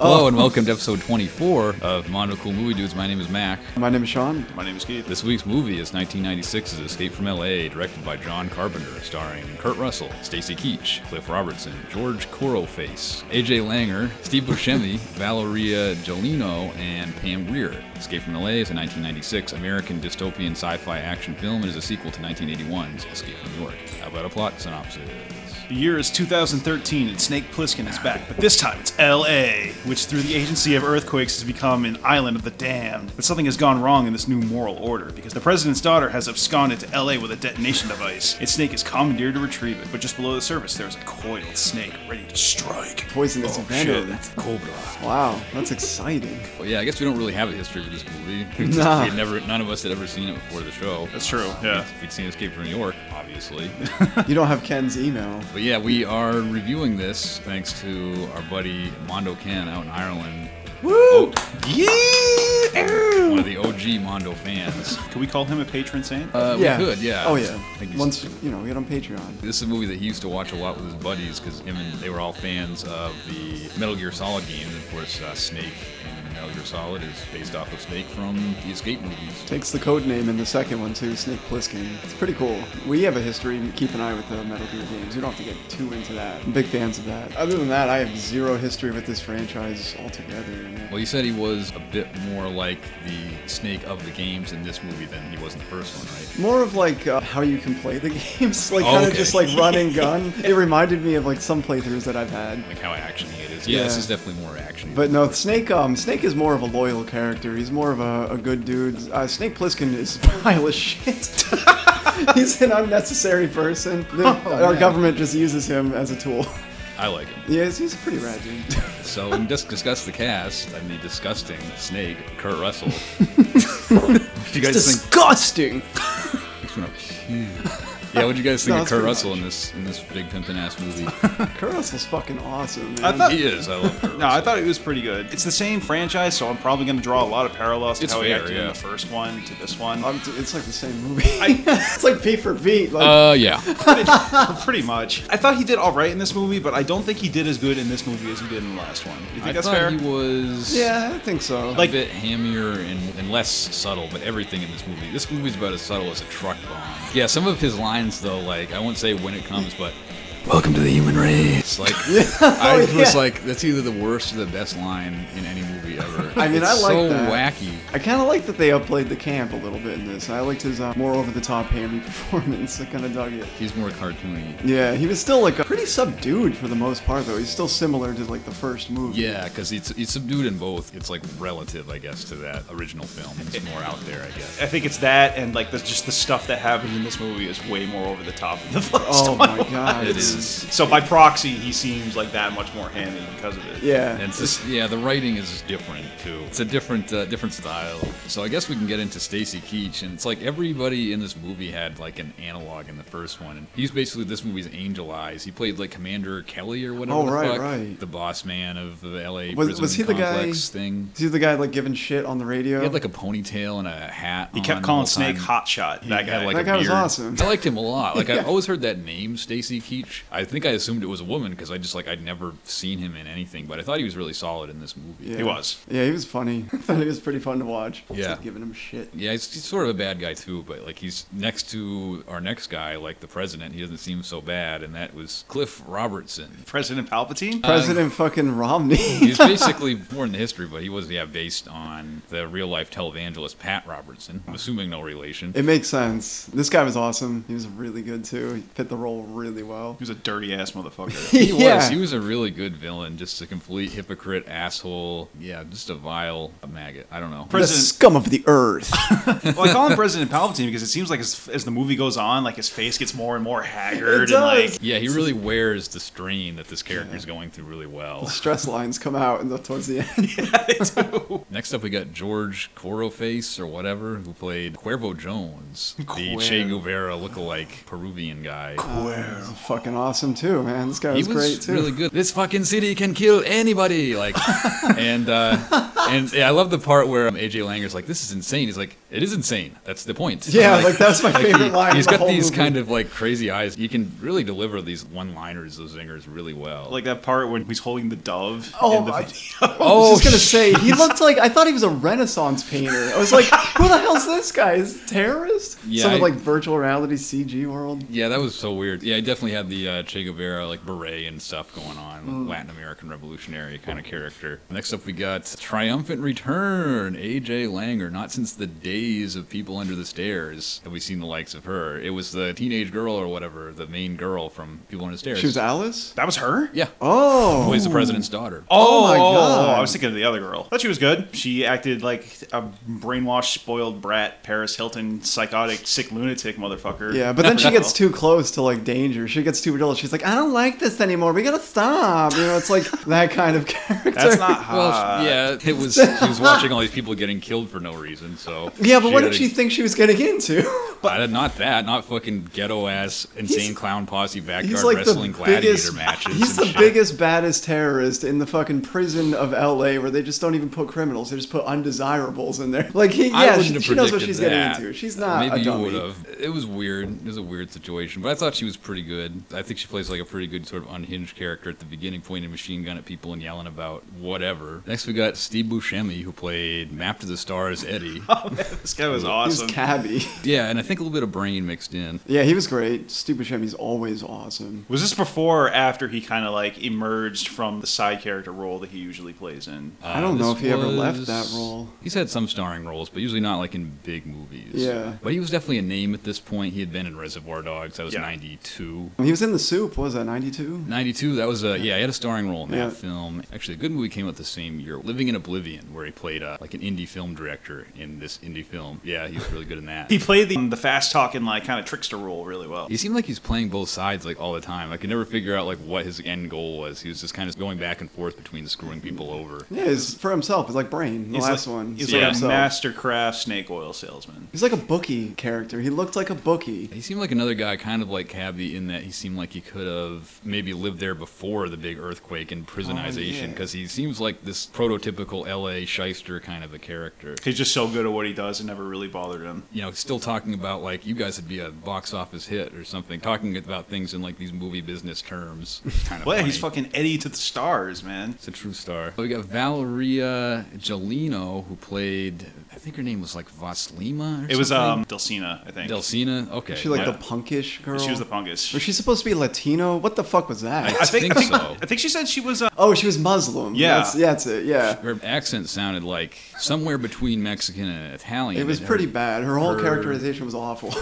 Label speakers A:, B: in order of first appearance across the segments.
A: and welcome to episode 24 of Mondo Cool Movie Dudes. My name is Mac.
B: My name is Sean.
C: My name is Keith.
A: This week's movie is 1996's Escape from LA, directed by John Carpenter, starring Kurt Russell, Stacy Keach, Cliff Robertson, George Coralface, AJ Langer, Steve Buscemi, Valeria Jolino, and Pam Grier. Escape from LA is a 1996 American dystopian sci-fi action film and is a sequel to 1981's Escape from New York. How about a plot synopsis?
C: The year is 2013, and Snake Plissken is back, but this time it's L.A., which through the agency of earthquakes has become an island of the damned. But something has gone wrong in this new moral order because the president's daughter has absconded to L.A. with a detonation device, and Snake is commandeered to retrieve it. But just below the surface, there is a coiled snake ready to strike.
B: Poisonous
C: Oh,
B: venom.
C: shit. Cobra.
B: Wow, that's exciting.
A: Well, yeah, I guess we don't really have a history with this movie. We just-
B: Nah.
A: we had never, none of us had ever seen it before the show.
C: That's true. Yeah.
A: We'd seen Escape from New York, obviously.
B: You don't have Ken's email.
A: but yeah, we are reviewing this thanks to our buddy Mondo Ken out in Ireland,
B: Oh.
C: Woo!
A: one
C: Yeah!
A: of the OG Mondo fans.
C: Can we call him a patron saint?
A: Uh,
B: yeah.
A: We could, yeah.
B: Oh
A: I
B: yeah.
A: think he's-
B: Once you know, get on Patreon.
A: This is a movie that he used to watch a lot with his buddies because him and they were all fans of the Metal Gear Solid games. Of course, uh, Snake in Metal Gear Solid is based off of Snake from the Escape movies.
B: Takes the code name in the second one too, Snake Plissken. It's pretty cool. We have a history. Keep an eye with the Metal Gear games. We don't have to get too into that. I'm big fans of that. Other than that, I have zero history with this franchise altogether. man.
A: Well, you said he was a bit more like the Snake of the games in this movie than he was in the first one, right?
B: More of like uh, how you can play the games, like
A: Oh,
B: kind of
A: okay.
B: just like run and gun. it reminded me of like some playthroughs that I've had.
A: Like how actiony it is. Yeah, this
B: Yeah.
A: is definitely more action.
B: But no, Snake. Um, Snake is more of a loyal character. He's more of a, a good dude. Uh, Snake Plissken is a pile of shit. He's an unnecessary person. The-
A: Oh,
B: our government just uses him as a tool.
A: I like him.
B: Yeah, he's, he's a pretty rad dude.
A: So we just discuss the cast and the disgusting Snake, Kurt Russell. do you guys think?
B: disgusting.
A: This one up. Yeah, what do you guys think
B: No,
A: of
B: it's
A: Kurt
B: pretty
A: Russell
B: much.
A: in this in this big pimpin' ass movie?
B: Kurt Russell's fucking awesome. Man.
C: I thought-
A: he is. I love Kurt.
C: No, I
A: Russell.
C: thought it was pretty good. It's the same franchise, so I'm probably going to draw a lot of parallels to
A: It's
C: how he
A: fair,
C: acted
A: yeah.
C: in the first one to this one.
B: Um, d- it's like the same movie. it's like P for beat. Like
A: Uh, yeah.
C: pretty much. I thought he did all right in this movie, but I don't think he did as good in this movie as he did in the last one. You think
A: I
C: that's
A: thought
C: fair?
A: he was.
B: yeah, I think so.
A: Like, a bit hammier and, and less subtle, but everything in this movie. This movie's about as subtle as a truck bomb. Yeah, some of his lines though, like I won't say when it comes, but welcome to the human race. Like I
B: Oh,
A: was
B: yeah.
A: like, that's either the worst or the best line in any movie ever.
B: I mean,
A: it's
B: I like
A: so
B: that.
A: wacky.
B: I kind of like that they upplayed the camp a little bit in this. I liked his uh, more over the top hammy performance. I kind of dug it.
A: He's more cartoony.
B: Yeah, he was still like a pretty subdued for the most part, though. He's still similar to like the first movie.
A: Yeah, because it's it's subdued in both. It's like relative, I guess, to that original film. It's more out there, I guess.
C: I think it's that, and like the, just the stuff that happened in this movie is way more over the top than the first
B: Oh
C: one.
B: my god.
A: It is.
C: So by proxy, he seems like that much more hammy because of it.
B: Yeah.
A: And it's just, yeah, the writing is just different too. It's a different uh, different style. So I guess we can get into Stacy Keach, and it's like everybody in this movie had like an analog in the first one, and he's basically this movie's Angel Eyes. He played like Commander Kelly or whatever.
B: Oh,
A: the
B: right,
A: fuck,
B: right.
A: The boss man of the L.A.
B: Was-
A: prison
B: was he the guy-
A: complex thing.
B: Is he the guy like giving shit on the radio?
A: He had like a ponytail and a hat.
C: He kept
A: on the
C: calling
A: whole
C: Snake
A: time.
C: Hot Shot. That
A: He
C: guy,
A: had,
C: like,
B: That guy was
A: beard.
B: awesome.
A: I liked him a lot. Like I've always heard that name, Stacy Keach. I think I assumed it was a woman because I just like I'd never seen him in anything, but I thought he was really solid in this movie.
B: yeah.
C: he was.
B: Yeah, he was funny. I thought he was pretty fun to watch. Just,
A: Yeah. Um,
B: like, giving him shit.
A: Yeah, he's, he's sort of a bad guy too, but like he's next to our next guy, like the president. He doesn't seem so bad, and that was Cliff Robertson.
C: President Palpatine.
A: Uh,
B: President fucking Romney.
A: He's basically born in the history, but he was yeah based on the real life televangelist Pat Robertson. I'm assuming no relation.
B: it makes sense. This guy was awesome. He was really good too. He fit the role really well.
C: He was a dirty ass motherfucker.
A: He was.
B: Yeah.
A: He was a really good villain, just a complete hypocrite, asshole. Yeah, just a vile maggot. I don't know.
B: The
C: President-
B: scum of the earth.
C: well, I call him President Palpatine because it seems like as, as the movie goes on, like his face gets more and more haggard.
B: It
C: and like
B: does.
A: Yeah, he really wears the strain that this character is going through really well.
B: Stress lines come out in the, towards the end.
A: Next up, we got George Coroface or whatever, who played Cuervo Jones, the
B: Cuervo.
A: Che Guevara lookalike Peruvian guy.
B: He was fucking awesome too, man. This guy was,
A: he was
B: great too.
A: really good. This fucking city can kill anybody, like, and uh, And yeah, I love the part where um, AJ Langer's like, "This is insane." He's like, "It is insane. That's the point."
B: Yeah, like, that's my favorite line.
A: He's
B: in the
A: got
B: whole
A: these
B: movie.
A: kind of like crazy eyes. He can really deliver these one-liners, those zingers, really well.
C: Like that part when he's holding the dove.
B: Oh
C: in the
B: my!
C: video.
B: I was
A: Oh,
B: just gonna
A: sh-
B: say he looked like I thought he was a Renaissance painter. I was like, who the hell's this guy? Is he a terrorist?
A: Yeah,
B: Some of
A: I-
B: like virtual reality CG world.
A: yeah, that was so weird. Yeah, I definitely had the uh, Che Guevara like beret and stuff going on, like,
B: Mm.
A: Latin American revolutionary kind of character. Next up, we got triumphant return, AJ Langer. Not since the days of People Under the Stairs have we seen the likes of her. It was the teenage girl or whatever, the main girl from People Under the Stairs.
B: She was Alice.
C: That was her?
A: yeah,
B: Oh,
A: plays the president's daughter.
C: Oh,
B: my God.
C: I was thinking of the other girl. Thought she was good. She acted like a brainwashed, spoiled brat, Paris Hilton, psychotic, sick lunatic motherfucker.
B: Yeah, but then she gets
C: too.
B: too close to like danger. She gets too real. She's like, I don't like this anymore. We gotta stop. You know, it's like that kind of character.
C: That's not hot.
A: Well, sh- yeah, it was. She was watching all these people getting killed for no reason. So
B: Yeah, but what
A: had
B: did
A: a-
B: she think she was getting into?
A: I did- not that, not fucking ghetto ass, insane
B: He's-
A: clown posse backyard
B: He's like
A: wrestling
B: the
A: gladiator
B: biggest.
A: matches.
B: He's
A: and
B: the
A: shit.
B: biggest baddest terrorist in the fucking prison of L.A. where they just don't even put criminals. They just put undesirables in there. Like he,
A: I
B: yeah,
A: wouldn't
B: she,
A: have
B: she knows what
A: predicted
B: she's
A: that.
B: getting into. She's not
A: Maybe
B: a dummy.
A: you would have. It was weird. It was a weird situation, but I thought she was pretty good. I think she plays like a pretty good sort of unhinged character at the beginning, pointing a machine gun at people and yelling about whatever. Next, we got Steve Buscemi, who played Map to the Stars Eddie.
C: This guy was
B: He's
C: awesome.
B: cabby.
A: yeah, and I think a little bit of brain mixed in.
B: Yeah, he was great. Stupid Shemmy's always awesome.
C: Was this before or after he kind of like emerged from the side character role that he usually plays in?
B: I don't
A: Uh,
B: know
A: this
B: if he ever left
A: was-
B: that role.
A: He's had some starring roles, but usually not like in big movies.
B: Yeah.
A: But he was definitely a name at this point. He had been in Reservoir Dogs. That was
C: Yeah.
A: 92.
B: He was in the Soup. What was that ninety two?
A: 92, that was a, yeah, he had a starring role in that
B: Yeah.
A: film. Actually, a good movie came out the same year, Living in Oblivion, where he played uh, like an indie film director in this indie film. Yeah, he was really good in that.
C: He played the, the fast talking like kind of trickster role really well.
A: He seemed like he's playing both sides like all the time. I could never figure out like what his end goal was. He was just kind of going back and forth between screwing people over.
B: Yeah, he's for himself. It's like Brain, the
C: He's
B: last
C: like,
B: one.
C: He's
B: for
C: like a
B: himself.
C: master craft snake oil salesman.
B: He's like a bookie character. He looked like a bookie.
A: He seemed like another guy, kind of like Cabby, in that he seemed like he could have maybe lived there before the big earthquake
C: Oh,
A: and prisonization,
B: yeah.
A: because he seems like this prototypical LA shyster kind of a character.
C: He's just so good at what he does, it never really bothered him.
A: You know, still talking about like you guys would be a box office hit or something, talking about things in like these movie business terms. It's kind of
C: Well, yeah,
A: funny.
C: he's fucking Eddie to the stars, man.
A: It's a true star. We got Valeria Gelino, who played, I think her name was like Vaslima. Or
C: It was
A: something?
C: um Dulcina, I think.
A: Delcina. Okay,
B: Is she like
A: yeah.
B: the punkish girl?
C: She was the pungus.
B: Was she supposed to be Latino? What the fuck was that?
C: I think,
A: think
C: I
A: so.
C: think I think she said she was. Uh,
B: Oh, she was Muslim.
C: Yeah.
B: that's, yeah, that's it. Yeah,
A: Her accent sounded like somewhere between Mexican and Italian.
B: it was
A: Her-
B: pretty bad. Her whole
A: her-
B: characterization was awful.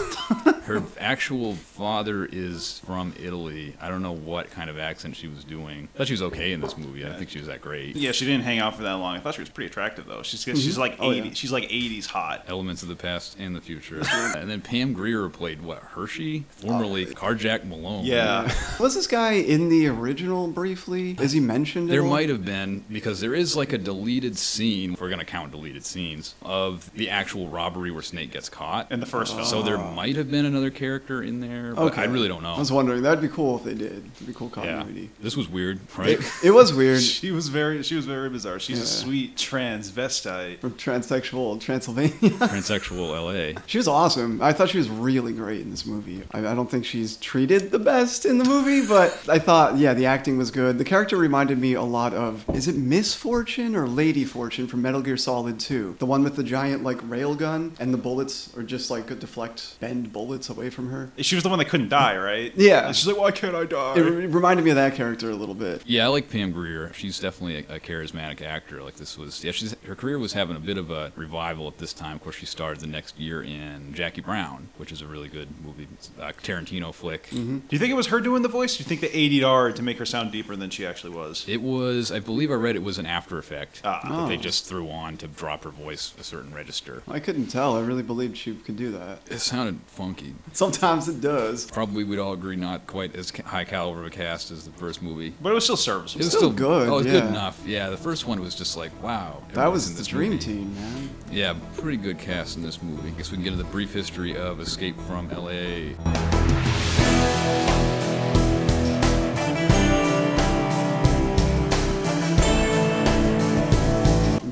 A: Her actual father is from Italy. I don't know what kind of accent she was doing. I thought she was okay in this movie. I didn't think she was that great.
C: yeah, she didn't hang out for that long. I thought she was pretty attractive though. She's she's like
B: Oh, yeah.
C: eighty. She's like eighties hot.
A: Elements of the past and the future. and then Pam Greer played what Hershey,
B: Oh,
A: formerly Carjack Malone.
C: Yeah.
B: was this guy in the original briefly? Is he mentioned? at
A: There
B: all?
A: might have been because there is like a deleted scene. If we're gonna count deleted scenes of the actual robbery where Snake gets caught.
C: In the first
B: Oh.
C: film.
A: so
B: Ah.
A: there might have been another character in there. But I really don't know.
B: I was wondering. That'd be cool if they did. It'd be cool
A: yeah,
B: continuity.
A: this was weird, right?
B: It, it was weird.
C: She was very she was very bizarre. She's
B: Yeah.
C: a sweet transvestite.
B: From transsexual Transylvania.
A: Transsexual L.A.
B: She was awesome. I thought she was really great in this movie. I, I don't think she's treated the best in the movie, but I thought, yeah, the acting was good. The character reminded me a lot of is it Miss Fortune or Lady Fortune from Metal Gear Solid 2? The one with the giant like rail gun and the bullets are just like could deflect, bend bullets away from her.
C: She was the one that couldn't die, right?
B: Yeah.
C: She's like, why can't I die?
B: It re- reminded me of that character a little bit.
A: Yeah, I like Pam Grier. She's definitely a, a charismatic actor. Like this was, yeah, she's her career was having a bit of a revival at this time. Of course, she starred the next year in Jackie Brown, which is a really good movie, it's a Tarantino flick.
C: Do you think it was her doing the voice? Do you think they aided her to make her sound deeper than she actually was?
A: It was, I believe, I read it was an after effect
C: Ah.
A: that they just threw on to drop her voice a certain register.
B: I couldn't tell. I really believed she could do that.
A: It sounded funky.
B: Sometimes it does.
A: Probably we'd all agree not quite as ca- high caliber of a cast as the first movie.
C: But it was still
A: It
C: serviceable.
A: was
B: Still
A: still
B: good,
A: Oh, it's
B: yeah.
A: good enough. Yeah, the first one was just like, wow.
B: That
A: everyone's
B: was
A: in
B: the
A: this
B: dream
A: movie.
B: team, man.
A: Yeah, pretty good cast in this movie. Guess we can get into the brief history of Escape from LA.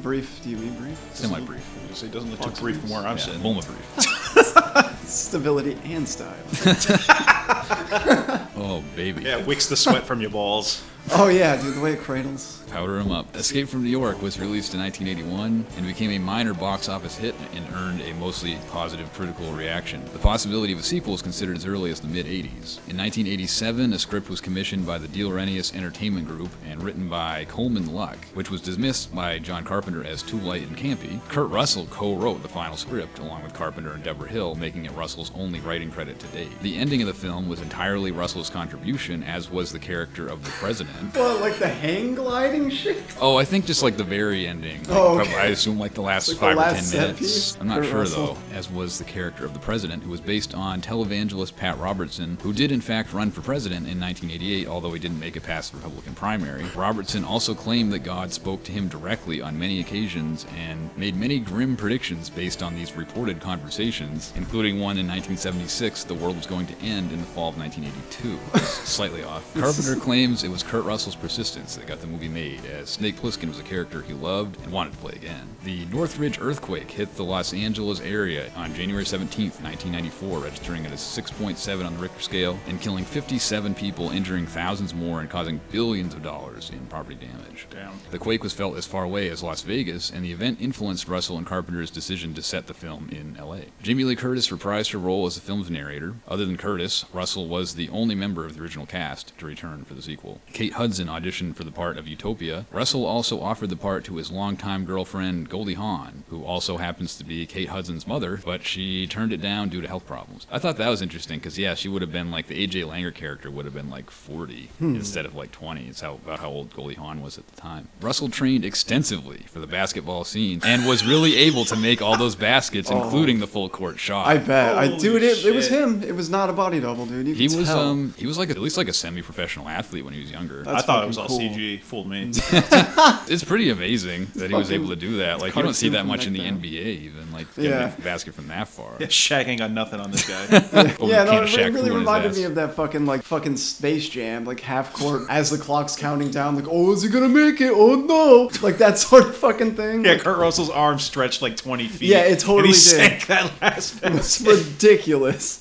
B: Brief, do you semi-brief.
A: Semi-brief.
C: It doesn't look
B: Fox
C: too brief from where I'm
A: Yeah,
C: sitting.
A: Bulma brief.
B: Stability and style.
A: Oh, baby.
C: Yeah, it wicks the sweat from your balls.
B: oh yeah, dude, the way it cradles.
A: Powder 'em up. Escape from New York was released in 1981 and became a minor box office hit and earned a mostly positive critical reaction. The possibility of a sequel is considered as early as the mid 80s. In 1987, a script was commissioned by the Deal Renius Entertainment Group and written by Coleman Luck, which was dismissed by John Carpenter as too light and campy. Kurt Russell co wrote the final script along with Carpenter and Deborah Hill, making it Russell's only writing credit to date. The ending of the film was entirely Russell's contribution, as was the character of the president.
B: Well, like the hang gliding shit.
A: Oh, I think just like the very ending. Like,
B: Oh, okay.
A: prob- I assume like the last
B: Like the
A: five
B: last
A: or
B: set
A: ten minutes.
B: piece?
A: I'm not
B: Kurt
A: sure
B: Russell?
A: though, as was the character of the president, who was based on televangelist Pat Robertson, who did in fact run for president in 1988, although he didn't make it past the Republican primary. Robertson also claimed that God spoke to him directly on many occasions and made many grim predictions based on these reported conversations, including one in 1976, the world was going to end in the fall of 1982. Slightly off. Carpenter claims it was Kurt Russell's persistence that got the movie made, as Snake Plissken was a character he loved and wanted to play again. The Northridge earthquake hit the Los Angeles area on January 17, 1994, registering at a 6.7 on the Richter scale and killing 57 people, injuring thousands more, and causing billions of dollars in property damage.
C: Damn.
A: The quake was felt as far away as Las Vegas, and the event influenced Russell and Carpenter's decision to set the film in LA. Jamie Lee Curtis reprised her role as the film's narrator. Other than Curtis, Russell was the only member of the original cast to return for the sequel. Kate Hudson auditioned for the part of Utopia. Russell also offered the part to his longtime girlfriend, Goldie Hawn, who also happens to be Kate Hudson's mother, but she turned it down due to health problems. I thought that was interesting because, yeah, she would have been like the A.J. Langer character would have been like 40
B: Hmm.
A: instead of like 20. It's how, about how old Goldie Hawn was at the time. Russell trained extensively for the basketball scene and was really able to make all those baskets, including the full court shot.
B: Oh. I bet. I
C: Holy
B: dude, it, it was
C: shit.
B: him. It was not a body double, dude. You
A: he
B: could
A: was
B: tell.
A: um he was like a, at least like a semi-professional athlete when he was younger.
B: That's
C: I thought it was all
B: fucking cool.
C: CG. Fooled me.
A: it's pretty amazing that he was
B: fucking-
A: able to do that. Like you don't see
B: cartoon
A: that
B: from
A: much in the
B: back then.
A: NBA even like you gotta
B: Yeah.
A: make the basket from that far.
C: Shagging on nothing on this guy.
A: Oh,
B: yeah,
A: you
B: no,
A: can't
B: it
A: Shaq
B: re- really
A: ruin his
B: reminded
A: ass.
B: me of that fucking like fucking Space Jam, like half court as the clock's counting down, like oh, is he gonna make it? Oh no, like that sort of fucking thing.
C: yeah,
B: Like,
C: Kurt Russell's arm stretched like 20 feet.
B: Yeah, it totally
C: and
B: did.
C: he sank that last
B: it's
C: basket.
B: ridiculous.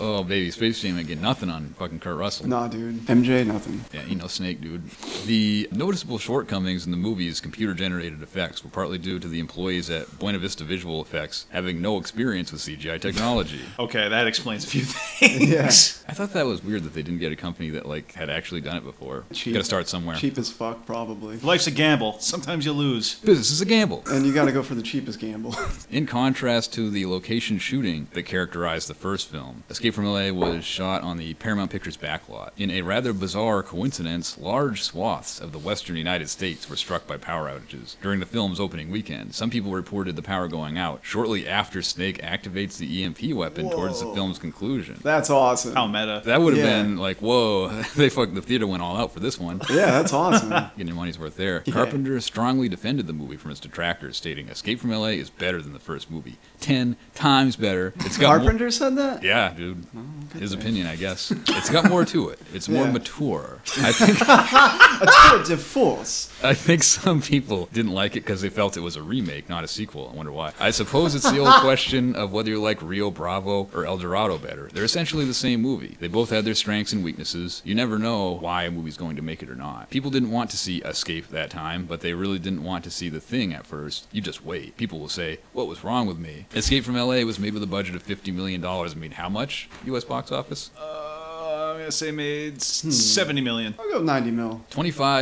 A: Oh baby, Space Jam ain't get nothing on fucking Kurt Russell.
B: nah, dude, MJ, nothing.
A: Yeah, you know, Snake, dude. The noticeable shortcomings in the movie's computer generated effects were partly due to the employees at Buena Vista Visual Effects having no experience with CGI technology.
C: Okay, that explains a few things.
B: Yeah.
A: I thought that was weird that they didn't get a company that like had actually done it before.
B: Cheap.
A: Gotta start somewhere.
B: Cheap as fuck, probably.
C: Life's a gamble. Sometimes you lose.
A: Business is a gamble.
B: And you gotta go for the cheapest gamble.
A: In contrast to the location shooting that characterized the first film, Escape from LA was shot on the Paramount Pictures backlot. In a rather bizarre coincidence, large swaths of the western United States were struck by power outages during the film's opening weekend. Some people reported the power going out shortly after Snake activates the EMP weapon towards the
B: Whoa.
A: film's conclusion.
B: That's awesome.
C: How meta.
A: That would have
B: Yeah.
A: been like, whoa, they fuck the theater went all out for this one.
B: Yeah, that's awesome.
A: Getting your money's worth there. Carpenter strongly defended the movie from its detractors, stating Escape from LA is better than the first movie. Ten times better. It's got
B: Carpenter said that.
A: More, yeah, dude. His opinion, I guess. It's got more to it. It's more
B: Yeah.
A: mature. I think
B: A tour de force.
A: I think some people didn't like it because they felt it was a remake, not a sequel. I wonder why. I suppose it's the old question of whether you like Rio Bravo or El Dorado better. They're essentially the same movie. They both had their strengths and weaknesses. You never know why a movie's going to make it or not. People didn't want to see Escape that time, but they really didn't want to see The Thing at first. You just wait. People will say, "What was wrong with me?" Escape from LA was made with a budget of 50 million dollars. I mean, how much U.S. box office?
C: Uh, I'm gonna say made s- 70 million.
B: I'll go 90 mil.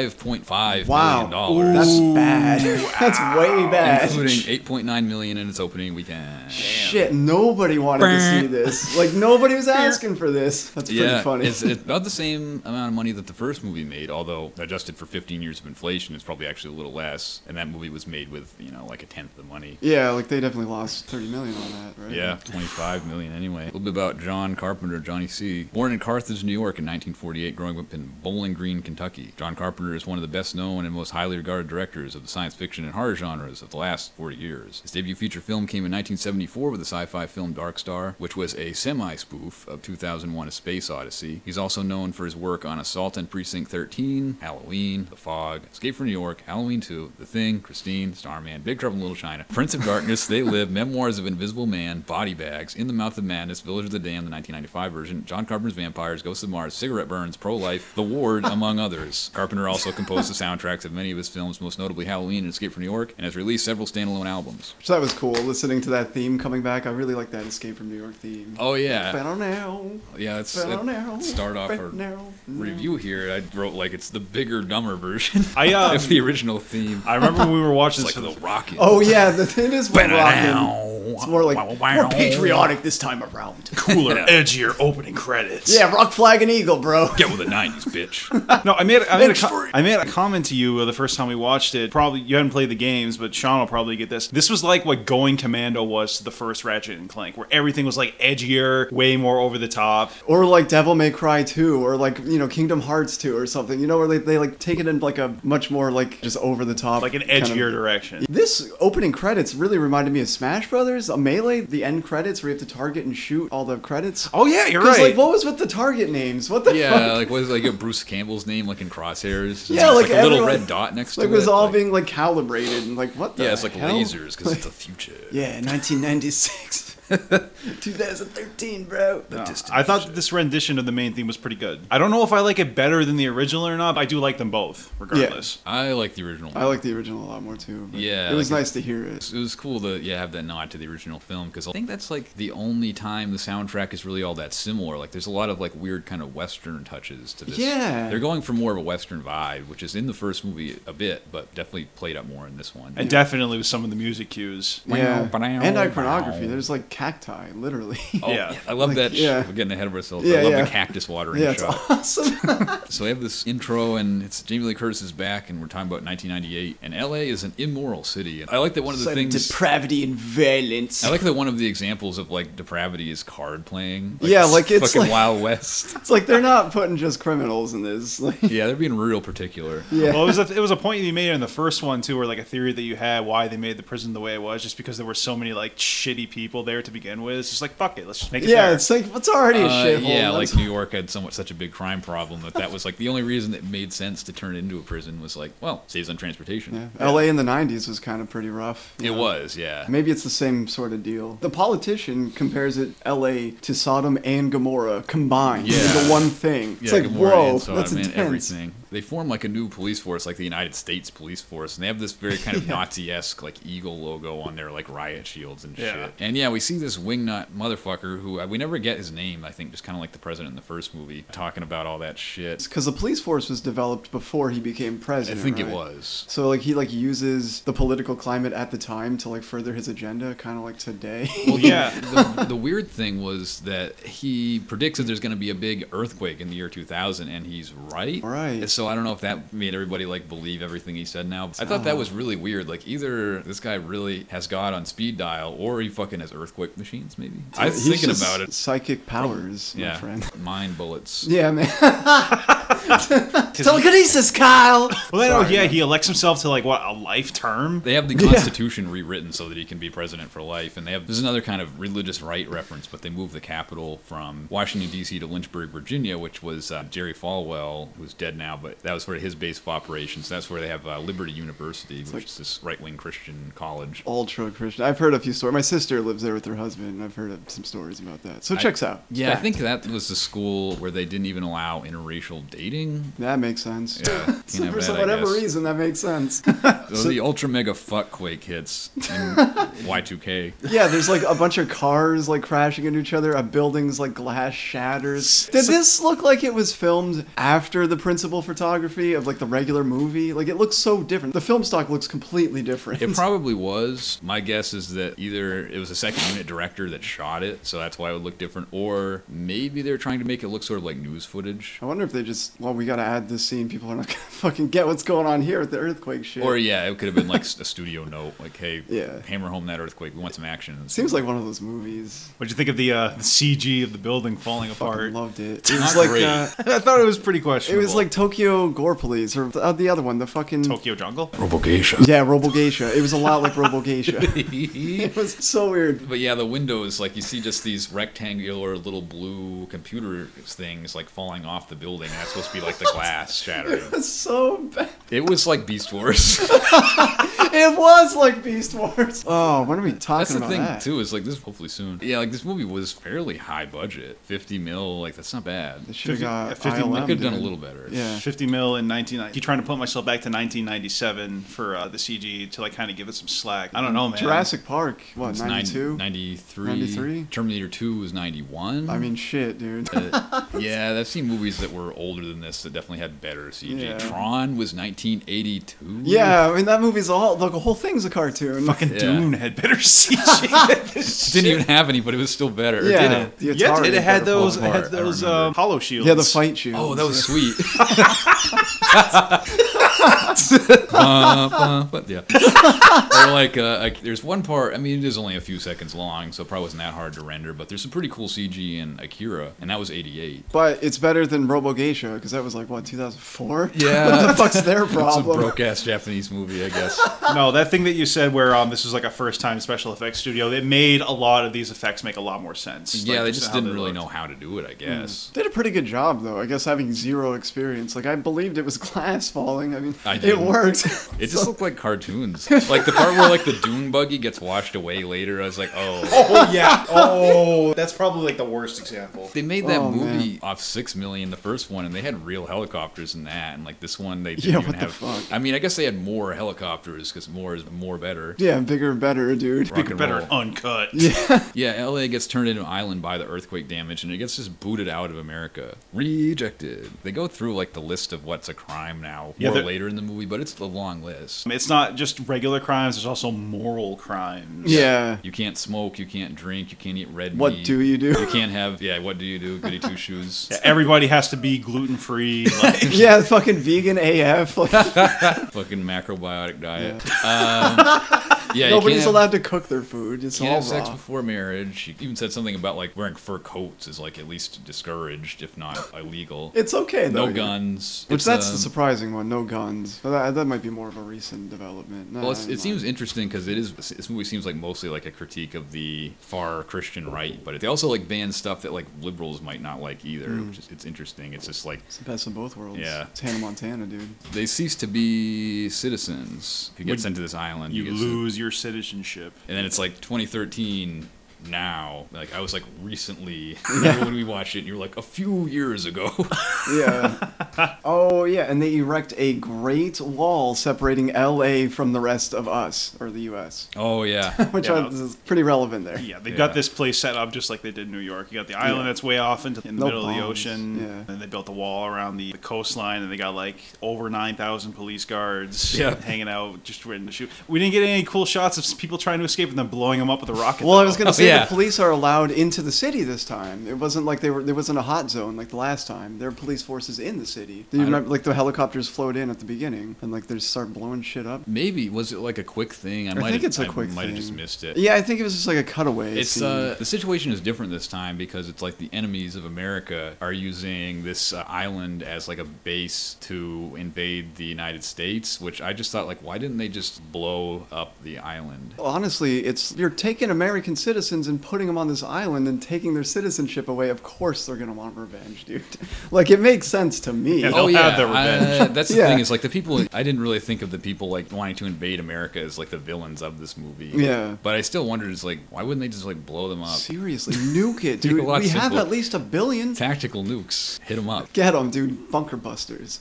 A: 25.5
B: Wow.
A: million dollars.
B: That's bad. That's way bad.
A: including 8.9 million in its opening weekend.
B: Shit, nobody wanted to see this. Like nobody was asking for this. That's pretty
A: Yeah,
B: funny.
A: it's, it's about the same amount of money that the first movie made, although adjusted for 15 years of inflation, it's probably actually a little less. And that movie was made with you know like a tenth of the money.
B: yeah, like they definitely lost 30 million on that, right?
A: Yeah, 25 million anyway. A little bit about John Carpenter, Johnny C. Born in Carthage, New York in 1948, growing up in Bowling Green, Kentucky. John Carpenter is one of the best known and most highly regarded directors of the science fiction and horror genres of the last 40 years. His debut feature film came in 1974 with the sci fi film Dark Star, which was a semi spoof of 2001 A Space Odyssey. He's also known for his work on Assault and Precinct 13, Halloween, The Fog, Escape from New York, Halloween 2, The Thing, Christine, Starman, Big Trouble in Little China, Prince of Darkness, They Live, Memoirs of Invisible Man, Body Bags, In the Mouth of Madness, Village of the Damned, the 1995 version, John Carpenter's Vampires, Ghosts of Mars, Cigarette Burns, Pro Life, The Ward, among others. Carpenter also composed the soundtracks of many of his films, most notably Halloween and Escape from New York, and has released several standalone albums.
B: So that was cool. Listening to that theme coming back, I really like that Escape from New York theme.
A: Oh, yeah.
B: Better now.
A: Yeah, it's
B: Better now.
A: it, start off
B: better
A: our
B: now.
A: review here. I wrote like it's the bigger, dumber version
C: I, uh,
A: of the original theme.
C: I remember when we were watching
A: It's
C: this
A: like
C: for
A: the
C: the
A: rocket.
B: Oh yeah, the, it is more rocking. It's more like
A: Wow.
B: more patriotic this time around.
C: cooler, edgier opening credits.
B: yeah, rock flag and eagle, bro.
A: Get with the '90s, bitch.
C: No, I made I made, a
B: Thanks
C: co- I made a comment to you uh, the first time we watched it. Probably you hadn't played the games, but Sean will probably get this. This was like what Going Commando was to the first Ratchet and Clank, where everything was like edgier, way more over the top.
B: Or like Devil May Cry 2, or like you know Kingdom Hearts 2, or something. You know where they, they like take it in like a much more like just over the top,
C: Like an
B: kind
C: edgier
B: of-
C: direction.
B: This opening credits really reminded me of Smash Brothers, a melee. The end credits where you have to target and shoot all the credits.
C: Oh yeah, you're
B: 'Cause,
C: right.
B: like what was with the target names? What the
A: yeah,
B: fuck?
A: like what is like Bruce Campbell's name, like in Crosshairs?
B: Yeah,
A: It's
B: like
A: a little
B: everyone-
A: red dot next
B: Like
A: to
B: it was
A: it.
B: all
A: like-
B: being like calibrated and like what the
A: yeah, it's like
B: hell?
A: lasers because it's the future.
B: Yeah, 1996. 2013, bro.
C: I thought that this rendition of the main theme was pretty good. I don't know if I like it better than the original or not. But I do like them both, regardless.
A: I like the original.
B: I like the original a lot more too. but
A: Yeah,
B: It was
A: like-
B: nice to hear it.
A: it was cool to yeah have that nod to the original film because I think that's like the only time the soundtrack is really all that similar. Like there's a lot of like weird kind of western touches to this.
B: Yeah.
A: they're going for more of a western vibe, which is in the first movie a bit, but definitely played up more in this one.
C: And definitely with some of the music cues.
B: Yeah.
A: Wow, wow,
B: And iconography.
A: oh, wow.
B: There's like cacti, literally.
A: Oh,
C: Yeah.
A: I love
B: Like,
A: that.
B: yeah.
A: We're getting ahead of ourselves.
B: Yeah,
A: I love
B: yeah.
A: the cactus watering
B: yeah, it's
A: shot.
B: awesome.
A: So we have this intro, and it's Jamie Lee Curtis is back, and we're talking about 1998, and LA is an immoral city. And I like that one of the things.
B: depravity and violence.
A: I like that one of the examples of like depravity is card playing.
B: Yeah, like, it's
A: fucking
B: like-
A: Wild West.
B: it's like they're not putting just criminals in this. Like,
A: yeah, they're being real particular.
B: yeah.
C: Well, it was, a, it was a point you made in the first one too, where like a theory that you had why they made the prison the way it was, just because there were so many like shitty people there to begin with. It's just like fuck it, let's just make it.
B: yeah,
C: there.
B: it's like it's already a
A: Uh,
B: shithole.
A: yeah,
B: that's-
A: like New York had somewhat such a big crime problem that that was like the only reason it made sense to turn it into a prison was like, well, saves on transportation.
B: Yeah. LA in the 90s was kind of pretty rough. you
A: It
B: know?
A: was, yeah.
B: Maybe it's the same sort of deal. The politician compares it LA to Sodom and Gomorrah combined
A: Yeah.
B: into one thing. it's like,
A: Gomorrah
B: whoa,
A: and Sodom
B: that's
A: and
B: intense.
A: everything. They form like a new police force, like the United States police force, and they have this very kind of Nazi-esque like eagle logo on their like riot shields and
C: Yeah.
A: shit. And yeah, we see this wingnut motherfucker who uh, we never get his name. I think just kind of like the president in the first movie, talking about all that shit.
B: Because the police force was developed before he became
A: I
B: president.
A: think it
B: right?
A: was.
B: So like he like uses the political climate at the time to like further his agenda, kind of like today.
C: well, yeah.
A: the, the weird thing was that he predicts that there's going to be a big earthquake in the year 2000, and he's right.
B: Right.
A: So I don't know if that made everybody like believe everything he said. Now I thought
B: Oh.
A: that was really weird. Like either this guy really has God on speed dial, or he fucking has earthquake machines. Maybe I was
B: He's
A: thinking
B: just
A: about it.
B: Psychic powers, my
A: Yeah,
B: friend.
A: mind bullets.
B: Yeah, man. Telekinesis, Kyle.
C: Well, then, oh yeah, he elects himself to like what a life term.
A: They have the Constitution rewritten so that he can be president for life, and they have this is another kind of religious right reference. But they moved the capital from Washington D.C. to Lynchburg, Virginia, which was uh, Jerry Falwell, who's dead now, but that was sort of his base of operations. That's where they have uh, Liberty University, which
B: like-
A: is this right-wing Christian college.
B: Ultra Christian. I've heard a few stories. My sister lives there with her husband, and I've heard of some stories about that. So it checks out.
A: Yeah, I
B: Fact.
A: think that was the school where they didn't even allow interracial dating.
B: that makes sense.
A: Yeah,
B: So for some, whatever reason, that makes sense.
A: so, the ultra mega fuck quake hits in Y2K.
B: yeah, there's like a bunch of cars like crashing into each other, uh, a building's like glass shatters. Did this look like it was filmed after the principal for photography of like the regular movie. Like it looks so different. The film stock looks completely different.
A: It probably was. My guess is that either it was a second unit director that shot it, so that's why it would look different, or maybe they're trying to make it look sort of like news footage.
B: I wonder if they just well, we gotta add this scene. People are not gonna fucking get what's going on here with the earthquake shit.
A: Or yeah, it could have been like a studio note, like hey,
B: Yeah.
A: hammer home that earthquake. We want some action.
B: seems like one of those movies.
C: What'd you think of the, uh, the CG of the building falling
B: Fucking
C: apart?
B: loved it. It
A: Not
B: was like
A: great.
B: uh,
C: I thought it was pretty
B: it
C: questionable.
B: was like Tokyo Gore Police or the, uh, the other one, the fucking
C: Tokyo Jungle.
A: Provocation.
B: yeah, Robo Geisha. It was a lot like Robo Geisha.
A: but
B: It was so weird.
A: yeah, the windows like you see just these rectangular little blue computer things like falling off the building. and That's supposed to be like the glass shattering.
B: It was so bad.
A: It was like Beast Wars.
B: It was like Beast Wars. Oh, when are we talking
A: That's the
B: about
A: thing
B: that?
A: too. Is like this hopefully soon. Yeah, like this movie was fairly high budget, fifty mil. Like that's not bad.
B: They should have
C: 50
B: got
C: 50
B: ILM,
A: I could have done a
B: dude.
A: little better.
B: Yeah.
C: 50 mil in 1990. Keep trying to put myself back to 1997 for uh, the CG to like kind of give it some slack. I don't know, man.
B: Jurassic Park, what,
A: It's nine-
B: 92?
A: 93.
B: 93?
A: Terminator 2 was 91.
B: I mean, shit, dude.
A: Uh, yeah, I've seen movies that were older than this that definitely had better CG.
B: Yeah.
A: Tron was 1982.
B: yeah, I mean, that movie's all, the whole thing's a cartoon.
C: Fucking
A: Yeah.
C: Dune had better CG. than
A: It
C: this
A: didn't even have any, but it was still better.
B: Yeah,
A: Did it?
B: the Atari
C: yeah, it had
B: better pull
C: those, it
A: apart,
C: had
A: I
C: those
A: remember.
C: um, hollow shields.
B: Yeah, the fight shoes.
A: Oh, that was
B: Yeah.
A: sweet. Uh, uh, but yeah, or like, uh, like there's one part. I mean, it is only a few seconds long, so it probably wasn't that hard to render. But there's some pretty cool CG in Akira, and that was '88.
B: But it's better than Robo Geisha because that was like, what, 2004?
A: Yeah.
B: what the fuck's their
A: It's a
B: problem?
A: broke ass Japanese movie, I guess.
C: No, that thing that you said where um, this was like a first time special effects studio, it made a lot of these effects make a lot more sense.
A: yeah,
C: Like,
A: they just
C: how
A: didn't really
C: looked.
A: know how to do it, I guess.
B: Did a pretty good job, though, I guess, having zero experience. Like, I believed it was glass falling. I mean,
A: I
B: it
A: didn't.
B: worked.
A: It just looked like cartoons. like the part where like the dune buggy gets washed away later, I was like, oh.
C: Oh, yeah. Oh, that's probably like the worst example.
A: They made that
B: Oh,
A: movie off six million, the first one, and they had real helicopters in that, and like this one, they didn't
B: Yeah,
A: even
B: what the
A: have.
B: fuck?
A: I mean, I guess they had more helicopters because more is more better.
B: yeah, bigger, better, dude.
A: Rock and
C: Better
A: roll.
C: uncut.
A: Yeah, LA gets turned into an island by the earthquake damage and it gets just booted out of America. Rejected. They go through like the list of what's a crime now
C: Yeah,
A: more
C: they're-
A: later in the movie, but it's a long list.
C: It's not just regular crimes, there's also moral crimes.
B: Yeah.
A: You can't smoke, you can't drink, you can't eat red
B: What
A: meat.
B: do you do?
A: You can't have, yeah, what do you do? Goody two shoes.
C: Yeah, Everybody has to be gluten free. Like,
B: Yeah, fucking vegan AF. Like,
A: Fucking macrobiotic diet. Yeah, um, yeah you can't
B: nobody's
A: have-
B: allowed to cook their food. It's
A: can't
B: all
A: have sex
B: raw.
A: before marriage. She even said something about like wearing fur coats is like at least discouraged, if not illegal.
B: It's okay though.
A: no guns.
B: Which
A: It's,
B: that's
A: um,
B: the surprising one. No guns. But that, that might be more of a recent development. Nah,
A: Well, it's,
B: never
A: it
B: mind.
A: seems interesting because it is. This movie seems like mostly like a critique of the far Christian right, but they also like ban stuff that like liberals might not like either.
B: Hmm.
A: Which is, it's interesting. It's just like
B: It's the best of both worlds.
A: Yeah.
B: It's Hannah Montana, dude.
A: they cease to be citizens. If you get
C: Would-
A: sent to this island,
C: you
A: you, get
C: lose your citizenship.
A: sent- and then it's like 2013 now. Like I was like recently when we watched it, and you were like a few years ago.
B: Yeah. oh yeah, and they erect a great wall separating L.A. from the rest of us or the U.S.,
A: oh yeah.
B: which
C: Yeah.
B: I, is pretty relevant there.
C: Yeah, they've
A: Yeah.
C: got this place set up just like they did in New York. You got the island
B: Yeah.
C: that's way off into in the
B: No
C: middle of the
B: bombs,
C: ocean.
B: yeah.
C: And they built a wall around the, the coastline, and they got like over nine thousand police guards
A: Yeah.
C: hanging out, just waiting to shoot. We didn't get any cool shots of people trying to escape and then blowing them up with a rocket.
B: Well, I was
C: though.
B: gonna say
A: Oh, yeah.
B: the police are allowed into the city this time. It wasn't like they were there wasn't a hot zone like the last time. There are police forces in the city. Do you
A: I don't-
B: remember like the helicopters flowed in at the beginning and like they just start blowing shit up?
A: Maybe was it like a quick thing? I,
B: I
A: might
B: think
A: have,
B: it's a quick
A: I might have
B: thing.
A: just missed it.
B: Yeah, I think it was just like a cutaway.
A: It's
B: scene.
A: uh, the situation is different this time because it's like the enemies of America are using this uh, island as like a base to invade the United States, which I just thought like, why didn't they just blow up the island?
B: honestly, it's you're taking American citizens and putting them on this island and taking their citizenship away. Of course, they're gonna want revenge, dude. like it makes sense to me.
C: Yeah, They'll have their revenge.
A: Oh, I- uh, that's the
B: Yeah.
A: thing is like the people. I didn't really think of the people like wanting to invade America as like the villains of this movie.
B: Yeah.
A: but I still wondered is like why wouldn't they just like blow them up?
B: Seriously,
A: Make
B: nuke it,
A: it
B: dude.
A: a lot
B: We have
A: simpler.
B: at least a billion.
A: Tactical nukes, hit them up.
B: Get them, dude. Bunker busters.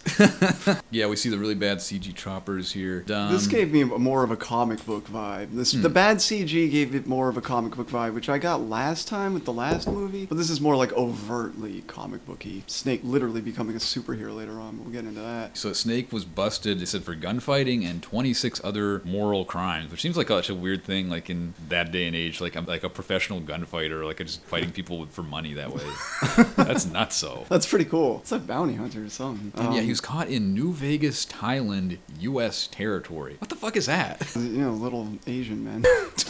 A: Yeah, we see the really bad CG choppers here. Done. Hmm.
B: This gave me more of a comic book vibe. This, The bad CG gave it more of a comic book vibe vibe, which I got last time with the last movie. But this is more like overtly comic booky. Snake literally becoming a superhero later on. But we'll get into that.
A: So Snake was busted, they said, for gunfighting and 26 other moral crimes, which seems like such a weird thing, like in that day and age, like I'm like a professional gunfighter, like I'm just fighting people for money that way. That's not so.
B: That's pretty cool. It's a bounty hunter or something.
A: And yeah,
B: Um,
A: he was caught in New Vegas, Thailand, U.S. territory. What the fuck is that?
B: you know little Asian men,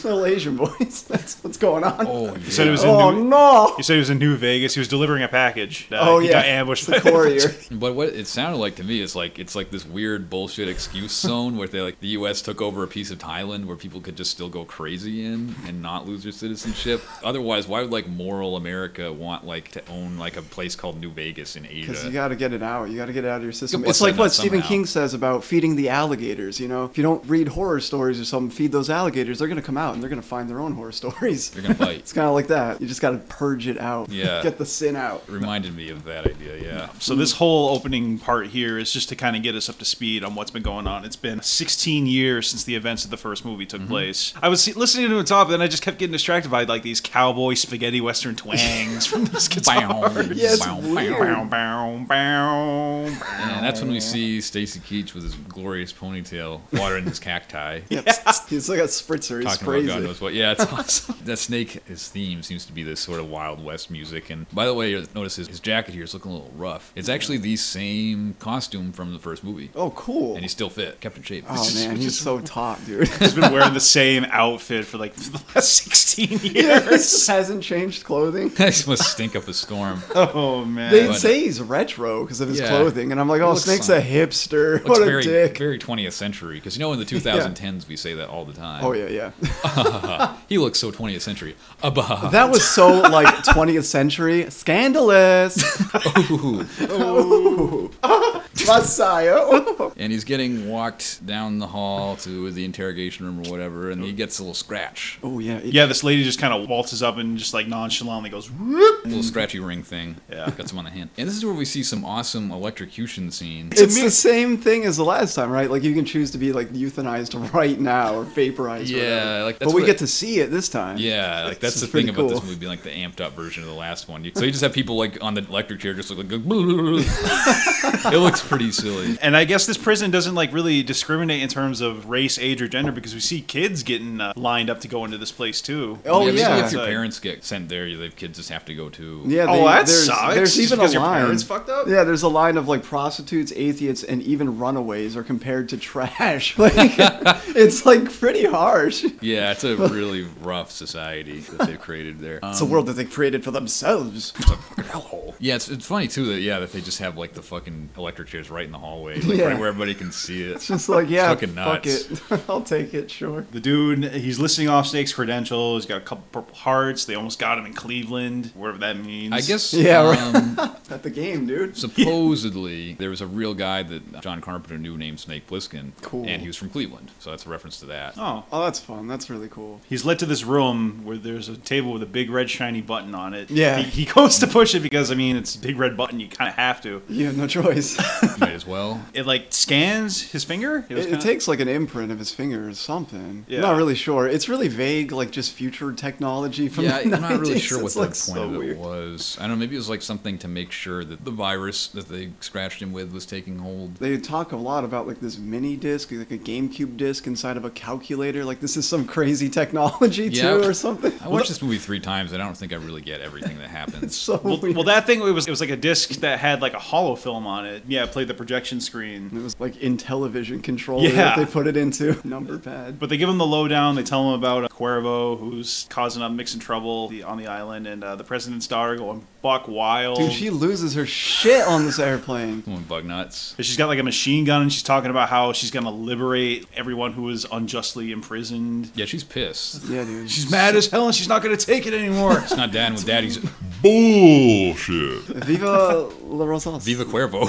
B: little Asian boys. That's what's going on.
A: Oh, yeah.
C: said it was in
B: Oh,
C: New-
B: no!
C: You said he was in New Vegas. He was delivering a package. Uh,
B: Oh
C: he
B: yeah,
C: got ambushed.
B: It's
C: by-
B: a courier.
A: But what it sounded like to me is like it's like this weird bullshit excuse zone where they like the U.S. took over a piece of Thailand where people could just still go crazy in and not lose their citizenship. Otherwise, why would like moral America want like to own like a place called New Vegas in
B: Because
A: Asia?
B: you got to get it out. You got to get it out of your system.
A: bust
B: It's like
A: that nut
B: what Stephen
A: somehow.
B: King says about feeding the alligators. You know, if you don't read horror stories or something, feed those alligators. They're gonna come out and they're gonna find their own horror stories.
A: They're gonna bite.
B: it's kind of like that. You just got to purge it out.
A: Yeah.
B: get the sin out.
A: Reminded me of that idea. Yeah.
C: So this whole opening part here is just to kind of get us up to speed on what's been going on. It's been 16 years since the events of the first movie took place. I was listening to it top, then I just kept getting distracted by like these cowboy spaghetti western twangs from this guitar.
A: Bow,
B: Yeah, it's
A: bow,
B: weird.
A: bow.
C: Bow, bow, bow, bow.
A: And that's
B: Oh.
A: when we see Stacy Keach with his glorious ponytail watering his cacti.
B: Yep. He's like a spritzer. He's
A: talking
B: crazy.
A: about God knows what. Yeah, it's awesome. that snake, his theme seems to be this sort of Wild West music. And by the way, you'll notice his, his jacket here is looking a little rough. It's actually the same costume from the first movie.
B: oh, cool.
A: And he's still fit, kept in shape.
B: oh man, he's so top, dude.
C: He's been wearing the same outfit for like the last 16
B: he
C: years.
B: just hasn't changed clothing.
A: This must stink up a storm.
C: Oh man.
B: They
A: But-
B: say he's retro because of his
A: Yeah.
B: clothing, and I'm like,
A: He
B: oh,
A: looks
B: Snake's
A: some-
B: a hipster.
A: Looks
B: What a
A: very,
B: dick.
A: very 20th century. Because you know, in the 2010s, we say that all the time.
B: Oh yeah, yeah.
A: He looks so 20th century. Abba.
B: That was so like 20th century scandalous.
A: Ooh.
B: Messiah. Oh.
A: and he's getting walked down the hall to the interrogation room or whatever, and he gets a little scratch.
B: Oh yeah. it-
C: Yeah, this lady just kind of waltzes up and just like nonchalantly goes, Whoop.
B: Mm.
A: little scratchy ring thing.
C: Yeah.
A: Got some on the hand. And this is where we see some awesome electrocution scenes.
B: It's
C: me-
B: the same thing as the last time, right? Like you can choose to be like euthanized right now or vaporized. or
A: Yeah,
B: whatever.
A: like, that's
B: but we
A: what-
B: get to see it this time.
A: Yeah, like
B: This
A: that's
B: is
A: the thing
B: pretty
A: about this
B: cool.
A: movie being like the amped up version of the last one. You- So you just have people like on the electric chair just like, it looks pretty silly.
C: And I guess this prison doesn't like really discriminate in terms of race, age, or gender because we see kids getting uh, lined up to go into this place too.
B: Oh
A: maybe
B: yeah.
A: if your
C: Like-
A: parents get sent there, the kids just have to go too.
B: Yeah,
C: Oh,
B: they-
C: that
B: there's,
C: sucks.
B: There's
C: Just
B: even a
C: because your
B: line.
C: parents fucked up?
B: Yeah, there's a line of like prostitutes, atheists, and even runaways are compared to trash. Like, it's like pretty harsh.
A: Yeah, it's a really rough society that they've created there. Um,
B: It's a world that they created for themselves.
A: yeah, it's, it's funny too that yeah that they just have like the fucking electric chairs right in the hallway, like
B: Yeah.
A: right where everybody can see it.
B: It's just like, yeah,
A: fucking
B: fuck
A: nuts.
B: it. I'll take it, sure.
C: The dude, he's listing off Snake's credentials. He's got a couple purple hearts. They almost got him in Cleveland, wherever that means.
A: I guess
B: Yeah, right.
A: um,
B: At the game, dude.
A: Supposedly, there was a real guy that John Carpenter knew named Snake Plissken,
B: Cool.
A: and he was from Cleveland, so that's a reference to that.
C: Oh.
B: Oh, that's fun. That's really cool.
C: He's led to this room where there's a table with a big red shiny button on it.
B: Yeah.
C: He, he goes to push it because, I mean, it's a big red button. You kind of have to.
B: You have no choice.
A: Might as well.
C: It like scans his finger.
B: It, it
C: kinda-
B: takes like an imprint of his finger or something.
C: Yeah.
B: I'm not really sure. It's really vague, like just future technology from
A: Yeah,
B: the 90s.
A: I'm not really sure what
B: It's,
A: the
B: like,
A: point
B: so
A: of it
B: weird.
A: was. I don't know. Maybe it was like something to make sure that the virus that they scratched him with was taking hold.
B: They talk a lot about like this mini disc, like a GameCube disc inside of a calculator. Like this is some crazy technology
A: Yeah.
B: too, or something.
A: I watched this movie three times, and I don't think I really get everything that happens.
B: So
C: Well,
B: weird.
C: well, that thing it was it was like a disc that had like a hollow film on it. Yeah, it played the projection screen.
B: it was like in television controller
C: Yeah.
B: that they put it into number pad.
C: But they give him the lowdown. They tell him about uh, Cuervo, who's causing up mixing trouble the, on the island, and uh, the president's daughter going buck wild.
B: Dude, she loses her shit on this airplane.
A: Someone bug nuts.
C: And she's got like a machine gun, and she's talking about how she's gonna liberate everyone who was unjustly imprisoned.
A: Yeah, she's pissed.
B: Yeah, dude.
C: She's mad as hell, and she's not gonna take it anymore.
A: It's not Dan with Daddy's
D: Bullshit.
B: Viva La Rosas.
A: Viva Cuervo.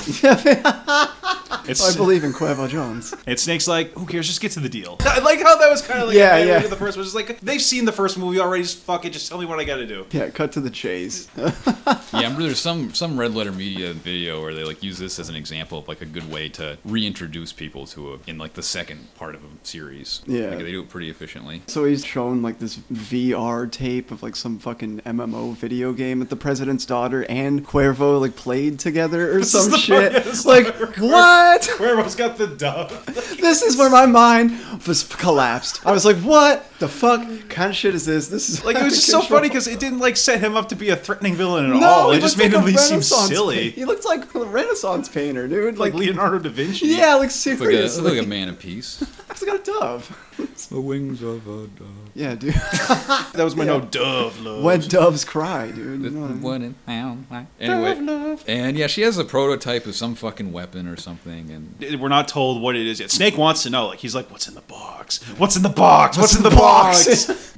C: It's,
B: I believe in Cueva Jones.
C: And Snake's like, who cares? Just get to the deal. I like how that was kind of like
B: Yeah,
C: yeah, yeah.
B: yeah.
C: the first one. It's like they've seen the first movie already. Just fuck it. Just tell me what I got to do.
B: Yeah, cut to the chase.
A: Yeah, I remember there's some some red letter media video where they like use this as an example of like a good way to reintroduce people to a in like the second part of a series.
B: Yeah.
A: like, they do it pretty efficiently.
B: So he's shown like this VR tape of like some fucking MMO video game that the president's daughter and Cuervo like played together or some
C: the
B: shit.
C: part- yes, I
B: like
C: remember.
B: what?
C: Cuervo's got the dove.
B: This is where my mind was collapsed. I was like, what the fuck kind of shit is this? This is
C: Like it
B: out
C: was
B: of
C: just so funny
B: control.
C: because it didn't like set him up to be a threatening villain at
B: no,
C: all.
B: he
C: It just
B: looked
C: made
B: like
C: him
B: a
C: at least seem
B: Renaissance
C: silly.
B: pa- He looked like a Renaissance painter, dude.
C: Like
B: Like,
C: Leonardo da Vinci.
B: yeah, like
A: It's like a,
B: seriously.
A: it's like a man of peace.
B: He's got a dove.
A: the wings of a dove.
B: yeah, dude.
C: that was my
B: Yeah.
C: no dove love.
B: when doves cry, dude. You know what I mean?
A: What it sound like. Anyway, and yeah, she has a prototype of some fucking weapon or something, and
C: We're not told what it is yet. Snake wants to know. Like he's like, what's in the box? What's in the box? What's, in the box?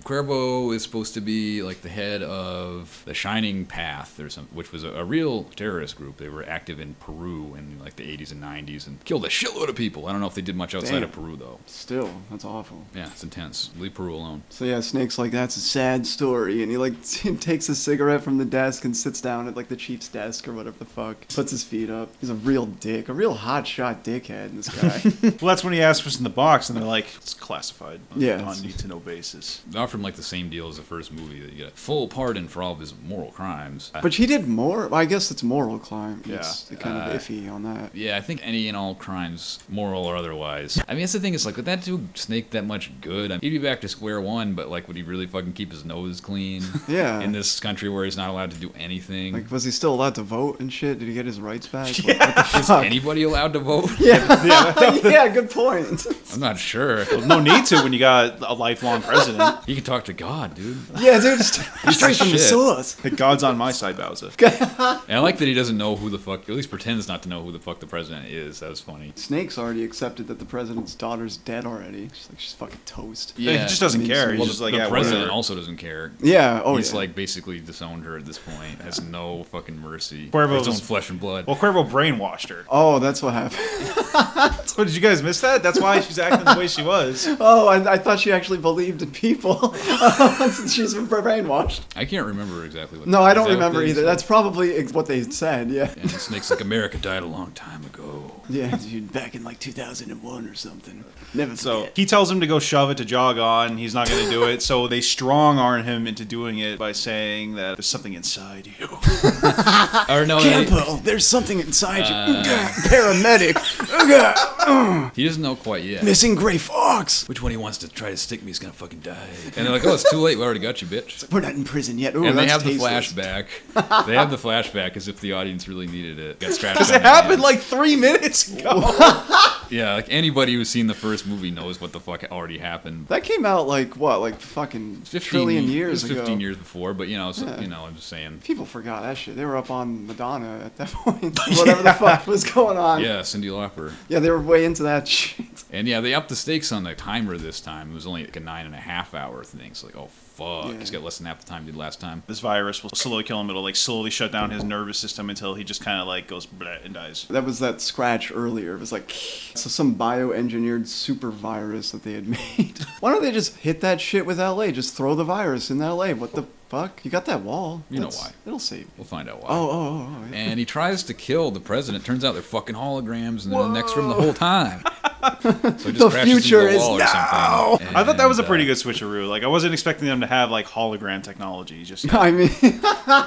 A: Cuervo is supposed to be like the head of the Shining Path or something, which was a, a real terrorist group. They were active in Peru in like the 80s and 90s and killed a shitload of people. I don't know if they did much outside
B: Damn.
A: of Peru though.
B: Still, that's awful.
A: Yeah, it's intense. Leave Peru alone.
B: So yeah, Snake's like, that's a sad story, and he like takes a cigarette from the desk and sits down at like the chief's desk or whatever the fuck. Puts his feet up. He's a real dick, a real hot shot dickhead. This guy.
C: well, that's when he asks what's in the box, and they're like, it's classified. on-
B: Yeah.
C: on need to know basis.
A: They offered him like the same deal as the first movie that you get a full pardon for all of his moral crimes.
B: but he did more. I guess it's moral crime.
C: Yeah.
B: It's kind of iffy on that.
A: Yeah, I think any and all crimes, moral or otherwise. I mean, that's the thing. Is like, would that do Snake that much good? I mean, he'd be back to square one, but like, would he really fucking keep his nose clean?
B: Yeah.
A: In this country where he's not allowed to do anything,
B: Like, was he still allowed to vote and shit? Did he get his rights back? What- What, the
A: is
B: fuck?
A: anybody allowed to vote?
B: yeah. yeah. Good point.
A: I'm not sure.
C: No need to when you got a lifelong president.
A: You can talk to God, dude.
B: yeah, dude. Just, straight from the
A: shit.
B: source.
C: Like, God's on my side, Bowser.
A: And I like that he doesn't know who the fuck, at least pretends not to know who the fuck the president is. That was funny.
B: Snake's already accepted that the president's daughter's dead already. She's like, she's fucking toast.
C: He just doesn't
B: Means-
C: care. He's
A: Well, the,
C: just like,
A: the
C: yeah,
A: president
C: whatever.
A: also doesn't care.
B: Yeah. Oh,
A: he's
B: yeah.
A: like basically disowned her at this point. Has no fucking mercy. for
C: Cuervo's-
A: His own flesh and blood.
C: Well, Cuervo brainwashed her.
B: Oh, that's what happened.
C: So did you guys miss that? That's why she's acting the way she was.
B: Oh, I, I thought she actually believed in people. Since She's been brainwashed.
A: I can't remember exactly what.
B: No, I
A: is
B: don't
A: that what
B: remember
A: they
B: either.
A: said?
B: That's probably ex- what they said. Yeah.
A: And the Snake's like, America died a long time ago.
B: Yeah, dude, back in like 2001 or something. Never
C: So
B: forget.
C: he tells him to go shove it to jog on. He's not going to do it. So they strong arm him into doing it by saying that there's something inside you.
A: Or no, no,
B: Campo, there's something inside you.
A: Uh.
B: Ugh, Paramedic. Ugh,
A: he doesn't know quite yet.
B: missing gray fox.
A: Which one he wants to try to stick me is gonna fucking die. And they're like, oh, it's too late. We already got you, bitch.
B: We're not in prison yet. Ooh,
A: and they
B: that's
A: have the
B: tasteless.
A: flashback. they have the flashback as if the audience really needed it. Got scratched
C: Because
A: on
C: it
A: the hand.
C: happened like three minutes ago.
A: yeah, like anybody who's seen the first movie knows what the fuck already happened.
B: That came out like what, like fucking
A: 15
B: trillion
A: it
B: years
A: was
B: ago.
A: 15 years before, but you know, so, you know, I'm just saying.
B: People forgot that shit. They were up on Madonna at that point. Whatever the fuck was going on.
A: Yeah, Cindy Lauper.
B: yeah, they were way into that shit.
A: And yeah, they upped the stakes on the timer this time. It was only like a nine and a half hour thing. So like, oh fuck,
B: Yeah.
A: he's got less than half the time he did last time.
C: this virus will slowly kill him. It'll like slowly shut down his nervous system until he just kind of like goes bleh and dies.
B: That was that scratch earlier. It was like, so some bioengineered super virus that they had made. Why don't they just hit that shit with LA? Just throw the virus in LA. What the fuck? You got that wall.
A: You know why.
B: It'll save. you.
A: We'll find out why.
B: Oh, oh, oh, oh. yeah.
A: And he tries to kill the president. Turns out they're fucking holograms, and they're in the next room the whole time. So he just
B: The
A: crashes into
B: future is
A: wall or
B: now.
A: something.
C: I thought that was a
A: And, uh,
C: pretty good switcheroo. Like I wasn't expecting them to have like hologram technology. Just
B: I mean,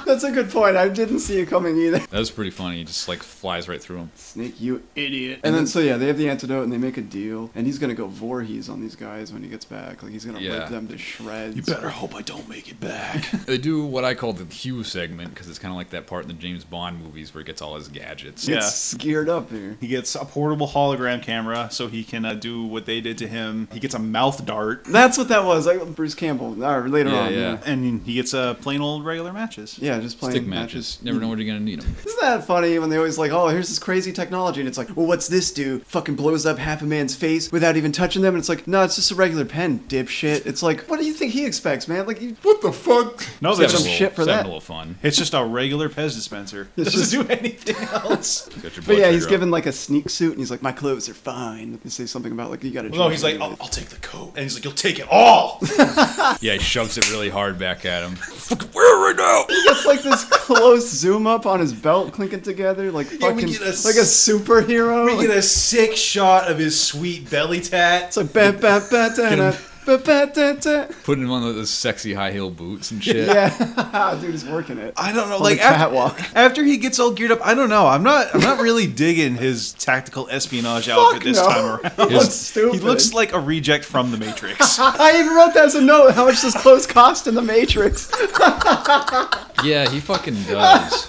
B: that's a good point. I didn't see it coming either.
A: That was pretty funny. He just like flies right through him.
B: Snake, you idiot. And then, so, yeah, they have the antidote and they make a deal. And he's going to go Voorhees on these guys when he gets back. Like, he's going to
A: Yeah.
B: rip them to shreds.
C: hope I don't make it back.
A: They do what I call the Q segment because it's kind of like that part in the James Bond movies where he gets all his gadgets.
C: Yeah.
B: It's geared up here.
C: he gets a portable hologram camera, so so he can uh, do what they did to him. He gets a mouth dart,
B: That's what that was. Like Bruce Campbell. Or later
A: Yeah,
B: on.
A: yeah.
B: Yeah.
C: and he gets uh, plain old regular matches.
B: Yeah, just playing
A: Stick matches. Never know where you're gonna need them.
B: Isn't that funny when they always like, oh, here's this crazy technology, and it's like, well, what's this do? Fucking blows up half a man's face without even touching them, and it's like, no, it's just a regular pen, dipshit. It's like, what do you think he expects, man? Like, you,
D: What the fuck?
C: No,
B: Seven
C: there's some
B: little-
C: shit.
B: shit for
A: having a
B: that.
A: little fun.
C: It's just a regular Pez dispenser. It
B: It's
C: doesn't
B: just-
C: do anything else.
A: Got your
B: but
A: blood
B: yeah, he's
A: sugar up.
B: given like a sneak suit, and he's like, my clothes are fine. They say something about like, you got to.
C: no, he's like, "Oh, I'll, I'll take the coat. And he's like, you'll take it all.
A: Yeah, he shoves it really hard back at him. Fucking wear it right now.
B: it's like this close zoom up on his belt clinking together, like
C: Yeah, we
B: fucking,
C: get a s-
B: like a superhero.
C: We
B: like,
C: get a sick shot of his sweet belly tat.
B: it's like, ba ba ba da da, ba ba da da.
A: Putting him on those sexy high heel boots and shit.
B: Yeah, dude, he's working it.
C: I don't know,
B: On
C: like
B: the
C: af-
B: catwalk.
C: After, he gets all geared up, I don't know. I'm not, I'm not really digging his tactical espionage
B: Fuck
C: outfit this
B: no.
C: time around.
B: He looks stupid.
C: He looks like a reject from the Matrix.
B: I even wrote that as a note. How much does clothes cost in the Matrix?
A: Yeah, he fucking does.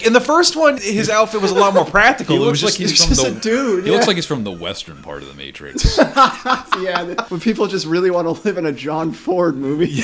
C: In the first one, his outfit was a lot more practical.
A: He
C: it was
A: looks like
C: just
A: he's
B: he's
A: from
B: just
A: the
B: a dude,
A: He looks
B: yeah.
A: like he's from the western part of the Matrix.
B: yeah, th- when people just really want to live in a John Ford movie.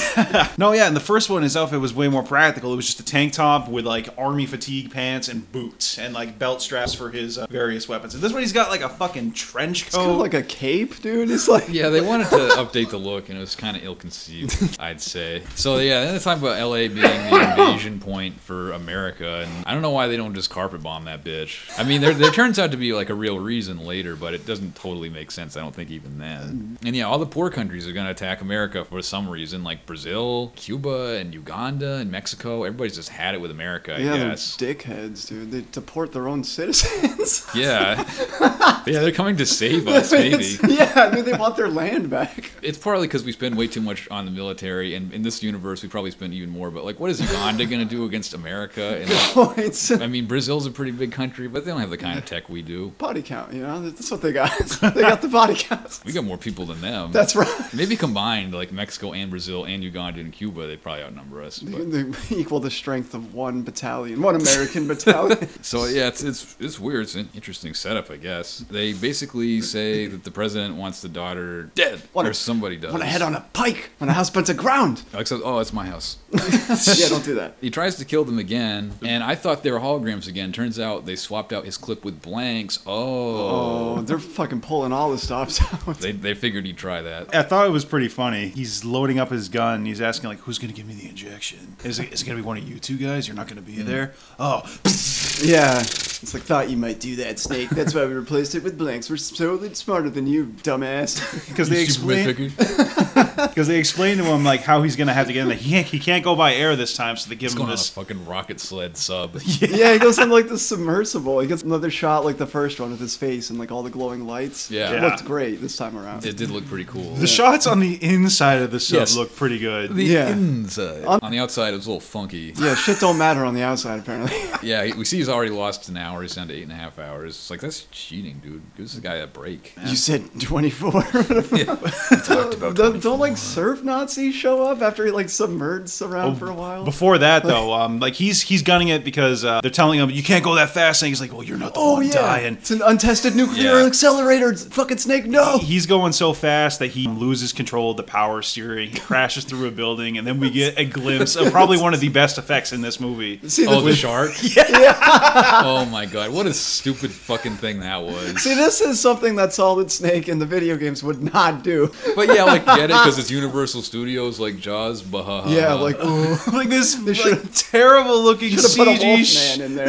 C: No, yeah, in the first one, his outfit was way more practical. It was just a tank top with like army fatigue pants and boots and like belt straps for his uh, various weapons. And this one, he's got like a fucking trench
B: It's kind
C: coat.
B: of like a cape, dude. It's like
A: yeah, they wanted to update the look, and it was kind of ill-conceived, I'd say. So yeah, then they talk about L.A. being the invasion point for America, and I don't know why they don't just carpet bomb that bitch. I mean, there, there turns out to be like a real reason later, but it doesn't totally make sense. I don't think even then. And yeah, all the poor countries are gonna attack America for some reason, like Brazil, Cuba, and Uganda, and Mexico. Everybody's just had it with America, I
B: yeah, they're
A: guess.
B: dickheads, dude. They deport their own citizens.
A: Yeah, yeah, they're coming to save us, maybe.
B: It's- yeah, dude, they want their land back.
A: it's partly because we spend way too much on the military, and in this universe, we probably spend even more. But like, what is Uganda going to do against America? And like,
B: Points.
A: I mean, Brazil's a pretty big country, but they don't have the kind of tech we do.
B: Body count, you know, that's what they got. they got the body count.
A: We got more people than them.
B: That's right.
A: Maybe combined, like Mexico and Brazil and Uganda and Cuba, they probably outnumber us. But,
B: They equal the strength of one battalion, one American battalion.
A: so yeah, it's, it's it's weird. It's an interesting setup, I guess. They basically say that the president wants the daughter dead,
B: Wanna-
A: or somebody does.
B: Want to head on a pike on a houseboat's of ground.
A: Except, oh, it's my house.
B: yeah, don't do that.
A: He tries to kill them again, and I thought they were holograms again. Turns out they swapped out his clip with blanks. Oh,
B: Oh, they're fucking pulling all the stops out.
A: they, they figured he'd try that.
C: I thought it was pretty funny. He's loading up his gun. And he's asking like, "Who's gonna give me the injection? Is it, is it gonna be one of you two guys? You're not gonna
A: Mm.
C: be there." Oh,
B: Yeah. It's like, thought you might do that, Snake. That's why we replaced it with blanks. We're so smarter than you, dumbass.
C: because they
A: You stupid
C: explain
A: figured.
C: because they explain to him like how he's gonna have to get in there. He can't, he can't go by air this time, so they give
A: It's
C: him
A: going on a
C: this.
A: fucking rocket sled sub.
B: yeah, he goes on like the submersible. He gets another shot like the first one with his face and like all the glowing lights.
A: Yeah.
B: It
A: Yeah.
B: looked great this time around.
A: It did look pretty cool.
C: The shots on the inside of the sub
A: Yes.
C: look pretty good.
A: The
B: Yeah.
A: inside. On, the outside, it was a little funky.
B: yeah, shit don't matter on the outside apparently.
A: Yeah, he- we see he's already lost an hour. He's down to eight and a half hours. It's like, that's cheating, dude. Gives the guy a break.
B: you said 24. don't, don't like surf Nazis show up after he like submerged around
A: Oh,
B: for a while?
C: Before that, though, um, like he's he's gunning it because uh, they're telling him you can't go that fast, and he's like, "Well, you're not the one
B: oh yeah,
C: dying."
B: it's an untested nuclear
A: Yeah.
B: accelerator. Fucking Snake, no.
C: He's going so fast that he loses control of the power steering. He crashes through a building, and then we get a glimpse of probably one of the best effects in this movie.
B: See,
A: Oh,
B: the-
A: the shark? Oh, my God. What a stupid fucking thing that was.
B: See, this is something that Solid Snake in the video games would not do.
A: But yeah, like, get it? Because it's Universal Studios, like Jaws. Bahaha.
B: Yeah, like ooh,
C: Like this
B: They
C: like,
B: should've-
C: terrible looking
B: should have put a
C: CG.
B: Wolfman
C: Sh-
B: in there.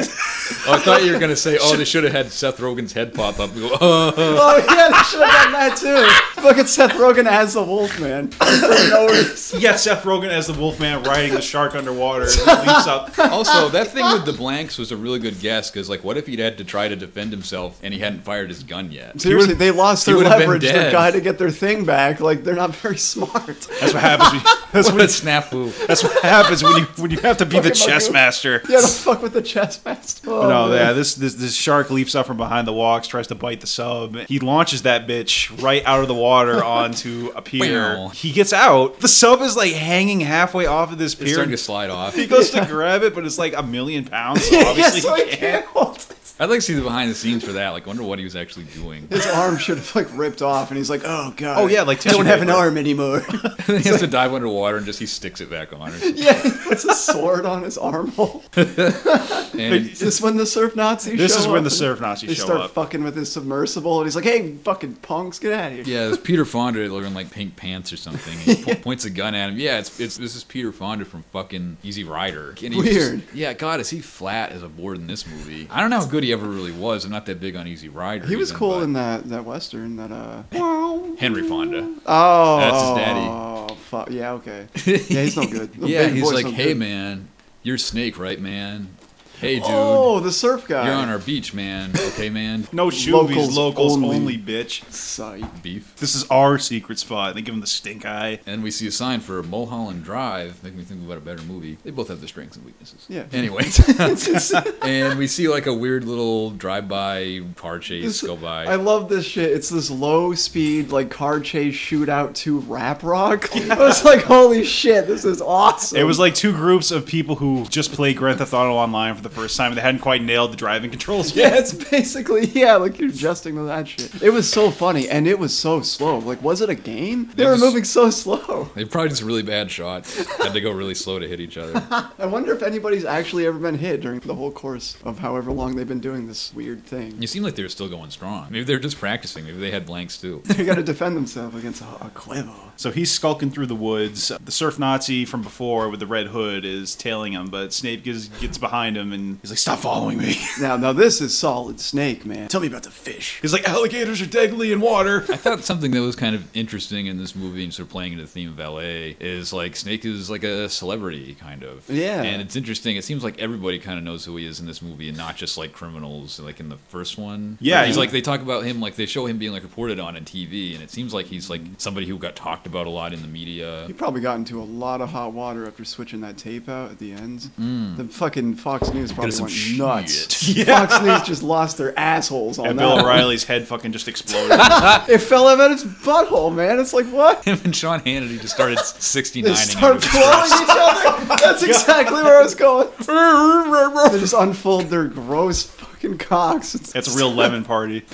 A: Oh, I thought you were gonna say, "Oh, they should have had Seth Rogen's head pop up." and go, "Uh."
B: oh yeah, they should have done that too. Fucking Seth Rogen as the Wolfman for no reason.
C: yeah, Seth Rogen as the Wolfman riding the shark underwater. and he leaps up.
A: Also, that thing with the blanks was a really good guess because, like, what if he'd had to try to defend himself and he hadn't fired his gun yet?
B: Seriously, they lost
A: he
B: their
A: would've been
B: leverage. Their
A: dead.
B: guy to get their thing back. Like they're not very smart.
C: That's what happens. When you, that's
A: What a
C: what
A: snafu!
C: that's what happens when you when you have to be the
B: Fucking
C: chess
B: Magoo.
C: master.
B: Yeah, don't fuck with the chess master. Oh,
C: no,
B: man.
C: yeah, this, this this shark leaps up from behind the walks, tries to bite the sub. He launches that bitch right out of the water onto a pier.
A: Wow.
C: He gets out. The sub is like hanging halfway off of this
A: It's
C: pier.
A: starting to slide off.
C: he goes to grab it, but it's like a million pounds. So
B: yeah,
C: obviously,
B: so
C: he
B: I
C: can't.
B: can't hold it.
A: I'd like to see the behind the scenes for that. Like, wonder what he was actually doing.
B: His arm should have like ripped off, and he's like, "Oh god,
D: Oh, yeah, like
B: I don't
D: tissue
B: have an
D: paper.
B: arm anymore."
A: he has to dive underwater and just he sticks it back on. Or something.
B: yeah, he puts a sword on his armhole.
A: And
B: Is this when the surf Nazis?
C: This
B: show
C: is when
B: up?
C: the surf Nazis
B: They
C: show
B: start
C: up.
B: fucking with his submersible, and he's like, "Hey, fucking punks, get out of here!"
A: yeah, it's Peter Fonda looking like pink pants or something. He po- points a gun at him. Yeah, it's, it's this is Peter Fonda from fucking Easy Rider. And he was just-
B: Weird.
A: yeah, God, is he flat as a board in this movie? I don't know how good he ever really was. I'm not that big on Easy Rider.
B: He was
A: even,
B: cool
A: but-
B: in that that western that uh
A: Henry Fonda.
B: oh
A: That's his daddy.
B: Oh fuck yeah okay yeah he's no good The
A: yeah,
B: big
A: he's
B: boy's
A: like,
B: no
A: hey
B: good."
A: man, you're Snake, right, man? Hey dude,
B: oh the surf guy
A: you're on our beach, man. Okay, man.
C: No shoes,
B: Locals
C: locals, locals
B: only.
C: only. bitch.
B: Psych.
A: Beef.
C: This is our secret spot. They give him the stink eye.
A: And we see a sign for Mulholland Drive, making me think about a better movie. They both have their strengths and weaknesses.
B: Yeah.
A: Anyway, and we see like a weird little drive-by car chase
B: This-
A: go by.
B: I love this shit. It's this low speed like car chase shootout to rap rock. I was like, holy shit, this is awesome.
C: It was like two groups of people who just played Grand Theft Auto Online for the first time. They hadn't quite nailed the driving controls yet.
B: yeah, it's basically yeah, like you're adjusting to that shit. It was so funny and it was so slow. Like, was it a game? They
A: It
B: were
A: was-
B: moving so slow.
A: they probably just really bad shots. Had to go really slow to hit each other.
B: I wonder if anybody's actually ever been hit during the whole course of however long they've been doing this weird thing.
A: You seem like they were still going strong. Maybe they're just practicing. Maybe they had blanks too.
B: They got to defend themselves against a, a quiver.
C: So he's skulking through the woods. The surf Nazi from before with the red hood is tailing him, but Snape gets, gets behind him and he's like, Stop following me.
B: Now, now this is solid snake, man. Tell me about the fish.
C: He's like, Alligators are deadly in water.
A: I thought something that was kind of interesting in this movie, and sort of playing into the theme of LA, is like Snake is like a celebrity, kind of.
B: Yeah.
A: And it's interesting. It seems like everybody kind of knows who he is in this movie, and not just like criminals, like in the first one.
C: Yeah,
A: He's
C: he-
A: like, they talk about him, like they show him being like reported on in TV, and it seems like he's like somebody who got talked about a lot in the media.
B: He probably got into a lot of hot water after switching that tape out at the end. The fucking Fox News probably
A: some
B: went nuts.
A: shit.
B: Fox News just lost their assholes on
C: And
B: that.
A: Oh,
C: Bill
B: one.
C: O'Reilly's head fucking just exploded.
B: It fell out of its butthole, man. It's like what?
A: Him and Sean Hannity just started 69
B: They start blowing each other. That's exactly where I was going. They just unfold their gross fucking cocks. It's
C: It's a real lemon party.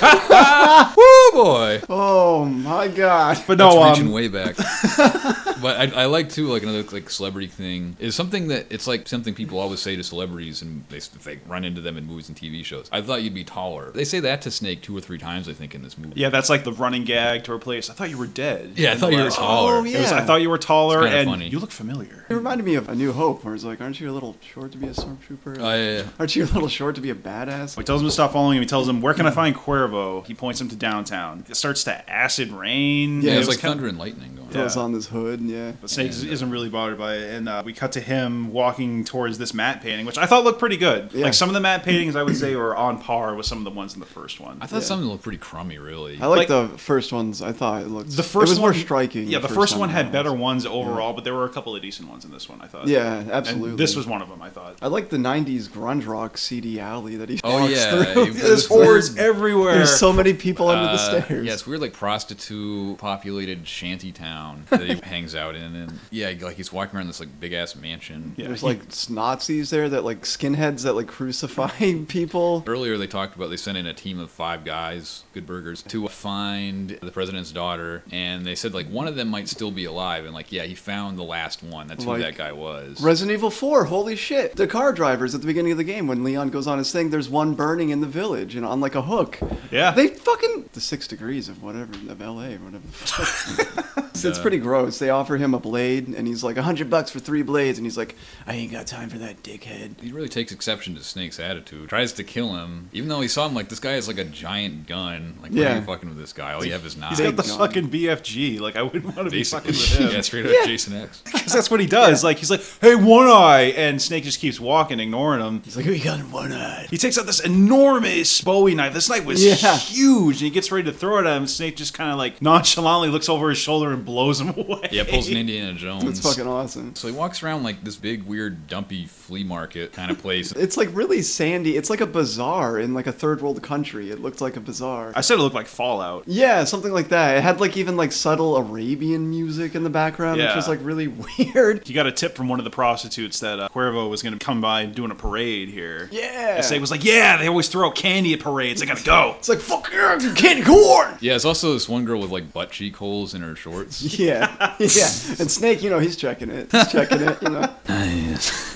A: Woo boy!
B: Oh my god.
C: But
A: That's
C: no,
A: reaching
C: um,
A: way back. but I, I like too, like another like celebrity thing is something that it's like something people always say to celebrities, and they they run into them in movies and TV shows. I thought you'd be taller. They say that to Snake two or three times, I think, in this movie.
C: yeah, that's like the running gag to replace. I thought you were dead.
A: Yeah, I
C: in
A: thought
C: the
A: you were
C: last-
A: taller.
B: Oh, yeah.
C: It was, I thought you were taller
A: It's kinda
C: and
A: funny.
C: you look familiar.
B: It reminded me of A New Hope, where it's like, aren't you a little short to be a stormtrooper?
C: Uh,
A: Oh, yeah, yeah.
B: Aren't you a little short to be a badass?
C: He tells him to stop following him. He tells him, "Where can I find Cuervo?" He points him to downtown. It starts to acid rain.
B: Yeah,
A: Yeah,
B: it
A: it's
B: was
A: like
B: kind of-
A: thunder and lightning going.
B: Throws
C: Yeah.
B: on this hood, and yeah.
C: But Snakes isn't really bothered by it, and uh, we cut to him walking towards this matte painting, which I thought looked pretty good.
B: Yeah.
C: Like some of the matte paintings, I would say, were on par with some of the ones in the first one.
A: I thought something looked pretty crummy, really.
B: I like,
C: Like-
B: the first ones. I thought it looked.
C: the first
B: it was
C: one
B: more striking.
C: Yeah, the, first, one had
B: around.
C: better ones overall, but there were a couple of decent ones in this one. I thought.
B: Yeah,
C: and
B: absolutely.
C: this was one of them. I thought.
B: I like the '90s grunge rock CD alley that he
A: Oh,
B: walks
A: yeah,
B: through.
A: he-
B: There's
A: There's
B: hordes.
C: Hordes everywhere.
B: There's so many people under the
A: Uh,
B: stairs.
A: Yeah, it's weird, like prostitute populated shanty town that he hangs out in, and yeah, like he's walking around this like big ass mansion.
C: Yeah,
B: There's
C: he-
B: like Nazis there that like skinheads that like crucify people.
A: Earlier, they talked about they sent in a team of five guys, good burgers, to find the president's daughter, and they said like one of them might still be alive, and like yeah, he found the last one. That's
B: Like,
A: who that guy was.
B: Resident Evil 4, holy shit. The car drivers at the beginning of the game, when Leon goes on his thing, there's one burning in the village and on like a hook.
C: Yeah.
B: They fucking. The six degrees of whatever, of LA, or whatever the fuck. So It's pretty gross. They offer him a blade and he's like, a hundred bucks for three blades. And he's like, I ain't got time for that dickhead.
A: he really takes exception to Snake's attitude. Tries to kill him, even though he saw him like this guy has like a giant gun. Like, what
B: Yeah.
A: are you fucking with this guy? All you have is knives.
C: He's got the
B: Big gun.
C: fucking BFG. Like I wouldn't want to be fucking
A: Basically,
C: with him.
A: yeah, straight up
B: Yeah.
A: Jason X.
C: Because that's what he does. Like he's like, "Hey, one eye," and Snake just keeps walking, ignoring him.
B: He's like, we got one eye.
C: He takes out this enormous Bowie knife. This knife was
B: Yeah.
C: huge, and he gets ready to throw it at him. Snake just kind of like nonchalantly looks over his shoulder and blows him away.
A: Yeah, pulls an Indiana Jones.
C: Mm.
B: It's fucking awesome.
A: So he walks around like this big, weird, dumpy flea market kind of place.
B: It's like really sandy. It's like a bazaar in like a third world country. It looked like a bazaar.
C: I said it looked like Fallout.
B: Yeah, something like that. It had like even like subtle Arabian music in the background, which
C: Yeah.
B: was like really weird.
C: He got a tip from one of the prostitutes that uh, Cuervo was going to come by and doing a parade here.
B: Yeah.
C: Sega was like, yeah, they always throw out candy at parades. I gotta go.
B: It's like fuck yeah, you can't corn.
A: Yeah, it's also this one girl with like butt cheek holes in her shorts.
B: Yeah, yeah. And Snake, you know, he's checking it. He's checking it. You know.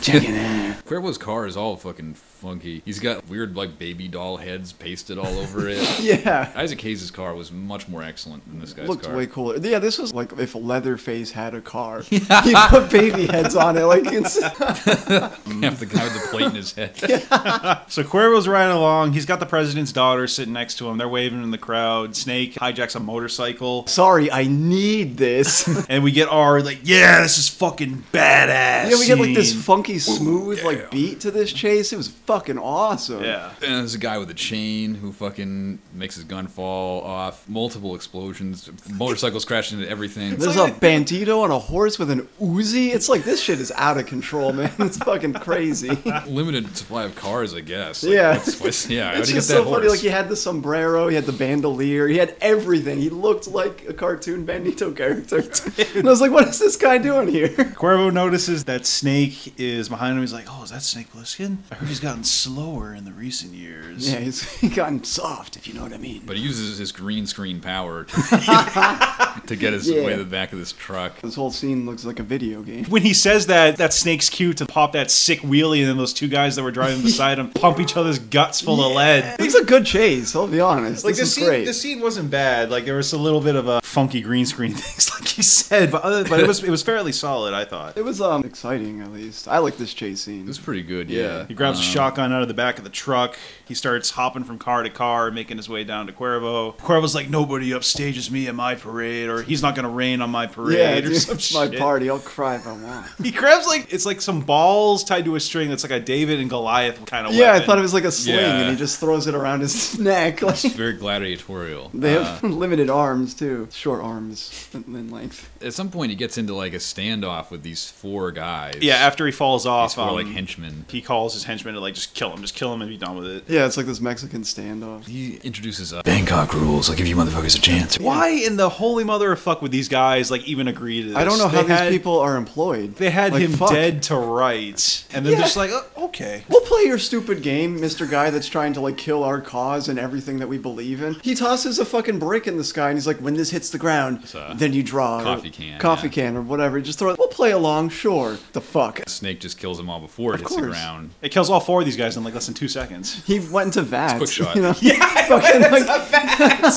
A: Checking out. Cuervo's car is all fucking funky. He's got weird like baby doll heads pasted all over it.
B: Yeah.
A: Isaac Hayes' car was much more excellent than this guy's
B: looked
A: car.
B: way cooler. Yeah, this was like if Leatherface had a car. He put baby heads on it. Like it's
A: Half the guy with the plate in his head.
C: So Cuervo's riding along. He's got the president's daughter sitting next to him. They're waving in the crowd. Snake hijacks a motorcycle.
B: sorry, I need this.
C: And we get our, like, yeah, this is fucking badass.
B: yeah, we get like this
C: scene.
B: funky, smooth like beat to this chase. It was fucking awesome.
C: yeah.
A: And there's a guy with a chain who fucking makes his gun fall off. Multiple explosions. Motorcycles crashing into everything.
B: There's a bandito on a horse with an Uzi. It's like this shit is out of control, man. It's fucking crazy.
A: limited supply of cars, I guess.
B: Yeah.
A: that's what's- yeah. How
B: It's
A: do you get
B: just
A: that
B: so
A: horse?
B: funny. Like he had the sombrero, he had the bandolier, he had everything. He looked like a cartoon bandito character. and I was like, what is this guy doing here?
C: Cuervo notices that Snake is behind him. He's like, oh, is that Snake Plissken? I heard he's gotten slower in the recent years.
B: Yeah, he's he gotten soft, if you know what I mean.
A: But he uses his green screen power to, to get his
B: Yeah.
A: way to the back of this truck.
B: This whole scene looks like a video game.
C: When he says that, that snake's cue to pop that sick wheelie, and then those two guys that were driving beside him pump each other's guts full of lead.
B: It was a good chase, I'll be honest.
C: Like
B: this,
C: this
B: is
C: scene,
B: great.
C: this scene wasn't bad. Like there was a little bit of a funky green screen things, like he said, but other, but it was it was fairly solid. I thought
B: It was um exciting, at least. I like this chase scene.
A: It was pretty good, yeah.
C: he
B: Uh,
C: grabs a shotgun out of the back of the truck. He starts hopping from car to car, making his way down to Cuervo. Cuervo's like, "Nobody upstages me at my parade," or "He's not gonna rain on my parade,"
B: yeah,
C: or
B: dude,
C: some
B: it's my
C: shit.
B: party. I'll cry if I want.
C: He grabs like it's like some balls tied to a string. That's like a David and Goliath kind of.
B: Yeah, I
C: weapon.
B: thought it was like a sling,
A: Yeah.
B: and he just throws it around his neck. Like
A: It's very gladiatorial.
B: they
A: Uh,
B: have limited arms too, short arms in, in length.
A: at some point, he gets into like a standoff with these four guys.
C: Yeah, after he falls
A: these
C: off,
A: four
C: um,
A: like henchmen.
C: he calls his henchmen to like just kill him, just kill him and be done with it.
B: Yeah, it's like this Mexican standoff.
A: He introduces uh, Bangkok rules. I'll give you motherfuckers a chance.
C: Why in the holy mother of fuck would these guys like even agree to this?
B: I don't know how
C: They
B: these
C: had-
B: people are employed.
C: They had
B: Like,
C: him
B: fuck.
C: dead to rights, and they're
B: Yeah.
C: just like, oh, okay.
B: We'll play your stupid game, Mr. Guy that's trying to like kill our cause and everything that we believe in. He tosses a fucking brick in the sky and he's like, when this hits the ground,
A: a
B: then you draw. or-
A: coffee can,
B: Coffee
A: yeah.
B: can or whatever. Just throw it. We'll play along, sure. The fuck.
A: Snake just kills them all before it
B: Of
A: hits the
B: course.
A: ground.
C: It kills all four of these guys in like less than two seconds.
B: He went into VATS.
A: Quick shot.
B: You know? Yeah, fucking, like,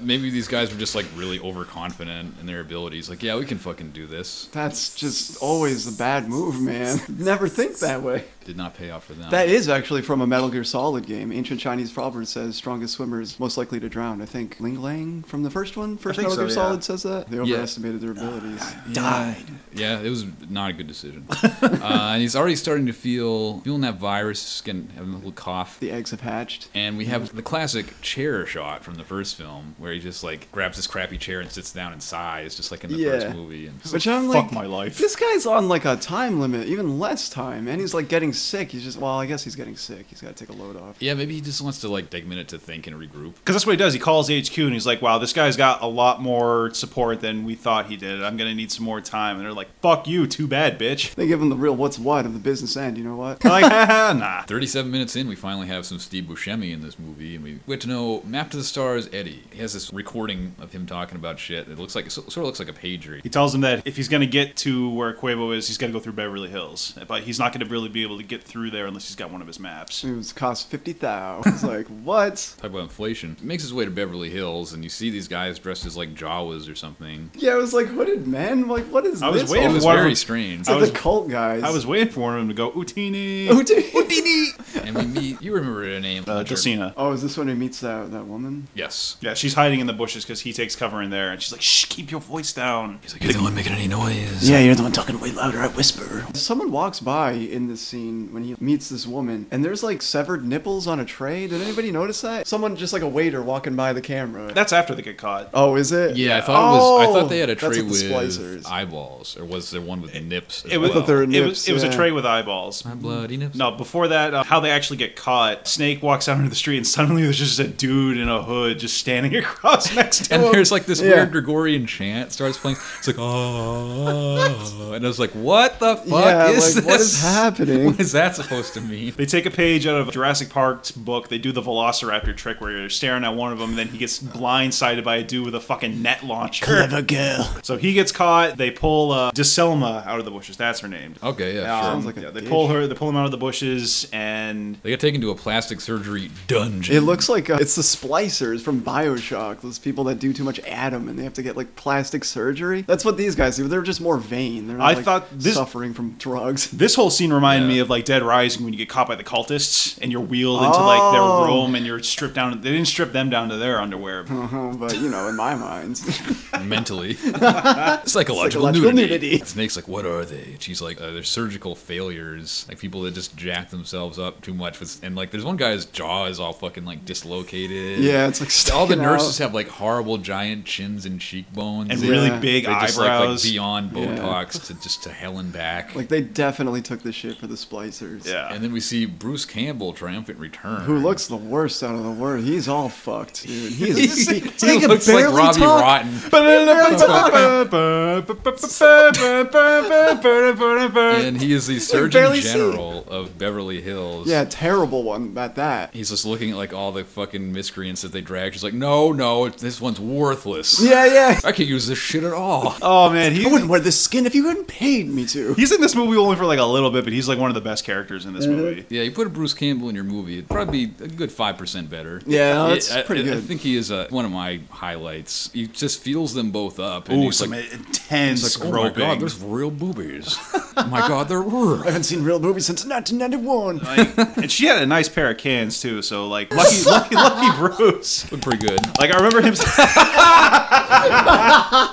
A: Maybe these guys were just like really overconfident in their abilities. Like, yeah, we can fucking do this.
B: that's just always the bad move, man. Never think that way.
A: Did not pay off for them.
B: That is actually from a Metal Gear Solid game. Ancient Chinese proverb says strongest swimmer is most likely to drown. I think Ling Lang from the first one, first
C: think
B: Metal
C: so,
B: Gear
C: yeah.
B: Solid says that. They overestimated their abilities.
C: Died.
A: Yeah, it was not a good decision. uh, and he's already starting to feel feeling that virus, getting having a little cough.
B: The eggs have hatched.
A: And we have the classic chair shot from the first film, where he just like grabs his crappy chair and sits down and sighs, just like in the
B: Yeah.
A: first movie. And
B: Which I'm
C: Fuck
B: like,
C: my life.
B: This guy's on like a time limit, even less time, and he's like getting sick. He's just, well, I guess he's getting sick. He's got to take a load off.
A: yeah, maybe he just wants to like take a minute to think and regroup.
C: Because that's what he does. He calls HQ and he's like, wow, this guy's got a lot more support than we thought he did. I'm going to need some more time. And they're like, fuck you. Too bad, bitch.
B: They give him the real what's what of the business end. You know what?
C: I'm like, haha, nah.
A: 37 minutes in, we finally have some Steve Buscemi in this movie, and we get to know Map to the Stars Eddie. He has this recording of him talking about shit. It looks like it sort of looks like a pager.
C: He tells him that if he's going to get to where Quavo is, he's got to go through Beverly Hills. But he's not going to really be able to get through there unless he's got one of his maps.
B: It was cost fifty thou. It's like what?
A: Talk about inflation. He makes his way to Beverly Hills, and you see these guys dressed as like Jawas or something.
B: Yeah, it was like hooded men. Like what is
C: I was
B: this
C: waiting
A: it was
C: one of
A: very
C: them-
A: strange.
B: It's like
C: I was-
B: the cult guys.
C: I was waiting for him to go Utini. Utini.
A: and we meet. You remember her name?
C: Uh,
A: Sure.
C: Jacina.
B: Oh, is this when he meets that, that woman?
A: Yes.
C: Yeah, she's hiding in the bushes because he takes cover in there, and she's like, "Shh, keep your voice down."
A: He's like, you're the one making any noise.
B: you're the one talking way louder. I whisper. Someone walks by in this scene when he meets this woman, and there's like severed nipples on a tray. Did anybody notice that? Someone just like a waiter walking by the camera.
C: That's after they get caught.
B: oh, is it?
A: Yeah, I thought it was. I
B: Oh,
A: thought they had a
B: that's
A: tray
B: what
A: with
B: the splicers.
A: eyeballs, or was there one with nips? As
C: It was,
A: well?
B: there were
C: it
B: nips,
C: was it was
B: yeah.
C: a tray with eyeballs.
A: My bloody nips.
C: No, before that, uh, how they actually get caught. Snake walks out into the street, and suddenly there's just a dude in a hood just standing across next to
A: And
C: him.
A: there's like this
B: Oh. Yeah.
A: weird Gregorian chant starts playing. It's like oh, and I was like, "What the fuck
B: Yeah,
A: is
B: like,
A: this?
B: what is happening?
A: What is that supposed to mean?"
C: They take a page out of Jurassic Park's book. They do the Velociraptor trick where you're staring at one of them, and then he gets blindsided by a dude with a fucking net launcher.
B: girl.
C: So he gets caught. They pull uh, DeSelma out of the bushes. That's her name.
A: Okay, yeah,
C: Um,
A: sure.
B: Sounds like a
C: yeah, they
B: dish.
C: pull her. They pull him out of the bushes, and
A: They got taken to a plastic surgery dungeon.
B: It looks like uh, it's the splicers from Bioshock, those people that do too much atom and they have to get like plastic surgery. That's what these guys do. They're just more vain. They're not
C: I
B: like,
C: thought this-
B: suffering from drugs.
C: this whole scene reminded
A: Yeah.
C: me of like Dead Rising when you get caught by the cultists and you're wheeled into like
B: Oh.
C: their room and you're stripped down. They didn't strip them down to their underwear.
B: Uh-huh, but you know, in my mind,
A: mentally. Psychological,
B: Psychological
A: nudity.
B: nudity.
A: Snake's like, what are they? And she's like, uh, they're surgical failures. Like people that just jack themselves up too much. With, and like, there's one guy's jaw is all fucking like dislocated.
B: yeah, it's like
A: All the
B: sticking
A: nurses
B: out.
A: have like horrible giant chins and cheekbones.
C: And
A: They-
C: really
B: Yeah.
C: big
A: they
C: eyebrows.
A: just like, like beyond
B: Yeah.
A: Botox to just to hell and back.
B: Like they definitely took the shit for the splicers.
C: yeah.
A: and then we see Bruce Campbell triumphant return.
B: Who looks the worst out of the worst? He's all fucked, dude. He is. he,
A: he,
B: he can
A: looks like
B: barely
A: Robbie
B: talk.
A: Rotten.
C: and
A: And he is the Surgeon
B: barely see.
A: General of Beverly Hills.
B: Yeah, terrible one at that.
A: He's just looking at like all the fucking miscreants that they drag. She's like, no, no, it- this one's worthless.
B: Yeah, yeah.
A: I can't use this shit at all.
C: oh man,
B: I
C: he,
B: wouldn't wear this skin if you hadn't paid me to.
C: he's in this movie only for like a little bit, but he's like one of the best characters in this movie.
A: Yeah, you put a Bruce Campbell in your movie, it'd probably be a good five percent better.
B: Yeah, no,
A: I-
B: that's
A: I,
B: pretty
A: I, I
B: good.
A: think he is uh one of my highlights. He just feels them both up, and
C: Ooh,
A: he's
C: some
A: like,
C: intense
A: he's like, "Oh my
C: groping.
A: god, there's real boobies. oh my god, they're real."
B: I haven't seen real movies since 1991.
C: Like, and she had a nice pair of cans too, so like lucky, lucky, lucky Bruce.
A: Look pretty good.
C: Like I remember him.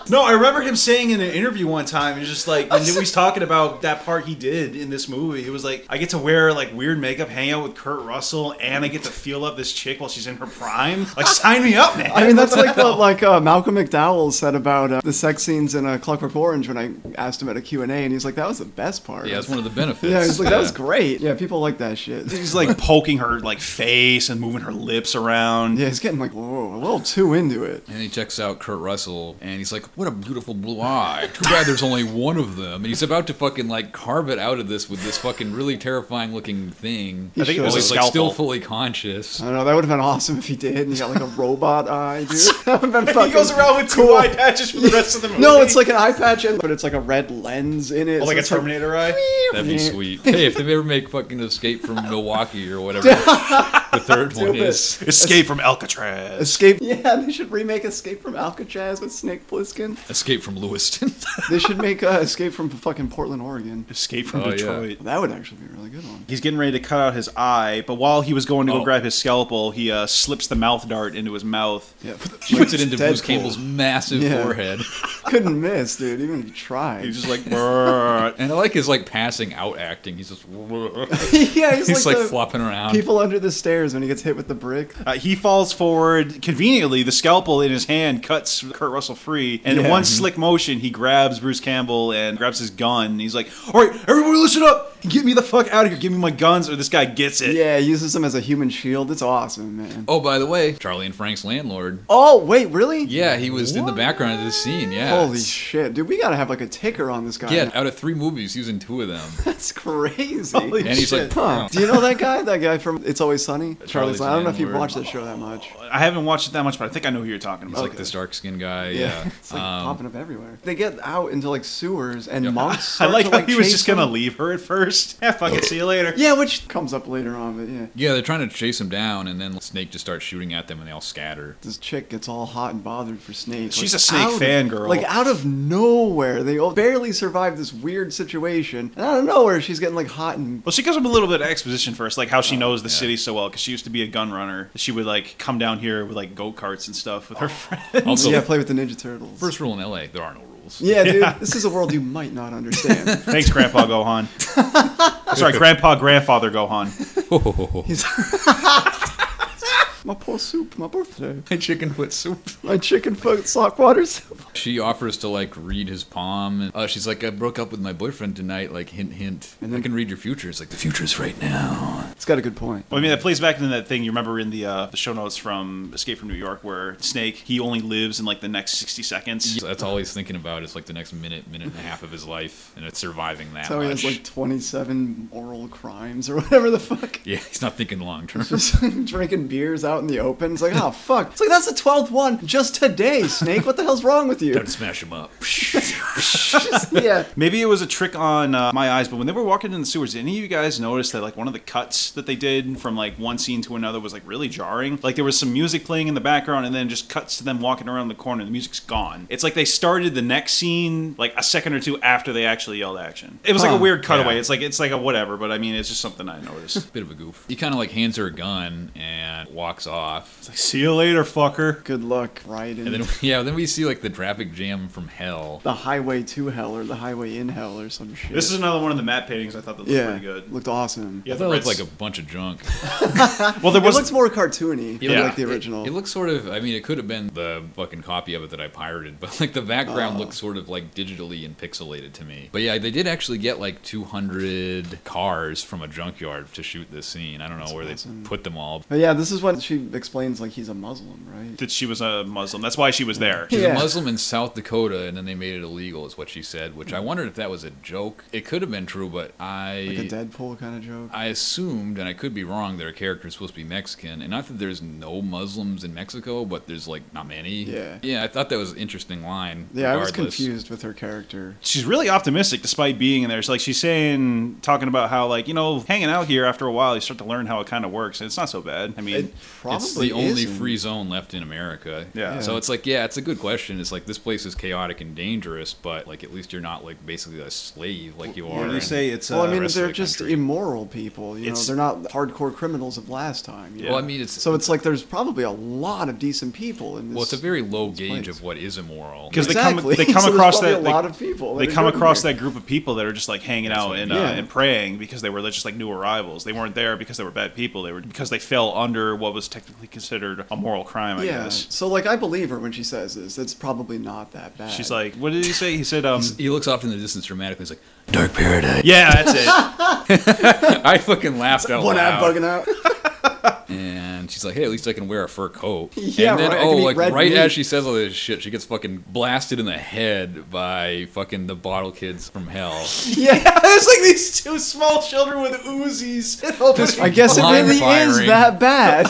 C: no, I remember him saying in an interview one time, it's just like when he was talking about that part he did in this movie. It was like I get to wear like weird makeup, hang out with Kurt Russell, and I get to feel up this chick while she's in her prime. Like sign me up, man.
B: I mean, that's like what like uh, Malcolm McDowell said about uh, the sex scenes in uh, Clockwork Orange when I asked him at a Q&A, and he's like, that was the best part.
A: Yeah, that's one of the benefits.
B: Yeah, he's like, that was great. Yeah, people like that shit.
C: He's like poking her like face and moving her lips around.
B: Yeah, he's getting like, whoa, a little too into it.
A: And he checks out Kurt Russell, and he's like, "What a beautiful blue eye! Too bad there's only one of them." And he's about to fucking like carve it out of this with this fucking really terrifying looking thing.
B: I think it
A: While
B: was a Uh,
A: he's like still
C: scalpel.
A: fully conscious.
B: I don't know, that would have been awesome if he did, and he got like a robot eye, dude. That would've been fucking
C: with
B: cool.
C: patches for the rest of the movie.
B: No, it's like an eye patch, and- but it's like a red lens in it.
C: Oh,
B: so
C: like a
B: it's
C: Terminator eye.
A: That'd be sweet. Hey, if they ever make fucking Escape from Milwaukee or whatever the third one
B: it.
A: is,
C: Escape from Alcatraz.
B: Escape. Yeah, they should remake Escape from Alcatraz with Snake Plissken.
A: Escape from Lewiston.
B: They should make uh, Escape from fucking Portland, Oregon.
C: Escape from
A: Oh, yeah.
C: Detroit.
B: That would actually be a really good one.
C: He's getting ready to cut out his eye, but while he was going to
A: Oh.
C: go grab his scalpel, he uh, slips the mouth dart into his mouth.
B: Yeah,
A: Shoots it into Bruce
B: Deadpool.
A: Campbell's massive
B: Yeah.
A: forehead.
B: Couldn't miss, dude. Even if you tried.
C: He's just like, "Brrr."
A: And I like his like passing out acting. He's just
B: yeah, he's,
A: he's like,
B: the
A: flopping around.
B: People under the stairs when he gets hit with the brick.
C: uh, he falls forward. Conveniently, the scalpel in his hand cuts Kurt Russell free, and
B: Yeah.
C: in one
B: Mhm.
C: slick motion, he grabs Bruce Campbell and grabs his gun. And he's like, "All right, everybody, listen up! Get me the fuck out of here! Give me my guns, or this guy gets
A: Eh.
C: it."
B: Yeah, he uses him as a human shield. It's awesome, man. Oh,
A: oh, by the way, Charlie and Frank's landlord.
B: wait, really?
A: Yeah, he was in the background of this scene. Yeah.
B: Holy shit, dude. We gotta have like a ticker on this guy.
A: Yeah, out of three movies, he was in two of them.
B: That's crazy.
C: Holy
A: And he's like,
C: shit.
B: Huh. Do you know that guy? That guy from It's Always Sunny? Charlie's.
A: Charlie's Oh,
B: I don't know if you've
A: landlord.
B: watched that show that much.
C: I haven't watched it that much, but I think I know who you're talking
A: He's
C: about.
A: like this dark skinned guy. Yeah.
B: it's like
A: Um,
B: popping up everywhere. They get out into like sewers and
A: Yep.
B: monks.
C: I
B: Start
C: like
B: to,
C: how he was
B: chase
C: just gonna
B: them.
C: leave her at first. just yeah, fucking see you later.
B: Yeah, which comes up later on, but yeah.
A: Yeah, they're trying to chase him down, and then Snake just starts shooting at them, and they all scatter.
B: This chick gets all hot and bothered for Snake.
C: She's a Snake
B: out of-
C: fangirl.
B: Like out of nowhere, they all barely survived this weird situation, and out of nowhere, she's getting like hot and
C: Well, she gives him a little bit of exposition first, like how she knows the city so well, because she used to be a gun runner. She would like come down here with like go karts and stuff with her friends.
A: Also,
B: yeah, play with the Ninja Turtles.
A: first rule in LA: there are no rules.
B: yeah, dude, this is a world you might not understand.
C: Thanks, Grandpa Gohan. Sorry, Grandpa, Grandfather Gohan.
B: He's my poor soup, my birthday,
A: My chicken foot soup.
B: my chicken foot sock water soup.
A: She offers to like read his palm, and uh, she's like, "I broke up with my boyfriend tonight." Like, hint, hint. And
B: And
A: then
B: then-
A: I can read your future. It's like the future's right now.
B: It's got a good point.
C: Well, I mean, that plays back into that thing you remember in the uh, the show notes from Escape from New York, where Snake he only lives in like the next sixty seconds.
A: So that's all he's thinking about is like the next minute, minute and a half of his life, and it's surviving that.
B: So he has
A: much.
B: like 27 moral crimes or whatever the fuck.
A: yeah, he's not thinking long term.
B: Just drinking beers out in the open. It's like, oh fuck. It's like that's the twelfth one just today, Snake. What the hell's wrong with you?
A: Don't smash him up.
B: Just- yeah.
C: Maybe it was a trick on uh, my eyes, but when they were walking in the sewers, did any of you guys notice that like one of the cuts that they did from like one scene to another was like really jarring? Like there was some music playing in the background, and then just cuts to them walking around the corner. and The music's gone. It's like they started the next scene like a second or two after they actually yelled action. It was like
B: Huh.
C: a weird cutaway.
A: Yeah.
C: It's like it's like a whatever, but I mean it's just something I noticed.
A: Bit of a goof. He kind of like hands her a gun and walks off.
C: it's like see you later, fucker.
B: Good luck, Raiden.
A: And then yeah, then we see like the traffic jam from hell.
B: the highway to hell or the highway in hell or some shit.
C: This is another one of the matte paintings I thought that looked
B: yeah,
C: pretty good.
B: looked awesome.
C: Yeah,
A: I
C: the
A: thought it looked
C: Ritz-
A: like a bunch of junk.
C: well, there
B: It
C: was
B: looks more cartoony than
A: Yeah.
B: like the
A: It-
B: original.
A: It, looks sort of. I mean, it could have been the fucking copy of it that I pirated, but like the background
B: Oh.
A: looks sort of like digitally and pixelated to me. But yeah, they did actually get like 200 cars from a junkyard to shoot this scene. I don't know where
B: awesome.
A: they put them all.
B: but yeah, this is when she explains like he's a Muslim, right?
C: that she was a Muslim. That's why she was there.
A: She's
B: Yeah.
A: a Muslim in South Dakota, and then they made it illegal, is what she said. Which I wondered if that was a joke. It could have been true, but I
B: Like a Deadpool kind of joke.
A: I assumed, and I could be wrong, that a character is supposed to be Mexican, and not that there's no Muslims in Mexico, but there's like not many.
B: Yeah.
A: yeah. I thought that was an interesting line.
B: Yeah, I was
A: regardless.
B: confused with her character.
C: she's really optimistic despite being in there. It's like she's saying, talking about how like you know, hanging out here after a while, you start to learn how it kind of works, and it's not so bad. I mean,
B: It probably
A: It's the only
B: isn't.
A: free zone left in America.
C: Yeah.
A: So it's like, yeah, it's a good question. It's like this place is chaotic and dangerous, but like at least you're not like basically a slave like you are.
C: when you
A: in-
C: say it's
B: Well,
C: uh,
B: I mean,
C: rest of
B: they're
C: the
B: just
C: country.
B: immoral people. You know,
C: It's-
B: they're not hardcore criminals of last time. you
C: Yeah.
A: well, I mean, it's
B: So it's like there's probably a lot of decent people in this.
A: well, it's a very low gauge
B: place.
A: of what is immoral.
C: 'Cause they come-
B: Exactly.
C: they come
B: So there's
C: across
B: probably
C: that-
B: a
C: they-
B: lot of people.
C: They
B: are
C: come
B: doing
C: across
B: it.
C: that group of people that are just like hanging out and, uh,
B: Yeah.
C: and praying because they were just like new arrivals. They weren't there because they were bad people. They were because they fell under what was technically considered a moral crime. I
B: yeah.
C: guess.
B: So like I believe her when she says this. It's probably not that bad.
C: She's like, what did he say? He said, um,
A: he looks off in the distance dramatically. He's like, "Dark paradise."
C: yeah, that's it.
A: I fucking laughed
C: "Oh,
A: out
B: one eye
A: loud.
B: bugging out.
A: And she's like, hey, at least I can wear a fur coat.
B: Yeah,
A: and then,
B: right, I
A: oh,
B: can eat
A: like
B: red
A: right
B: meat.
A: as she says all this shit, she gets fucking blasted in the head by fucking the bottle kids from hell.
B: yeah.
C: It's like these two small children with Uzis.
B: I guess it
A: Blind
B: really is
A: firing.
B: that bad.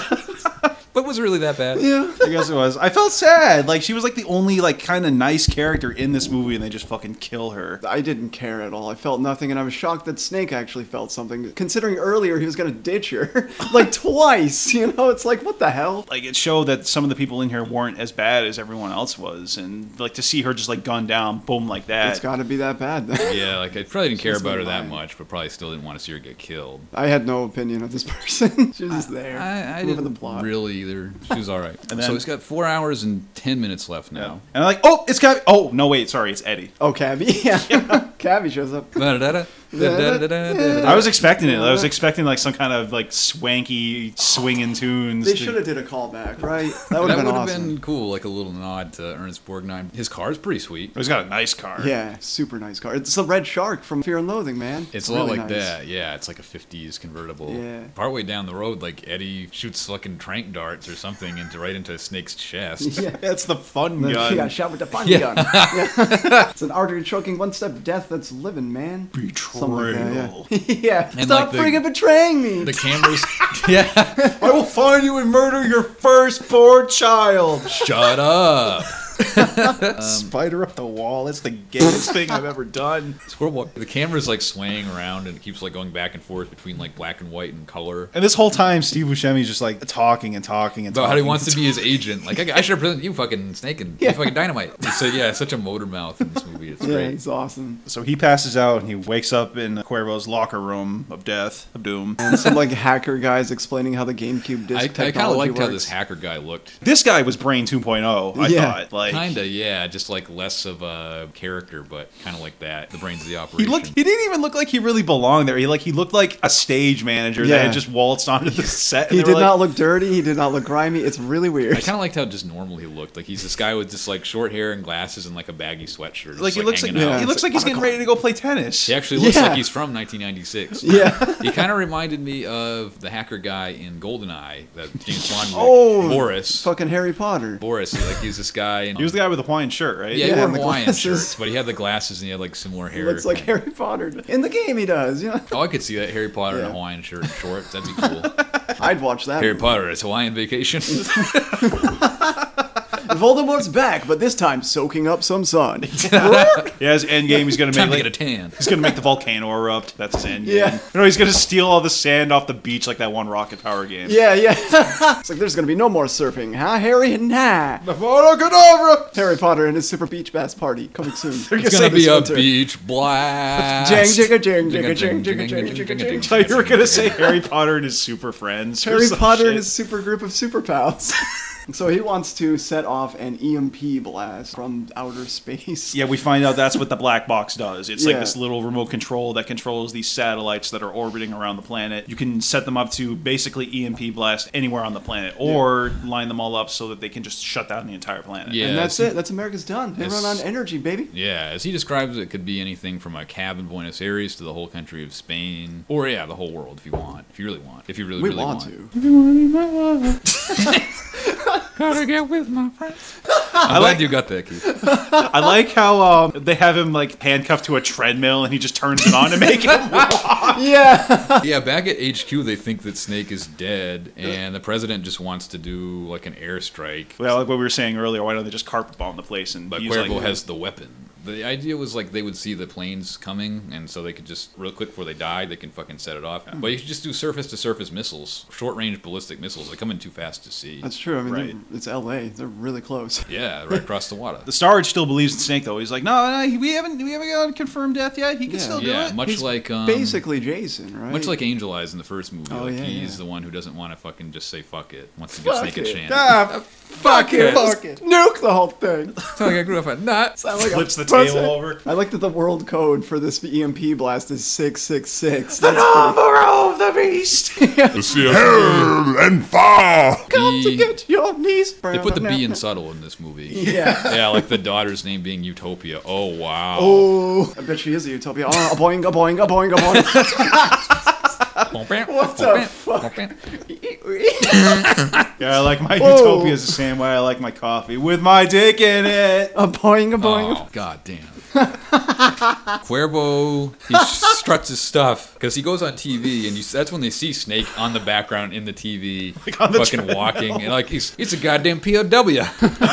A: but was it really that bad?
B: yeah.
C: I guess it was. I felt sad. Like she was like the only like kind of nice character in this movie, and they just fucking kill her.
B: I didn't care at all. I felt nothing, and I was shocked that Snake actually felt something. Considering earlier he was gonna ditch her like twice. You know, it's like what the hell.
C: Like it showed that some of the people in here weren't as bad as everyone else was, and like to see her just like gunned down, boom, like
B: It's
C: that.
B: got to be that bad. Then.
A: Yeah, like I probably didn't care
B: She's
A: about her that
B: lying.
A: much, but probably still didn't want to see her get killed.
B: I had no opinion of this person. she was just there.
A: I, I
B: moving
A: didn't
B: the plot.
A: really either. She was all right.
C: And
A: so
C: then-
A: he's got four hours and ten minutes left
C: Yeah.
A: now.
C: And I'm like, oh, it's got. Oh no, wait, sorry, it's Eddie.
B: Oh, Cabby. Yeah. Cabby shows up.
A: Da-da-da-da, da-da-da-da-da-da.
C: I was expecting it. I was expecting like some kind of like swanky swinging tunes.
B: They
C: to-
B: should have did a callback, right? That
A: That
B: would have
A: would
B: been
A: have
B: awesome.
A: been cool, like a little nod to Ernest Borgnine. His car's pretty sweet.
C: He's got a nice car.
B: Yeah, super nice car. It's the Red Shark from Fear and Loathing, man.
A: It's a lot
B: really
A: like
B: nice.
A: that, yeah. It's like a '50s convertible.
B: Yeah.
A: Partway down the road, like Eddie shoots fucking trank darts or something into right into Snake's chest.
B: Yeah.
C: That's the fun
B: Then
C: gun.
B: She got shot with the fun
A: Yeah.
B: gun. Yeah. it's an artery choking one step death that's living, man.
C: Betrayal.
B: Something like that, yeah. yeah.
A: And like
B: Stop
A: the-
B: friggin' betraying me.
A: The cameras, yeah.
C: I will find you and murder your firstborn child.
A: Shut up.
C: Spider up the wall. It's the gayest thing I've ever done.
A: Squirrel, the camera's like swaying around and it keeps like going back and forth between like black and white and color.
C: And this whole time, Steve Buscemi's just like talking and talking and
A: About
C: talking.
A: how he wants to be his agent. Like I, I should represent you, fucking snake, and you fucking dynamite. So yeah, such a motor mouth in this movie. It's
B: Yeah,
A: great.
B: he's awesome.
C: So he passes out and he wakes up in Cuervo's locker room of death, of doom.
B: And some like hacker guys explaining how the GameCube disc
A: I, I
B: technology
A: kind of liked
B: works.
A: how this hacker guy looked.
C: This guy was Brain 2.0, I
B: Yeah.
C: thought. Like,
A: Kinda, yeah, just like less of a character, but kind of like that. The brains of the
C: He
A: operation.
C: looked. He didn't even look like he really belonged there. He like he looked like a stage manager that
B: Yeah.
C: had just waltzed onto the set. and
B: He
C: they were
B: did
C: like,
B: not look dirty. He did not look grimy. It's really
A: I
B: weird.
A: kind of liked how just normal he looked. Like he's this guy with just like short hair and glasses and like a baggy sweatshirt. just,
C: Like he looks like
A: hanging out.
B: yeah.
C: he looks like he's getting ready to go play tennis.
A: He actually looks
B: Yeah.
A: like he's from 1996.
B: Yeah.
A: He kind of reminded me of the hacker guy in GoldenEye, that James Bond movie,
B: Oh,
A: Boris.
B: Fucking Harry Potter.
A: Boris, like he's this guy, and
C: He was the guy with the Hawaiian shirt, right?
A: yeah, he
B: Yeah,
A: wore
B: and the
A: Hawaiian
B: glasses.
A: shirts, but he had the glasses and he had like similar hair.
B: Looks like Harry Potter in the game. He does. You know,
A: Oh, I could see that Harry Potter in a
B: Yeah.
A: Hawaiian shirt and shorts. That'd be cool.
B: I'd watch that.
A: Harry Potter, it's Hawaiian vacation.
B: Voldemort's back, but this time soaking up some sun.
C: Yeah, his end game. He's gonna make
A: Time to
C: like,
A: get a tan.
C: he's gonna make the volcano erupt. That's his end game.
B: Yeah.
C: You know, he's gonna steal all the sand off the beach like that one Rocket Power game.
B: yeah, yeah. it's like there's gonna be no more surfing, huh, Harry? Nah.
C: The Volcanova!
B: Harry Potter and his super beach bass party coming soon.
A: It's gonna be a beach blast.
B: Jang, jigga, jang, jigga, jang, jigga, jang, jigga, jang.
C: So you were gonna say Harry Potter and his super friends. or
B: Harry
C: some
B: Potter and
C: shit.
B: his super group of super pals. so he wants to set off an EMP blast from outer space.
C: Yeah, we find out that's what the black box does. It's like
B: Yeah.
C: this little remote control that controls these satellites that are orbiting around the planet. You can set them up to basically EMP blast anywhere on the planet, or line them all up so that they can just shut down the entire planet.
A: Yeah.
B: And that's it. That's America's done. They
A: Yes.
B: run on energy, baby.
A: Yeah, as he describes it, it could be anything from a cab in Buenos Aires to the whole country of Spain, or yeah, the whole world if you want, if you really want, if you really
B: We
A: really
B: want to.
A: Gotta get with my friends. I'm glad
C: like-
A: you got that, Keith.
C: I like how um, they have him like handcuffed to a treadmill and he just turns it on to make him.
B: Yeah.
A: yeah, back at HQ, they think that Snake is dead, and the president just wants to do like an airstrike,
C: Well, like what we were saying earlier, why don't they just carpet bomb the place and
A: but
C: use,
A: Cuervo
C: like,
A: has the weapon. The idea was like they would see the planes coming, and so they could just real quick before they die, they can fucking set it off. But you should just do surface to surface missiles, short range ballistic missiles. They come in too fast to see.
B: That's true. I mean,
C: Right.
B: they're- it's LA. They're really close.
A: yeah, right across the water.
C: the Starge still believes in Snake though. He's like, no, no, we haven't, we haven't got confirmed death yet. He can
B: Yeah.
C: still do
A: Yeah,
C: it.
A: much
B: He's
A: like um,
B: Basically, Jason, right?
A: much like Angel Eyes in the first movie.
B: Oh,
A: like
B: yeah,
A: he's
B: yeah.
A: the one who doesn't want to fucking just say fuck it. Wants to give Snake a chance.
C: Ah,
B: fuck
A: it.
B: Fuck it. Nuke the whole thing.
A: like I grew up at nuts.
B: Sound like a
C: flips the
B: pussy.
C: table over.
B: I like that the world code for this EMP blast is 666. The number of the beast!
D: and far.
B: Come to
A: B-
B: get your knees.
A: They put the B in subtle in this movie.
B: Yeah.
A: Yeah, like the daughter's name being Utopia. Oh wow.
B: Oh, I bet she is a utopia. Oh, a boing, a boing, a boing, a boing.
A: What
B: the fuck?
C: Yeah, I like my
B: Whoa.
C: utopias the same way I like my coffee with my dick in it.
B: a boing, a boing.
A: Oh god damn. Cuervo, he struts his stuff because he goes on TV, and you, that's when they see Snake on the background in the TV,
C: on the
A: fucking walking, and like he's it's a goddamn POW.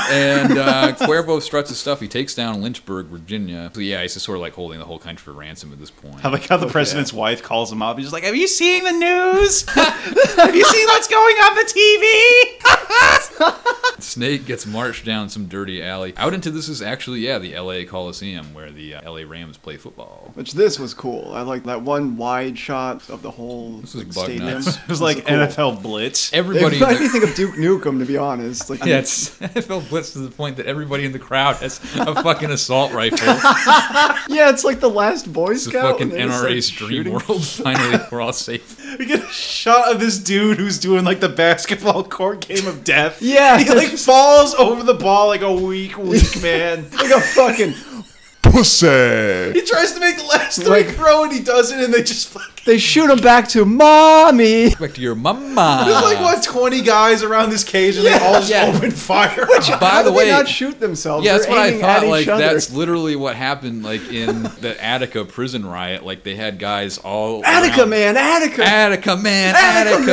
A: and uh, Cuervo struts his stuff. He takes down Lynchburg, Virginia. So yeah, he's just sort of like holding the whole country for ransom at this point.
C: I like how the president's wife calls him up. He's just like, "Have you seen the news? Have you seen what's going on the TV?"
A: Snake gets marched down some dirty alley out into this is actually yeah the L.A. Coliseum where the uh, L.A. Rams play football.
B: Which this was cool. I like that one wide shot of the whole
A: was
B: like,
A: bug
B: stadium.
A: nuts.
C: It was like
B: cool.
C: NFL Blitz.
B: It
A: Everybody. in
B: reminded
A: the-
B: me think of Duke Nukem, to be honest. Like,
A: Yeah, it's NFL Blitz to the point that everybody in the crowd has a fucking assault rifle.
B: yeah, it's like the last Boy
A: It's a
B: Scout.
A: fucking
B: and they just
A: NRA's dream
B: start shooting.
A: world. Finally, we're all safe.
C: We get a shot of this dude who's doing like the basketball court game of death.
B: Yeah.
C: he like falls over the ball like a weak, weak man.
B: Like a fucking
D: Pussy.
C: He tries to make the last three
B: Like-
C: throw and he doesn't, and they just fucking.
B: They shoot him back to mommy.
A: Back to your mama.
E: There's
B: Ah.
E: like what 20 guys around this cage and they all just
A: Yeah.
E: open fire.
A: By
B: How
A: the
B: did
A: way,
B: they not shoot themselves.
A: Yeah, that's
B: They're
A: what I
B: aiming at
A: thought.
B: each
A: Like
B: other.
A: that's literally what happened. Like in the Attica prison riot, like they had guys all
B: Attica,
A: around-
B: man, Attica.
A: Attica man,
B: Attica,
A: Attica.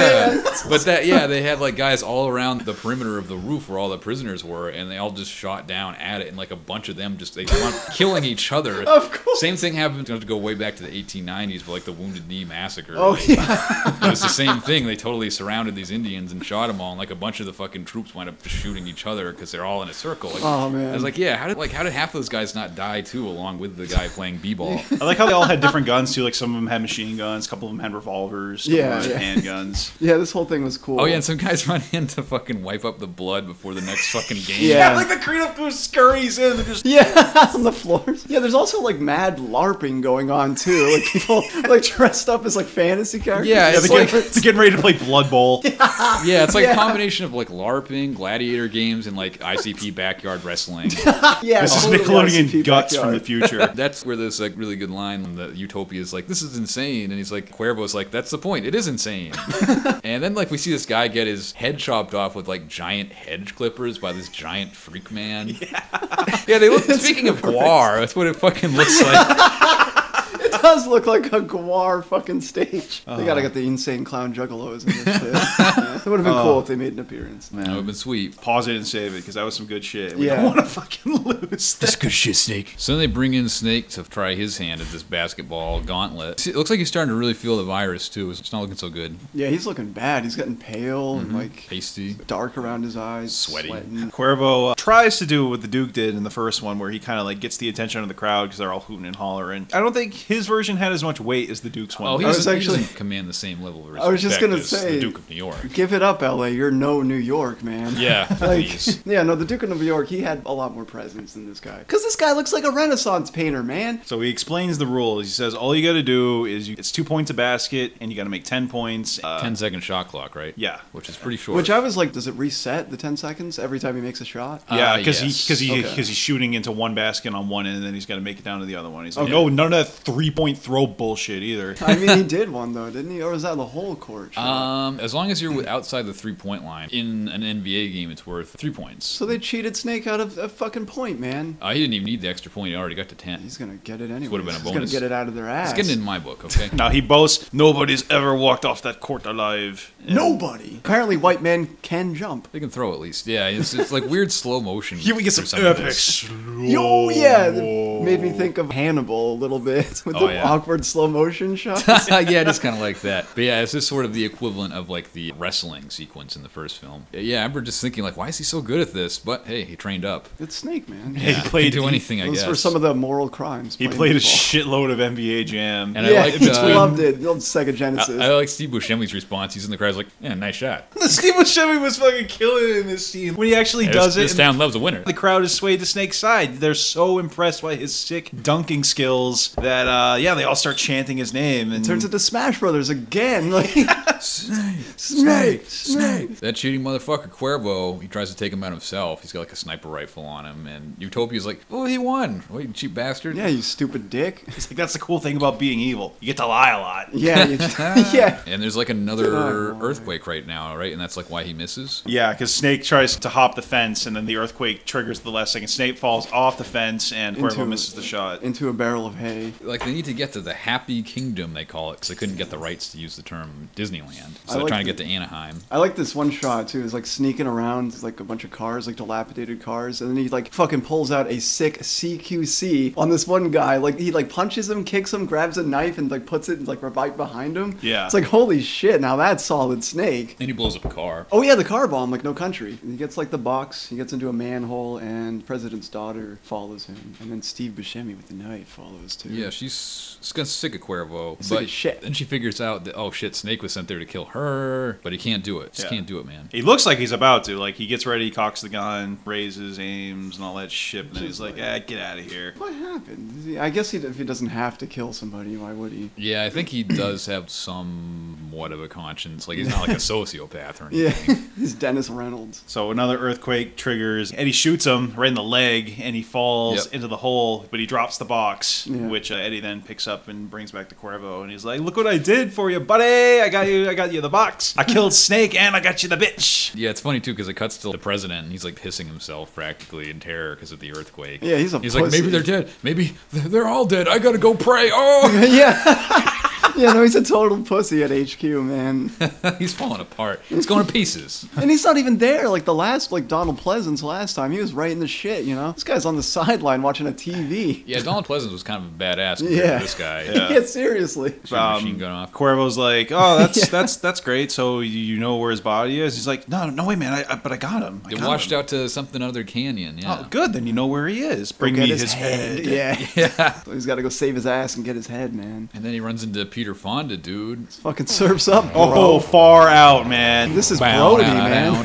B: man.
A: But that yeah, they had like guys all around the perimeter of the roof where all the prisoners were, and they all just shot down at it, and like a bunch of them just they went killing each other.
B: Of course.
A: Same thing happened. You have to go way back to the 1890s, but like the Wounded Knee massacre.
B: oh
A: Like,
B: yeah.
A: it was the same thing. They totally surrounded these Indians and shot them all, and like a bunch of the fucking troops wind up just shooting each other because they're all in a circle. Like,
B: Oh, man.
A: I was like, yeah, how did like how did half those guys not die too, along with the guy playing b-ball?
C: I like how they all had different guns too. Like some of them had machine guns, a couple of them had revolvers, a couple
B: Yeah,
C: of them had handguns.
B: Yeah, this whole thing was cool.
A: oh yeah, and some guys run in to fucking wipe up the blood before the next fucking game.
B: Yeah.
E: like the Credo Pooh scurries in and just
B: Yeah, on the floors. Yeah, there's also like mad LARPing going on too. Like people like dressed up as like fantasy characters.
A: Yeah,
C: Yeah,
A: it's
C: they're
A: like
C: getting, they're getting ready to play Blood Bowl.
A: yeah, it's like
B: Yeah.
A: a combination of like LARPing, gladiator games, and like ICP backyard wrestling.
B: yeah.
C: This is
B: totally
C: Nickelodeon
B: RCP
C: guts from
B: backyard.
C: the future.
A: That's where there's like really good line when the Utopia is like, "This is insane," and he's like, "Cuervo's like, that's the point. It is insane." and then like we see this guy get his head chopped off with like giant hedge clippers by this giant freak man. Yeah, they look. speaking of guar, that's what it fucking looks like.
B: It does look like a Guar fucking stage. They
C: Uh-huh.
B: gotta get the insane clown juggalos in this shit. Yeah. It would have been
C: Uh-huh.
B: cool if they made an appearance.
A: That would have been sweet.
C: Pause it and save it because that was some good shit. We
B: Yeah.
C: don't want to fucking lose. That.
A: good shit, Snake. So then they bring in Snake to try his hand at this basketball gauntlet. See, it looks like he's starting to really feel the virus too. It's not looking so good.
B: Yeah, he's looking bad. He's getting pale
C: Mm-hmm.
B: and like
A: Hasty.
B: dark around his eyes.
A: Sweaty.
B: sweating.
C: Cuervo uh, tries to do what the Duke did in the first one, where he kind of like gets the attention of the crowd because they're all hooting and hollering. I don't think his version had as much weight as the Duke's one.
A: Oh, he
B: I was
A: doesn't, actually,
B: actually-
A: command the same level of respect
B: I was just gonna
A: as
B: say-
A: the Duke of New York.
B: Give it up, LA. You're no New York, man.
A: Yeah, please.
B: Like, yeah, no, the Duke of New York, he had a lot more presence than this guy. Because this guy looks like a Renaissance painter, man.
C: So he explains the rules. He says all you got to do is you, it's two points a basket, and you got to make ten points. Uh,
A: 10 second shot clock, right?
C: Yeah.
A: Which is pretty short.
B: Which I was like, does it reset the 10 seconds every time he makes a shot?
C: yeah,
A: Ah,
C: because
A: yes.
C: he because he
B: Okay.
C: because he's shooting into one basket on one end, and then he's got to make it down to the other one. He's like, no, none of that three point throw bullshit either.
B: I mean, he did one, though, didn't he? Or was that the whole court? shot?
A: Um, as long as you're with- outside the three point line in an NBA game, it's worth three points.
B: so they cheated Snake out of a fucking point, man.
A: Uh, he didn't even need the extra point; he already got to ten.
B: He's going to get it anyway.
A: Would've been a
B: He's
A: bonus.
B: to get it out of their ass.
A: It's getting in my book, okay?
C: now he boasts, nobody's ever walked off that court alive. And-
B: Nobody. Apparently, white men can jump.
A: They can throw at least. Yeah, it's, it's like weird slow motion.
E: Here we get
A: through
E: some
A: of
E: epic
A: this.
B: Yo, yeah. that Made me think of Hannibal a little bit with
A: Oh,
B: the
A: yeah.
B: awkward slow motion shots.
A: yeah, just kind of like that. But yeah, it's just sort of the equivalent of like the wrestling sequence in the first film. Yeah, I remember just thinking like, why is he so good at this? But hey, he trained up.
B: it's Snake, man.
C: He
A: He
C: played
A: do anything, I
B: Those
A: guess.
B: were some of the moral crimes.
C: He
B: playing
C: played a
B: football.
C: shitload of NBA Jam.
A: And I
B: yeah,
A: liked,
B: he
A: uh,
B: loved it. Loved Sega
A: I,
B: Genesis.
A: I like Steve Buscemi's response. He's in the crowd, he's like, "Yeah, nice shot."
E: Steve Buscemi was fucking killing it in this scene.
C: when he actually does
A: this,
C: it,
A: This town loves a winner.
C: the crowd is swayed to Snake's side. They're so impressed by his sick dunking skills that uh, yeah, they all start chanting his name. And
B: Turns into Smash Brothers again. Like snake, snake, snake.
A: That cheating motherfucker Cuervo, he tries to take him out himself. He's got like a sniper rifle on him, and Utopia's like, "Oh, he won! Wait, you cheap bastard!"
B: Yeah, you stupid dick.
C: It's like that's the cool thing about being evil. You get to lie a lot.
B: Yeah, you, yeah.
A: And there's like another
B: Oh, boy.
A: earthquake right now, right? And that's like why he misses.
C: Yeah, because Snake tries to hop the fence, and then the earthquake triggers the last second. Snake falls off the fence, and Cuervo
B: Into-
C: misses the shot.
B: Into a barrel of hay.
A: Like they need to get to the Happy Kingdom, they call it, because they couldn't get the rights to use the term Disneyland. So
B: I
A: they're
B: like
A: trying to
B: the-
A: get to Anaheim.
B: I like this one shot too. It's like sneaking around like a bunch of cars, like dilapidated cars, and then he like fucking pulls out a sick CQC on this one guy. Like he like punches him, kicks him, grabs a knife, and like puts it like right behind him.
C: Yeah.
B: It's like holy shit. Now that's solid snake.
A: And he blows up a car.
B: Oh yeah, the car bomb, like no country. He gets like the box, he gets into a manhole, and President's daughter follows him, and then Steve Buscemi with the knife follows too.
A: Yeah, she's, she's gonna sick of Cuervo,
B: Sick
A: but
B: as shit.
A: then she figures out that oh shit, Snake was sent there to kill her, but he can't can't do it. Just
C: Yeah.
A: can't do it, man.
C: He looks like he's about to. Like he gets ready, cocks the gun, raises, aims, and all that shit. And then he's like, "Ah, get out of here."
B: What happened? I guess he, if he doesn't have to kill somebody, why would he?
A: Yeah, I think he does have somewhat of a conscience. Like he's not like a sociopath or anything.
B: Yeah, he's Dennis Reynolds.
C: So another earthquake triggers, Eddie shoots him right in the leg, and he falls
A: Yep.
C: into the hole. But he drops the box,
B: Yeah.
C: which uh, Eddie then picks up and brings back to Corvo, and he's like, "Look what I did for you, buddy! I got you, I got you the box. I killed Snake, and I got you the bitch."
A: Yeah, it's funny too because it cuts to the president and he's like pissing himself practically in terror because of the earthquake.
B: Yeah, he's a
A: He's like,
B: pussy.
A: maybe they're dead. Maybe th- they're all dead. I gotta go pray. Oh,
B: yeah. yeah, no, he's a total pussy at HQ, man.
A: he's falling apart. He's going to pieces.
B: And he's not even there. Like the last, like Donald Pleasance last time, he was right in the shit, you know? This guy's on the sideline watching a TV.
A: Yeah, Donald Pleasance was kind of a badass compared
B: Yeah.
A: to this guy.
B: Yeah, seriously.
A: Shooting a machine gun off.
C: Um, Cuervo's like, "Oh, that's that's that's great. So you- you know where his body is?" He's like, "No, no way, man. I, I but I got him. I
A: It
C: got
A: washed
C: him.
A: out to something other canyon. Yeah.
C: Oh, good. Then you know where he is. Bring
B: Go
C: me
B: get
C: his, head.
B: Yeah. So he's got to go save his ass and get his head, man.
A: And then he runs into Peter Fonda, dude.
B: Fucking serves up, bro.
C: Oh, far out, man.
B: This is Brody, man.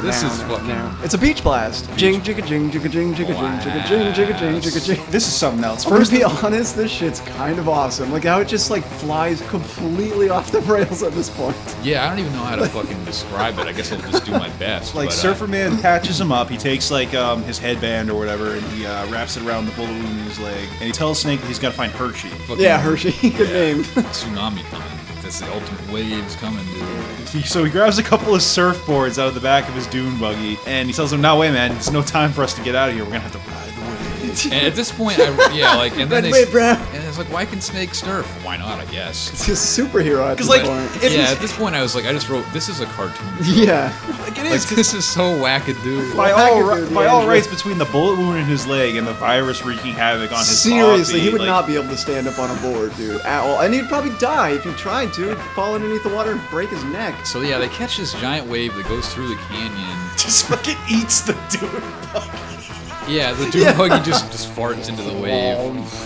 A: This is fucking.
B: It's a beach blast. Jing, jigga, jing, jigga, jing, jigga, jing, jigga, jing, jigga, jing, jigga, jing.
C: This is something else.
B: I'm gonna be honest, this shit's kind of awesome. Like how it just like flies completely off the rails at this point.
A: Yeah, I don't even know how to fucking describe it. I guess I'll just do my best.
C: like
A: but, uh,
C: Surfer Man patches him up. He takes like um, his headband or whatever, and he uh, wraps it around the bullet wound in his leg. And he tells Snake that he's got to find Hershey.
A: fucking
B: Yeah, Hershey, good name.
A: Tsunami coming. That's the ultimate waves coming, dude.
C: He- so he grabs a couple of surfboards out of the back of his dune buggy, and he tells him, "No way, man. It's no time for us to get out of here. We're gonna have to ride the wave."
A: And at this point, I, yeah, like, and then
B: Red
A: they,
B: wave, bro.
A: and it's like, why can Snake surf? Why not? I guess.
B: It's just a superhero at this
C: Because like,
B: point.
C: it
A: yeah,
C: is-
A: at this point, I was like, I just wrote, this is a cartoon.
B: Yeah.
C: like, it
A: Like,
C: is. 'cause
A: this is so wackadoo.
C: by
B: Well,
C: all,
B: Hackett
C: ri-
B: did the
C: by all
B: engine.
C: rights, between the bullet wound in his leg and the virus wreaking havoc on his
B: Seriously, he
C: body,
B: would
C: like,
B: not be able to stand up on a board, dude, at all. And he'd probably die if he tried to. He'd fall underneath the water and break his neck.
A: So yeah, they catch this giant wave that goes through the canyon.
C: just fucking eats the dude.
A: Yeah, the dune buggy just just farts into the
B: Um,
A: wave.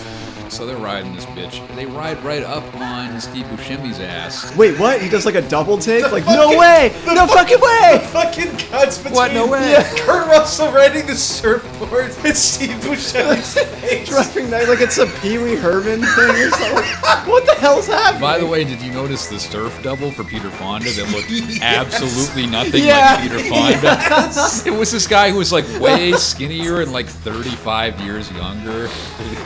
A: So they're riding this bitch. They ride right up on Steve Buscemi's ass.
B: Wait, what? He does like a double take? Like, no way! No fucking way!
E: Fucking cuts between
A: What? No way.
B: Yeah.
E: Kurt Russell riding the surfboard and Steve Buscemi's face.
B: Driving night like it's a Pee Wee Herman thing or something. what the hell's happening?
A: By the way, did you notice the surf double for Peter Fonda that looked absolutely nothing
B: Yeah.
A: like Peter Fonda? It was this guy who was like way skinnier and like 35 years younger.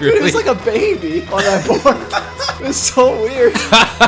B: It was like a baby on that board. it was so weird.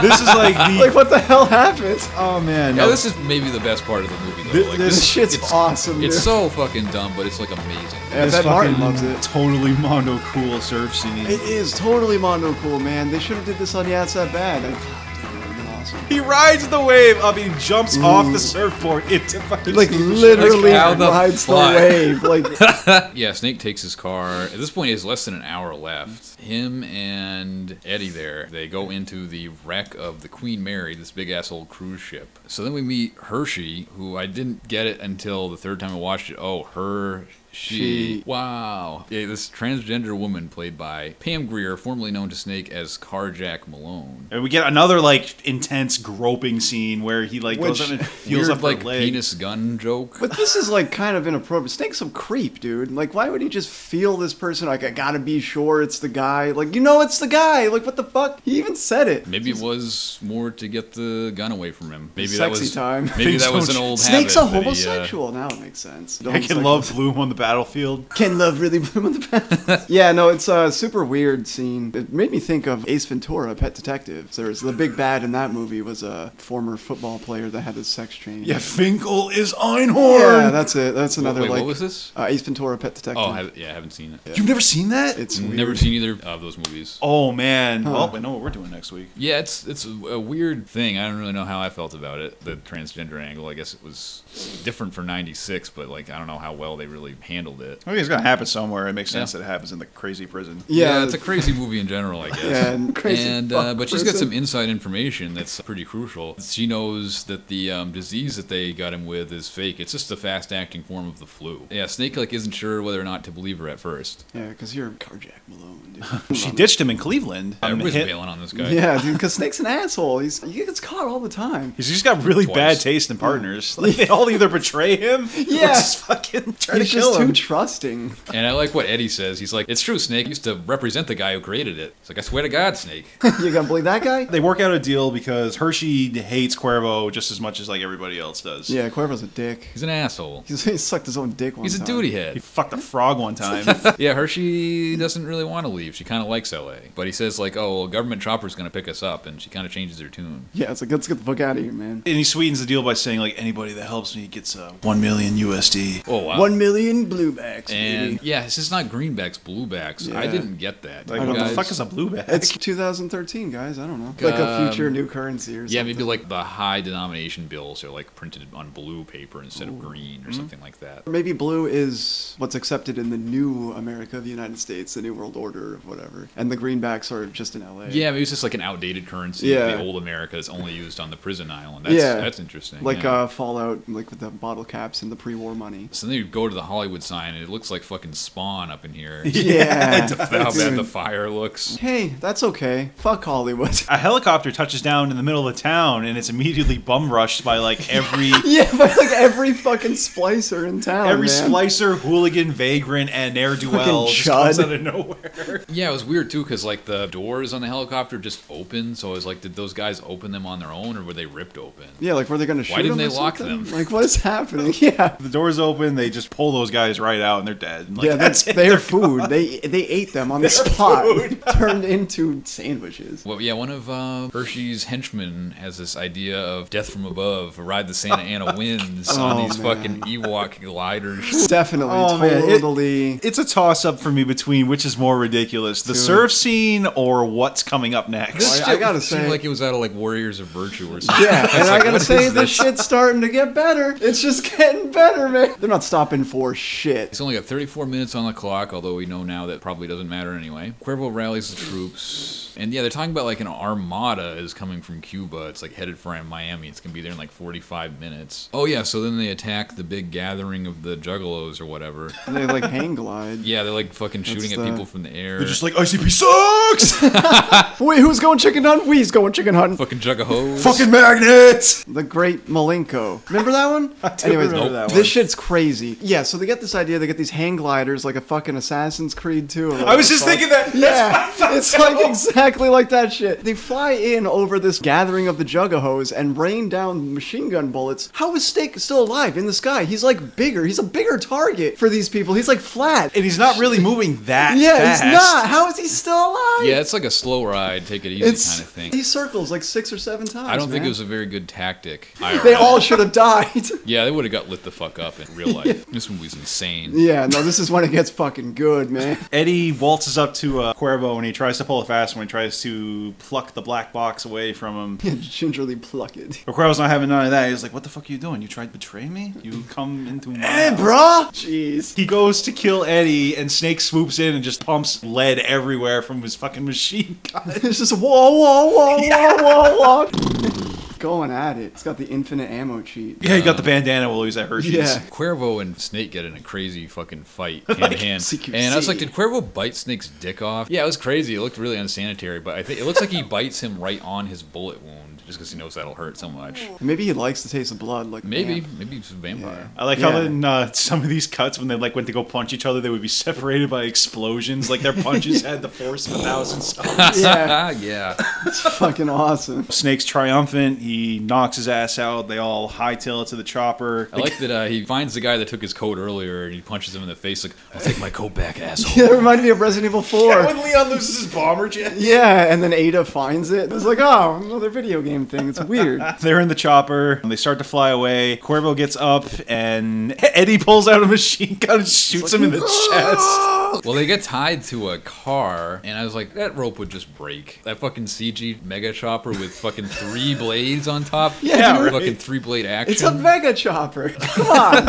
C: This is like the
B: Like, what the hell happened?
C: Oh man,
A: yeah,
C: no.
A: this is maybe the best part of the movie though. Like,
B: This shit's awesome,
A: It's
B: dude.
A: so fucking dumb, but it's like amazing.
B: Yeah,
C: this
B: I bet Martin
C: fucking
B: loves it.
C: Totally mondo cool surf scene.
B: It is totally Mondo Cool, man. They should have did this on Yeah, It's That Bad. Like, God, dude, it would've been awesome.
C: he rides the wave up. He jumps off the surfboard into fucking
B: Like
C: Steve Buscemi.
B: literally
A: how the
B: rides the
A: fuck?
B: wave. Like
A: Yeah, Snake takes his car. At this point, he has less than an hour left. Him and Eddie there, they go into the wreck of the Queen Mary, this big ass old cruise ship. So then we meet Hershey, who I didn't get it until the third time I watched it. Oh, her. She.
B: She.
A: Wow. Yeah, this transgender woman played by Pam Greer, formerly known to Snake as Carjack Malone.
C: And we get another like intense groping scene where he like
B: Which-
C: goes up and feels
A: Feels
C: up
A: like
C: her leg.
A: penis gun joke.
B: But this is like kind of inappropriate. Snake's a creep, dude. Like, why would he just feel this person? Like, I gotta be sure it's the guy. Like, you know, it's the guy. Like, what the fuck? He even said it.
A: Maybe it was more to get the gun away from him. Maybe that
B: Sexy
A: was
B: time.
A: Maybe
C: Things
A: that was
C: don't
A: an
C: ch-
A: old
B: Snake's a
A: habit that he, uh,
B: homosexual. now it makes sense.
C: I can love Bloom on the battlefield.
B: Can love really bloom on the path. yeah, no, it's a super weird scene. It made me think of Ace Ventura, Pet Detective. There was the big bad in that movie was a former football player that had his sex change.
C: Yeah, Finkel is Einhorn.
B: Yeah, that's it. That's another
A: Wait,
B: like
A: what was this?
B: Uh, Ace Ventura, Pet Detective.
A: Oh, I, hav- yeah, I haven't seen it.
C: You've never seen that?
B: it's weird.
A: Never seen either of those movies.
C: oh man. Well, we know what we're doing next week.
A: Yeah, it's it's a a weird thing. I don't really know how I felt about it. The transgender angle, I guess it was different for '96, but like I don't know how well they really handled it.
C: I mean, it's gonna happen somewhere. It makes sense
A: Yeah.
C: that it happens in the crazy prison.
A: Yeah, it's a crazy movie in general, I guess.
B: yeah, and crazy.
A: and
B: fuck
A: uh, but she's got
B: person.
A: some inside information that's pretty crucial. She knows that the um, disease that they got him with is fake. It's just a fast-acting form of the flu. Yeah, Snakelick isn't sure whether or not to believe her at first.
B: Yeah, because you're carjack Malone. Dude.
C: She ditched him in Cleveland.
A: Everybody's
C: hit-
A: bailing on this guy.
B: yeah, dude, because Snake's an asshole. He's he gets caught all the time.
C: He's just got really
A: Twice.
C: bad taste in partners. Like, they all either betray him or
B: Yeah.
C: just fucking try
B: He's
C: to kill
B: just
C: him.
B: too trusting.
A: And I like what Eddie says. He's like, "It's true. Snake used to represent the guy who created it." It's like, "I swear to God, Snake."
B: You gonna believe that guy?
C: they work out a deal because Hershey hates Cuervo just as much as like everybody else does.
B: Yeah, Cuervo's a dick.
A: He's an asshole.
B: He's, he sucked his own dick one
A: He's a
B: time.
A: duty
C: He
A: head.
C: fucked a frog one time.
A: Yeah, Hershey doesn't really want to leave. She kind of likes L.A., but he says like, "Oh, well, government chopper's gonna pick us up," and she kind of changes her tune.
B: Yeah, it's like let's get the fuck out of here, man.
C: and he sweetens the deal by saying like anybody that helps me gets uh, 1 million USD.
A: Oh wow.
B: One million bluebacks.
A: And
B: baby.
A: yeah, this is not greenbacks, bluebacks. I
B: Yeah.
A: didn't get that.
C: Like
A: You
C: what
A: guys-
C: the fuck is a blue bag?
B: it's 2013, guys. I don't know. Like a
A: Um,
B: future new currency or something.
A: yeah, maybe like the high denomination bills are like printed on blue paper instead of green or something like that.
B: Maybe blue is what's accepted in the new America of the United States, the New World Order, of whatever. And the greenbacks are just in LA.
A: Yeah, maybe it's just like an outdated currency.
B: Yeah.
A: The old America that's only used on the prison island. That's,
B: Yeah.
A: that's interesting.
B: Like
A: yeah.
B: uh, Fallout, like with the bottle caps and the pre war money.
A: so then you go to the Hollywood sign and it looks like fucking Spawn up in here.
B: Yeah.
A: How bad the
B: Dude.
A: fire looks.
B: hey, that's okay. Fuck Hollywood.
C: a helicopter touches down in the middle of the town and it's immediately bum rushed by like every
B: yeah, but like every fucking splicer in town.
C: every
B: Oh, man.
C: splicer, hooligan, vagrant, and ne'er do well
B: Fucking
C: just comes
B: chud.
C: out of nowhere.
A: Yeah, it was weird too because like the doors on the helicopter just open. So I was like, did those guys open them on their own or were they ripped open?
B: Yeah, like were they gonna shoot
A: didn't
B: them
A: they
B: or
A: lock
B: something?
A: them?
B: Like what is happening? Yeah,
C: the doors open, they just pull those guys right out and they're dead. And, like,
B: yeah, that's
C: that's it.
B: their food. They they ate them on the spot, turned into sandwiches.
A: Well, yeah, one of uh, Hershey's henchmen has this idea of death from above, a ride the Santa Ana winds on
B: Oh,
A: these
B: man.
A: fucking Ewok gliders.
B: Definitely,
C: Oh, man, it-
B: totally.
C: It's a toss up for me between which is more ridiculous the surf scene or what's coming up next.
B: I- I gotta
A: seemed
B: say-
A: like it was out of like Warriors of Virtue or something.
B: yeah, and I gotta
A: what
B: say,
A: is
B: this shit's starting to get better. It's just getting better, man. They're not stopping for shit.
A: He's only got 34 minutes on the clock, although we know now that probably doesn't matter anyway. Cuervo rallies the troops, and yeah, they're talking about like an armada is coming from Cuba. It's like headed for Miami. It's gonna be there in like 45 minutes. Oh yeah, so then they attack the big gathering of the Juggalos or whatever.
B: And they like hang glide.
A: Yeah, they're like fucking shooting at
B: the-
A: people from the air.
C: They're just like, ICP sucks!
B: Wait, who's going chicken hunt? We's going chicken hunt.
A: fucking jug of hose.
C: Fucking magnets!
B: The Great Malenko. Remember that one? Anyways,
C: remember that one.
B: this shit's crazy. Yeah, so they get this idea. They get these hang gliders, like a fucking Assassin's Creed 2.
C: I was just thinking that.
B: Yeah, it's like exactly like that shit. They fly in over this gathering of the Juggahos and rain down machine gun bullets. How is Snake still alive in the sky? He's like bigger. He's a bigger target for these people. He's like flat.
C: And he's not really moving that
B: yeah,
C: fast.
B: he's not. How is he still alive?
A: Yeah, it's like a slow ride, take it easy
B: it's
A: kind of thing.
B: He circles like six or seven times.
A: I don't think
B: man.
A: it was a very good tactic.
B: They
A: IRL.
B: all should have died.
A: yeah, they would have got lit the fuck up in real life. This movie's insane.
B: yeah, no, this is when it gets fucking good, man.
C: Eddie waltzes up to uh, Cuervo and he tries to pull a fast one. He tries to pluck the black box away from him.
B: Gingerly pluck it.
C: But Cuervo's not having none of that. He's like, what the fuck are you doing? You tried to betray me? You come into my...
B: Hey, Eh, bruh! Jeez.
C: He goes to kill Eddie, and Snake swoops in and just pumps lead everywhere from his fucking machine gun.
B: It's just whoa, whoa, whoa, whoa, whoa, whoa. Going at it. It's got the infinite ammo cheat.
C: Yeah, he got the bandana while he was at Hershey's.
B: Yeah.
A: Cuervo and Snake get in a crazy fucking fight hand to hand.
B: CQC.
A: And I was like, did Cuervo bite Snake's dick off? Yeah, it was crazy. It looked really unsanitary, but I think it looks like he bites him right on his bullet wound just because he knows that'll hurt so much.
B: Maybe he likes the taste of blood. Like
A: Maybe,
B: man.
A: maybe he's a vampire.
C: I like how
B: Yeah.
C: in uh, some of these cuts, when they like went to go punch each other, they would be separated by explosions. Like their punches had the force of a thousand stars.
B: Yeah,
A: Ah, yeah.
B: it's fucking awesome.
C: Snake's triumphant. He knocks his ass out. They all hightail it to the chopper.
A: I like that uh, he finds the guy that took his coat earlier and he punches him in the face like, I'll take my coat back, asshole.
B: Yeah, that reminded me of Resident Evil 4.
E: When Leon loses his bomber jet.
B: Yeah, and then Ada finds it. It's like, oh, another video game same thing. It's weird.
C: They're in the chopper and they start to fly away. Cuervo gets up and Eddie pulls out a machine gun and shoots him in the chest.
A: Well, they get tied to a car, and I was like, that rope would just break. That fucking CG mega chopper with fucking three blades on top.
B: Yeah,
A: Fucking
B: right.
A: Fucking three blade action.
B: It's a mega chopper. Come on.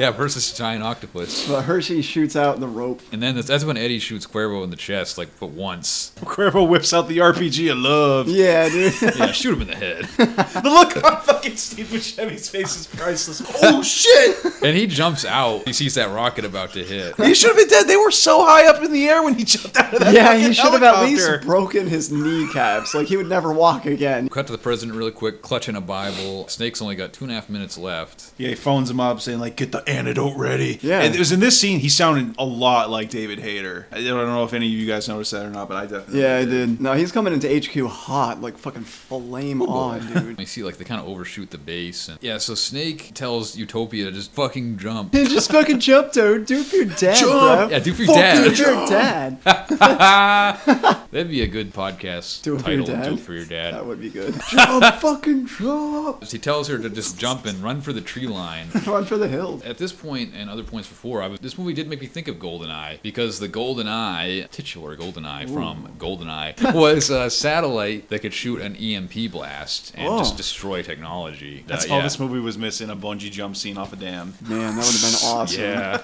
A: yeah, versus a giant octopus.
B: but Hershey shoots out the rope.
A: And then that's, that's when Eddie shoots Cuervo in the chest, like, but once.
C: Cuervo whips out the RPG of love.
B: Yeah, dude.
A: Yeah, shoot him in the head.
C: The look on fucking Steve Buscemi's face is priceless. Oh shit!
A: And he jumps out. He sees that rocket about to hit.
C: He should have been dead. They were so high up in the air when he jumped out of that.
B: yeah,
C: fucking
B: he should have at least
C: helicopter.
B: broken his kneecaps. Like he would never walk again.
A: Cut to the president really quick, clutching a Bible. Snake's only got two and a half minutes left.
C: Yeah, he phones him up saying like, "Get the antidote ready."
B: Yeah.
C: and it was in this scene he sounded a lot like David Hayter. I don't know if any of you guys noticed that or not, but I definitely.
B: Yeah, I did. No, he's coming into HQ hot, like fucking flame on, dude.
A: You see, like, they kind of overshoot the base. And yeah, so Snake tells Utopia to just fucking jump.
B: Dude, just fucking jump, dude. Do it for your dad, bro.
A: Yeah, do for your
B: Fuck
A: dad.
B: you, your dad.
A: That'd be a good podcast
B: Do it for your
A: title.
B: dad.
A: Do it for your dad.
B: That would be good. Jump, fucking jump.
A: He tells her to just jump and run for the tree line.
B: Run for the hills.
A: At this point and other points before, I was, this movie did make me think of GoldenEye because the GoldenEye, titular GoldenEye from GoldenEye, was a satellite that could shoot an EMP blast and
B: Oh.
A: just destroy technology.
C: That's
A: Uh,
C: all
A: yeah.
C: this movie was missing—a bungee jump scene off a dam.
B: Man, that would have been awesome.
A: Yeah.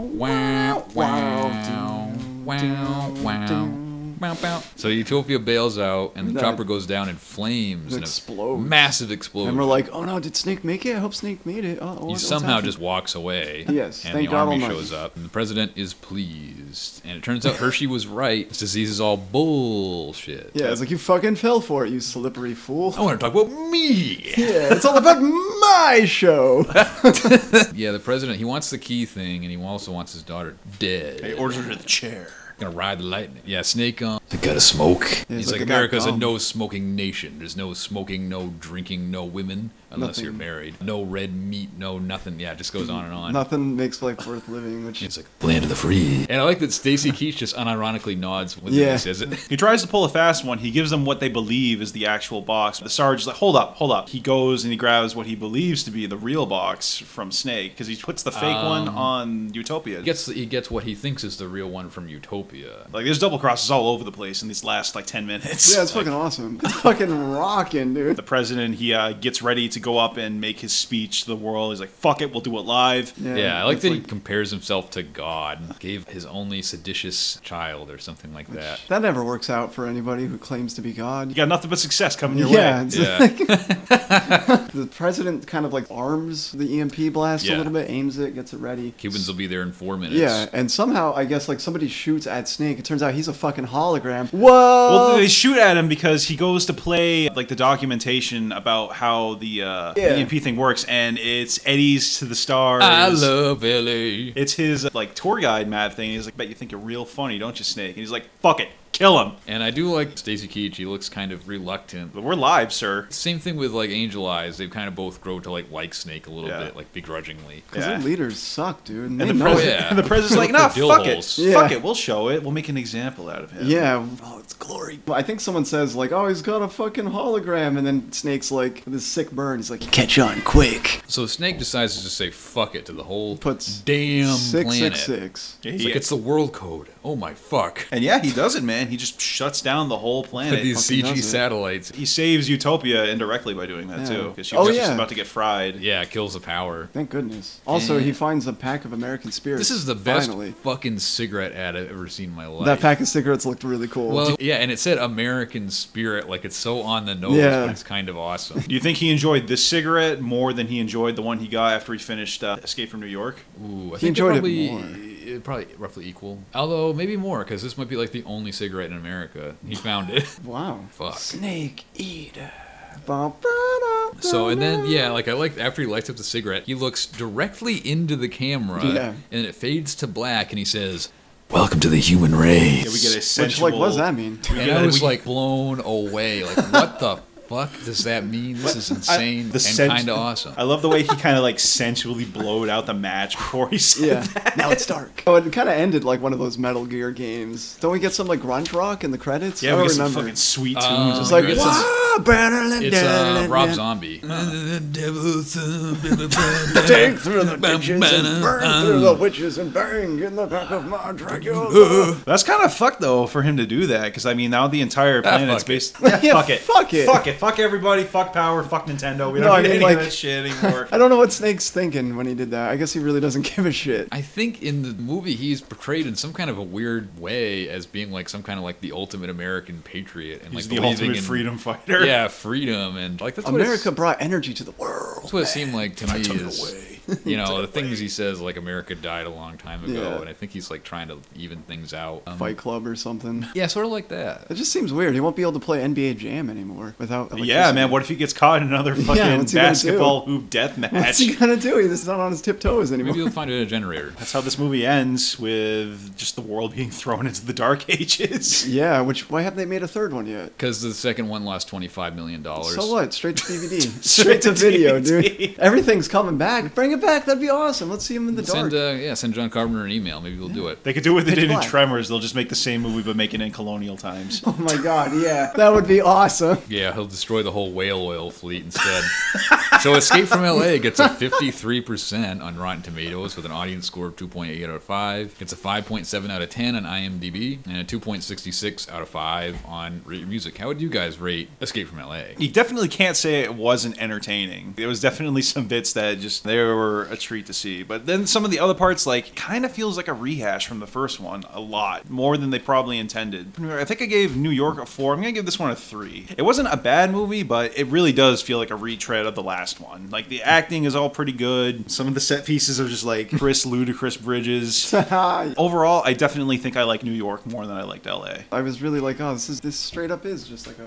A: wow, wow,
B: Wow.
A: wow, wow. Bow, bow. So Utopia bails out, and the
B: No.
A: chopper goes down in flames.
B: It
A: and a
B: explodes.
A: Massive explosion.
B: And we're like, oh no, did Snake make it? I hope Snake made it. Oh,
A: He somehow just walks away.
B: Yes,
A: and
B: thank
A: the
B: God
A: army
B: Almighty.
A: shows up, and the president is pleased. And it turns out Hershey was right. This disease is all bullshit.
B: Yeah, it's like you fucking fell for it, you slippery fool.
A: I want to talk about me.
B: Yeah, it's all about my show.
A: yeah, the president he wants the key thing, and he also wants his daughter dead.
C: They ordered her to the chair.
A: Gonna ride the lightning. Yeah, snake. Um, I gotta smoke. He's,
B: he's
A: like,
B: like, "I got
A: America's a
B: gum."
A: no-smoking nation. There's no smoking, no drinking, no women unless you're
B: Nothing.
A: married. No red meat, no nothing. Yeah, it just goes on and on.
B: Nothing makes life worth living, which
A: It's like land of the free. And I like that Stacy Keach just unironically nods when
B: Yeah.
A: he says it.
C: He tries to pull a fast one. He gives them what they believe is the actual box. The Sarge is like, hold up, hold up. He goes and he grabs what he believes to be the real box from Snake because he puts the fake one on Utopia.
A: Um, He gets he gets what he thinks is the real one from Utopia.
C: like there's double crosses all over the place in these last like 10 minutes.
B: yeah, it's fucking awesome. It's fucking rocking, dude.
C: the president, he uh, gets ready to go up and make his speech to the world. He's like, fuck it, we'll do it live.
A: Yeah, I like
B: it's
A: that he compares himself to God. Gave his only seditious child or something like that.
B: that never works out for anybody who claims to be God.
C: You got nothing but success coming your
B: Yeah,
C: way.
B: it's
A: Yeah.
B: like the president kind of like arms the EMP blast
A: Yeah.
B: a little bit, aims it, gets it ready.
A: Cubans will be there in four minutes.
B: Yeah, and somehow I guess like somebody shoots at Snake. It turns out he's a fucking hologram. Whoa!
C: Well, they shoot at him because he goes to play like the documentation about how the uh,
B: Yeah.
C: EMP thing works, and it's Eddie's to the stars.
A: I love LA.
C: It's his like tour guide mad thing. He's like, "Bet you think you're real funny, don't you, Snake?" And he's like, "Fuck it, kill him."
A: And I do like Stacy Keach. He looks kind of reluctant.
C: But we're live, sir.
A: Same thing with like Angel Eyes. They've kind of both grown to like like Snake a little
C: Yeah.
A: bit, like begrudgingly.
B: Because
C: Yeah.
B: their leaders suck, dude. And, they
C: And the,
B: know
C: pres-
B: it.
A: yeah.
C: and the president's like,
A: Look
C: "Nah,
A: for dill
C: fuck it,
A: holes."
C: fuck
B: Oh, Yeah.
C: it. We'll show it. We'll make an example out of him."
B: Yeah. Oh, it's glory. I think someone says, like, oh, he's got a fucking hologram. And then Snake's like, this sick burn. He's like, catch on quick.
A: So Snake decides to just say fuck it to the whole
B: Puts
A: damn planet.
B: 666.
C: Yeah,
A: It's
C: he-
A: like it's the world code. Oh my fuck.
C: and yeah, he does it, man. He just shuts down the whole planet.
A: These
B: fucking
A: CG
B: does it.
A: satellites.
C: he saves Utopia indirectly by doing that
B: Yeah.
C: too, because she
B: Oh,
C: was just
B: yeah.
C: about to get fried.
A: Yeah, it kills the power.
B: Thank goodness. Also,
A: Yeah.
B: he finds a pack of American Spirits.
A: This is the best
B: Finally.
A: fucking cigarette ad I've ever seen in my life.
B: That pack of cigarettes looked really cool.
A: well, yeah, and it said American Spirit, like it's so on the nose,
B: Yeah.
A: but it's kind of awesome.
C: Do you think he enjoyed this cigarette more than he enjoyed the one he got after he finished uh, Escape from New York?
A: Ooh, I
B: He
A: think they're
B: enjoyed it
A: probably,
B: more.
A: it Probably roughly equal, although maybe more, because this might be like the only cigarette in America. He found it.
B: wow.
A: Fuck.
B: Snake Eater. Ba, ba, da, da,
A: So and then
B: da.
A: yeah, like I like after he lights up the cigarette, he looks directly into the camera,
B: Yeah.
A: and it fades to black, and he says, "Welcome to the human race."
C: Yeah, we get a sensual.
B: Which, like, what does that mean?
A: And I was like blown away. Like, what the fuck does that mean? This is insane and kind of awesome.
C: I love the way he kind of like sensually blowed out the match before he said
B: Yeah.
C: that.
B: now it's dark. Oh, it kind of ended like one of those Metal Gear games. Don't we get some like grunge rock in the credits? I
C: Yeah,
B: don't
C: we get some
B: remember. Uh,
C: fucking sweet tunes.
A: Um,
B: it's like
A: It's,
B: "Wah, better than
A: it's uh,
B: dead."
A: Rob Zombie.
B: Dig through the ditches and burn through the witches and bang in the back of my Dracula.
C: That's kind of fucked though for him to do that because I mean now the entire planet's
A: fuck
C: based.
B: Ah, Yeah,
C: fuck it,
B: fuck it.
C: fuck it, fuck everybody, fuck power, fuck Nintendo. We don't
B: No, I
C: need
B: mean,
C: any
B: like-
C: of that shit anymore.
B: I don't know what Snake's thinking when he did that. I guess he really doesn't give a shit.
A: I think in the movie he's portrayed in some kind of a weird way as being like some kind of like the ultimate American patriot and
C: He's
A: like
C: the
A: believing
C: ultimate
A: in-
C: freedom fighter.
A: Yeah, freedom and like that's what it's-
B: America brought energy to the world.
A: That's what it seemed like to me.
D: took it
A: is,
D: away.
A: You know, the things he says, like America died a long time ago,
B: Yeah.
A: and I think he's like trying to even things out. Um,
B: Fight Club or something.
A: Yeah, sort of like that.
B: It just seems weird. He won't be able to play NBA Jam anymore without.
C: Yeah,
B: electricity.
C: man. What if he gets caught in another fucking
B: what's he gonna do?
C: basketball hoop death
B: What's he
C: match?
B: gonna do? He's not on his tiptoes anymore.
A: Maybe you'll find a generator.
C: That's how this movie ends with just the world being thrown into the dark ages.
B: Yeah, which why haven't they made a third one yet?
A: Because the second one lost twenty-five million dollars.
B: So what? Straight to DVD. Straight to video,
C: DVD.
B: dude. Everything's coming back. Bring it back. That'd be awesome. Let's see him in the dark.
A: Send uh, yeah, send John Carpenter an email. Maybe we'll do it.
C: They could do what they
B: Pitch
C: did in
B: Black.
C: Tremors. They'll just make the same movie but make it in colonial times.
B: oh my god, yeah. That would be awesome.
A: Yeah, he'll destroy the whole whale oil fleet instead. so Escape from LA gets a 53% on Rotten Tomatoes with an audience score of 2.8 out of 5. It's a 5.7 out of 10 on IMDb and a 2.66 out of 5 on Rate Your Music. How would you guys rate Escape from LA?
C: You definitely can't say it wasn't entertaining. There was definitely some bits that just they were a treat to see. But then some of the other parts like kind of feels like a rehash from the first one a lot, more than they probably intended. I think I gave New York a 4. I'm going to give this one a 3. It wasn't a bad movie, but it really does feel like a retread of the last one. Like the acting is all pretty good. Some of the set pieces are just like Chris Ludacris Bridges.
B: I
C: Overall, I definitely think I like New York more than I liked LA.
B: was really like, oh, this is this straight up is just like a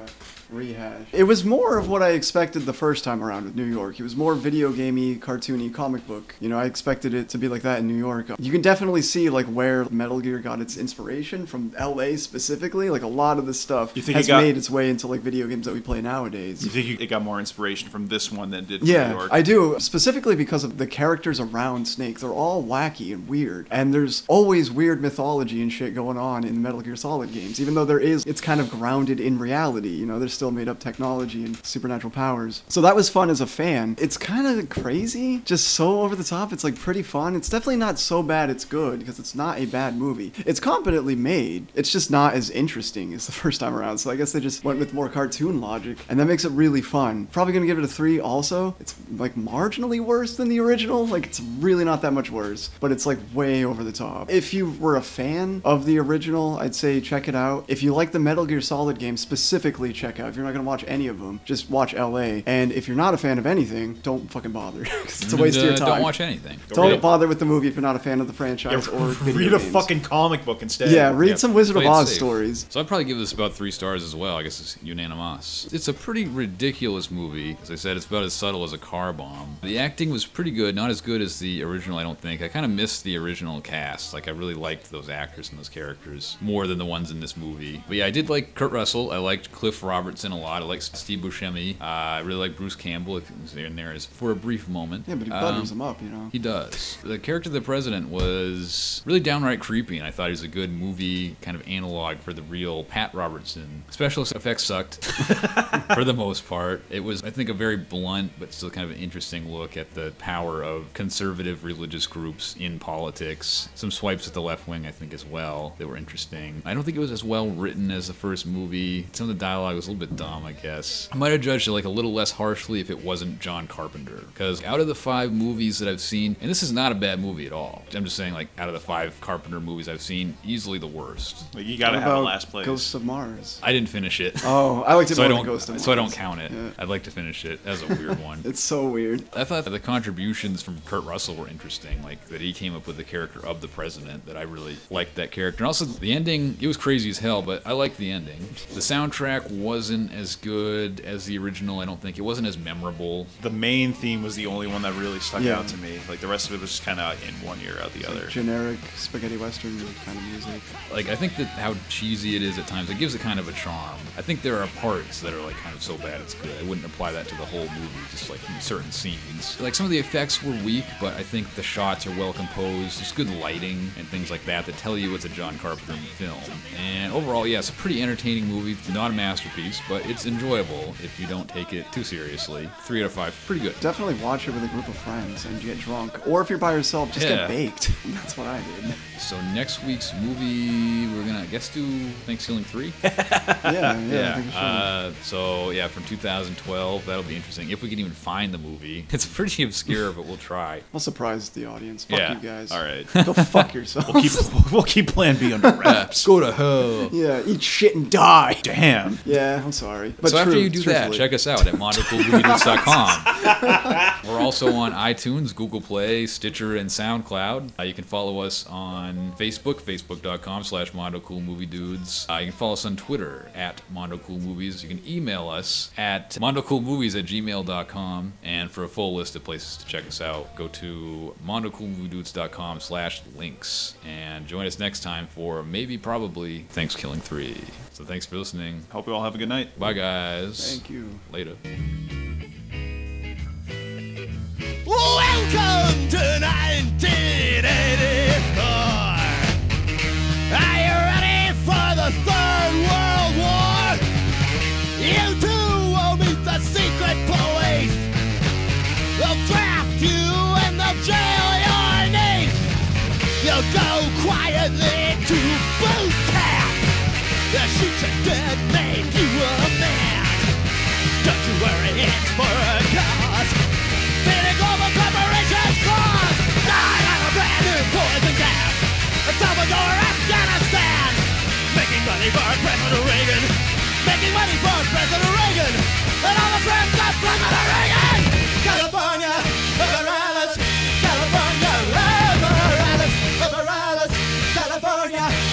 B: rehash. It was more of what I expected the first time around with New York. It was more video gamey, cartoony, comic book. You know, I expected it to be like that in New York. You can definitely see like where Metal Gear got its inspiration from L.A. specifically. Like a lot of this stuff
C: You think it
B: has
C: got-
B: made its way into like video games that we play nowadays.
C: You think you- it got more inspiration from this one than it did from New
B: Yeah,
C: York?
B: I do. Specifically because of the characters around Snake. They're all wacky and weird. And there's always weird mythology and shit going on in Metal Gear Solid games. Even though there is, it's kind of grounded in reality. You know, there's still made up technology and supernatural powers. So that was fun as a fan. It's kind of crazy, just so over the top. It's like pretty fun. It's definitely not so bad it's good because it's not a bad movie. It's competently made. It's just not as interesting as the first time around. So I guess they just went with more cartoon logic, and that makes it really fun. Probably gonna give it a three. Also, it's like marginally worse than the original. Like it's really not that much worse, but it's like way over the top. If you were a fan of the original, I'd say check it out. If you like the Metal Gear Solid game specifically, check out. If you're not gonna watch any of them, just watch LA. And if you're not a fan of anything, don't fucking bother 'cause it's a waste of your
A: And, uh,
B: time.
A: Don't watch anything.
B: Don't
A: Read-
B: bother with the movie if you're not a fan of the franchise or video
C: read a
B: games.
C: fucking comic book instead.
B: yeah, read some Wizard
A: play
B: of
A: it
B: Oz
A: safe.
B: stories.
A: So I'd probably give this about three stars as well. I guess it's unanimous. It's a pretty ridiculous movie. As I said, it's about as subtle as a car bomb. The acting was pretty good, not as good as the original, I don't think. I kind of missed the original cast. Like, I really liked those actors and those characters more than the ones in this movie. But yeah, I did like Kurt Russell. I liked Cliff Robertson a lot. I liked Steve Buscemi. Uh, I really like Bruce Campbell. If he was in there as for a brief moment.
B: Yeah, but he
A: Um,
B: butters them up, you know.
A: he does. The character of the president was really downright creepy, and I thought he was a good movie kind of analog for the real Pat Robertson. Special effects sucked for the most part. It was, I think, a very blunt but still kind of an interesting look at the power of conservative religious groups in politics. Some swipes at the left wing, I think, as well, that were interesting. I don't think it was as well written as the first movie. Some of the dialogue was a little bit dumb, I guess. I might have judged it like a little less harshly if it wasn't John Carpenter, because out of the five movies that I've seen, and this is not a bad movie at all. I'm just saying, like, out of the five Carpenter movies I've seen, easily the worst.
C: Like, you gotta
B: What
C: have a
B: about
C: last place.
B: Ghosts of Mars.
A: I didn't finish it.
B: Oh, I liked it
A: So I
B: more than
A: don't,
B: Ghosts of Mars.
A: so I don't count it.
B: Yeah.
A: I'd like to finish it as a weird one.
B: It's so weird.
A: I thought that the contributions from Kurt Russell were interesting, like that he came up with the character of the president. That I really liked that character, and also the ending. It was crazy as hell, but I liked the ending. The soundtrack was wasn't as good as the original. I don't think it wasn't as memorable.
F: The main theme was the only one that really stuck
B: Yeah.
F: out to me. Like the rest of it was just kind of in one ear out the other.
B: generic spaghetti western kind of music.
A: Like I think that how cheesy it is at times, it gives it kind of a charm. I think there are parts that are like kind of so bad it's good. I wouldn't apply that to the whole movie, just like in certain scenes. Like some of the effects were weak, but I think the shots are well composed. There's good lighting and things like that that tell you it's a John Carpenter film. And overall, yeah, it's a pretty entertaining movie. It's Not a masterpiece, but it's enjoyable if you don't take it too seriously. Three out of five, pretty good.
B: Definitely watch it with a group of friends and get drunk. Or if you're by yourself, just
A: Yeah.
B: get baked. That's what I did.
A: So next week's movie, we're gonna I guess do Thanksgiving three.
B: Yeah, yeah. I think we should.
A: Uh, so yeah, from 2012. That'll be interesting if we can even find the movie. It's pretty obscure, but we'll try.
B: I'll surprise the audience. Fuck
A: yeah.
B: you guys.
A: All right.
B: Go fuck yourself.
C: We'll keep, we'll keep Plan B under wraps.
A: Go to hell.
B: yeah, eat shit and die.
C: Damn.
B: Yeah, I'm sorry. But
A: so after
B: true,
A: you do that,
B: truthfully.
A: check us out at mondocoolmovies.com. We're also on iTunes, Google Play, Stitcher, and SoundCloud. Uh, you can follow us on Facebook, facebook.com slash mondocoolmoviedudes. Uh, you can follow us on Twitter at mondocoolmovies. You can email us at mondocoolmovies at gmail.com. And for a full list of places to check us out, go to mondocoolmoviedudes.com slash links. And join us next time for maybe, probably, Thanks Killing 3. So thanks for listening.
C: Hope you all have a good night.
A: Bye, guys.
B: Thank you.
A: Later.
G: Welcome to 1984. Are you ready for the Third World War? You too will meet the secret police. They'll draft you and they'll jail your knees. You'll go quietly to boot camp. They'll shoot you dead, make you a man. Don't you worry, it's for a cause. Feeding global corporations cause. Die on a brand new poison gas. A Salvador, Afghanistan. Making money for President Reagan. Making money for President Reagan. And all the friends of President Reagan. California, Morales. California, Morales. Morales. California.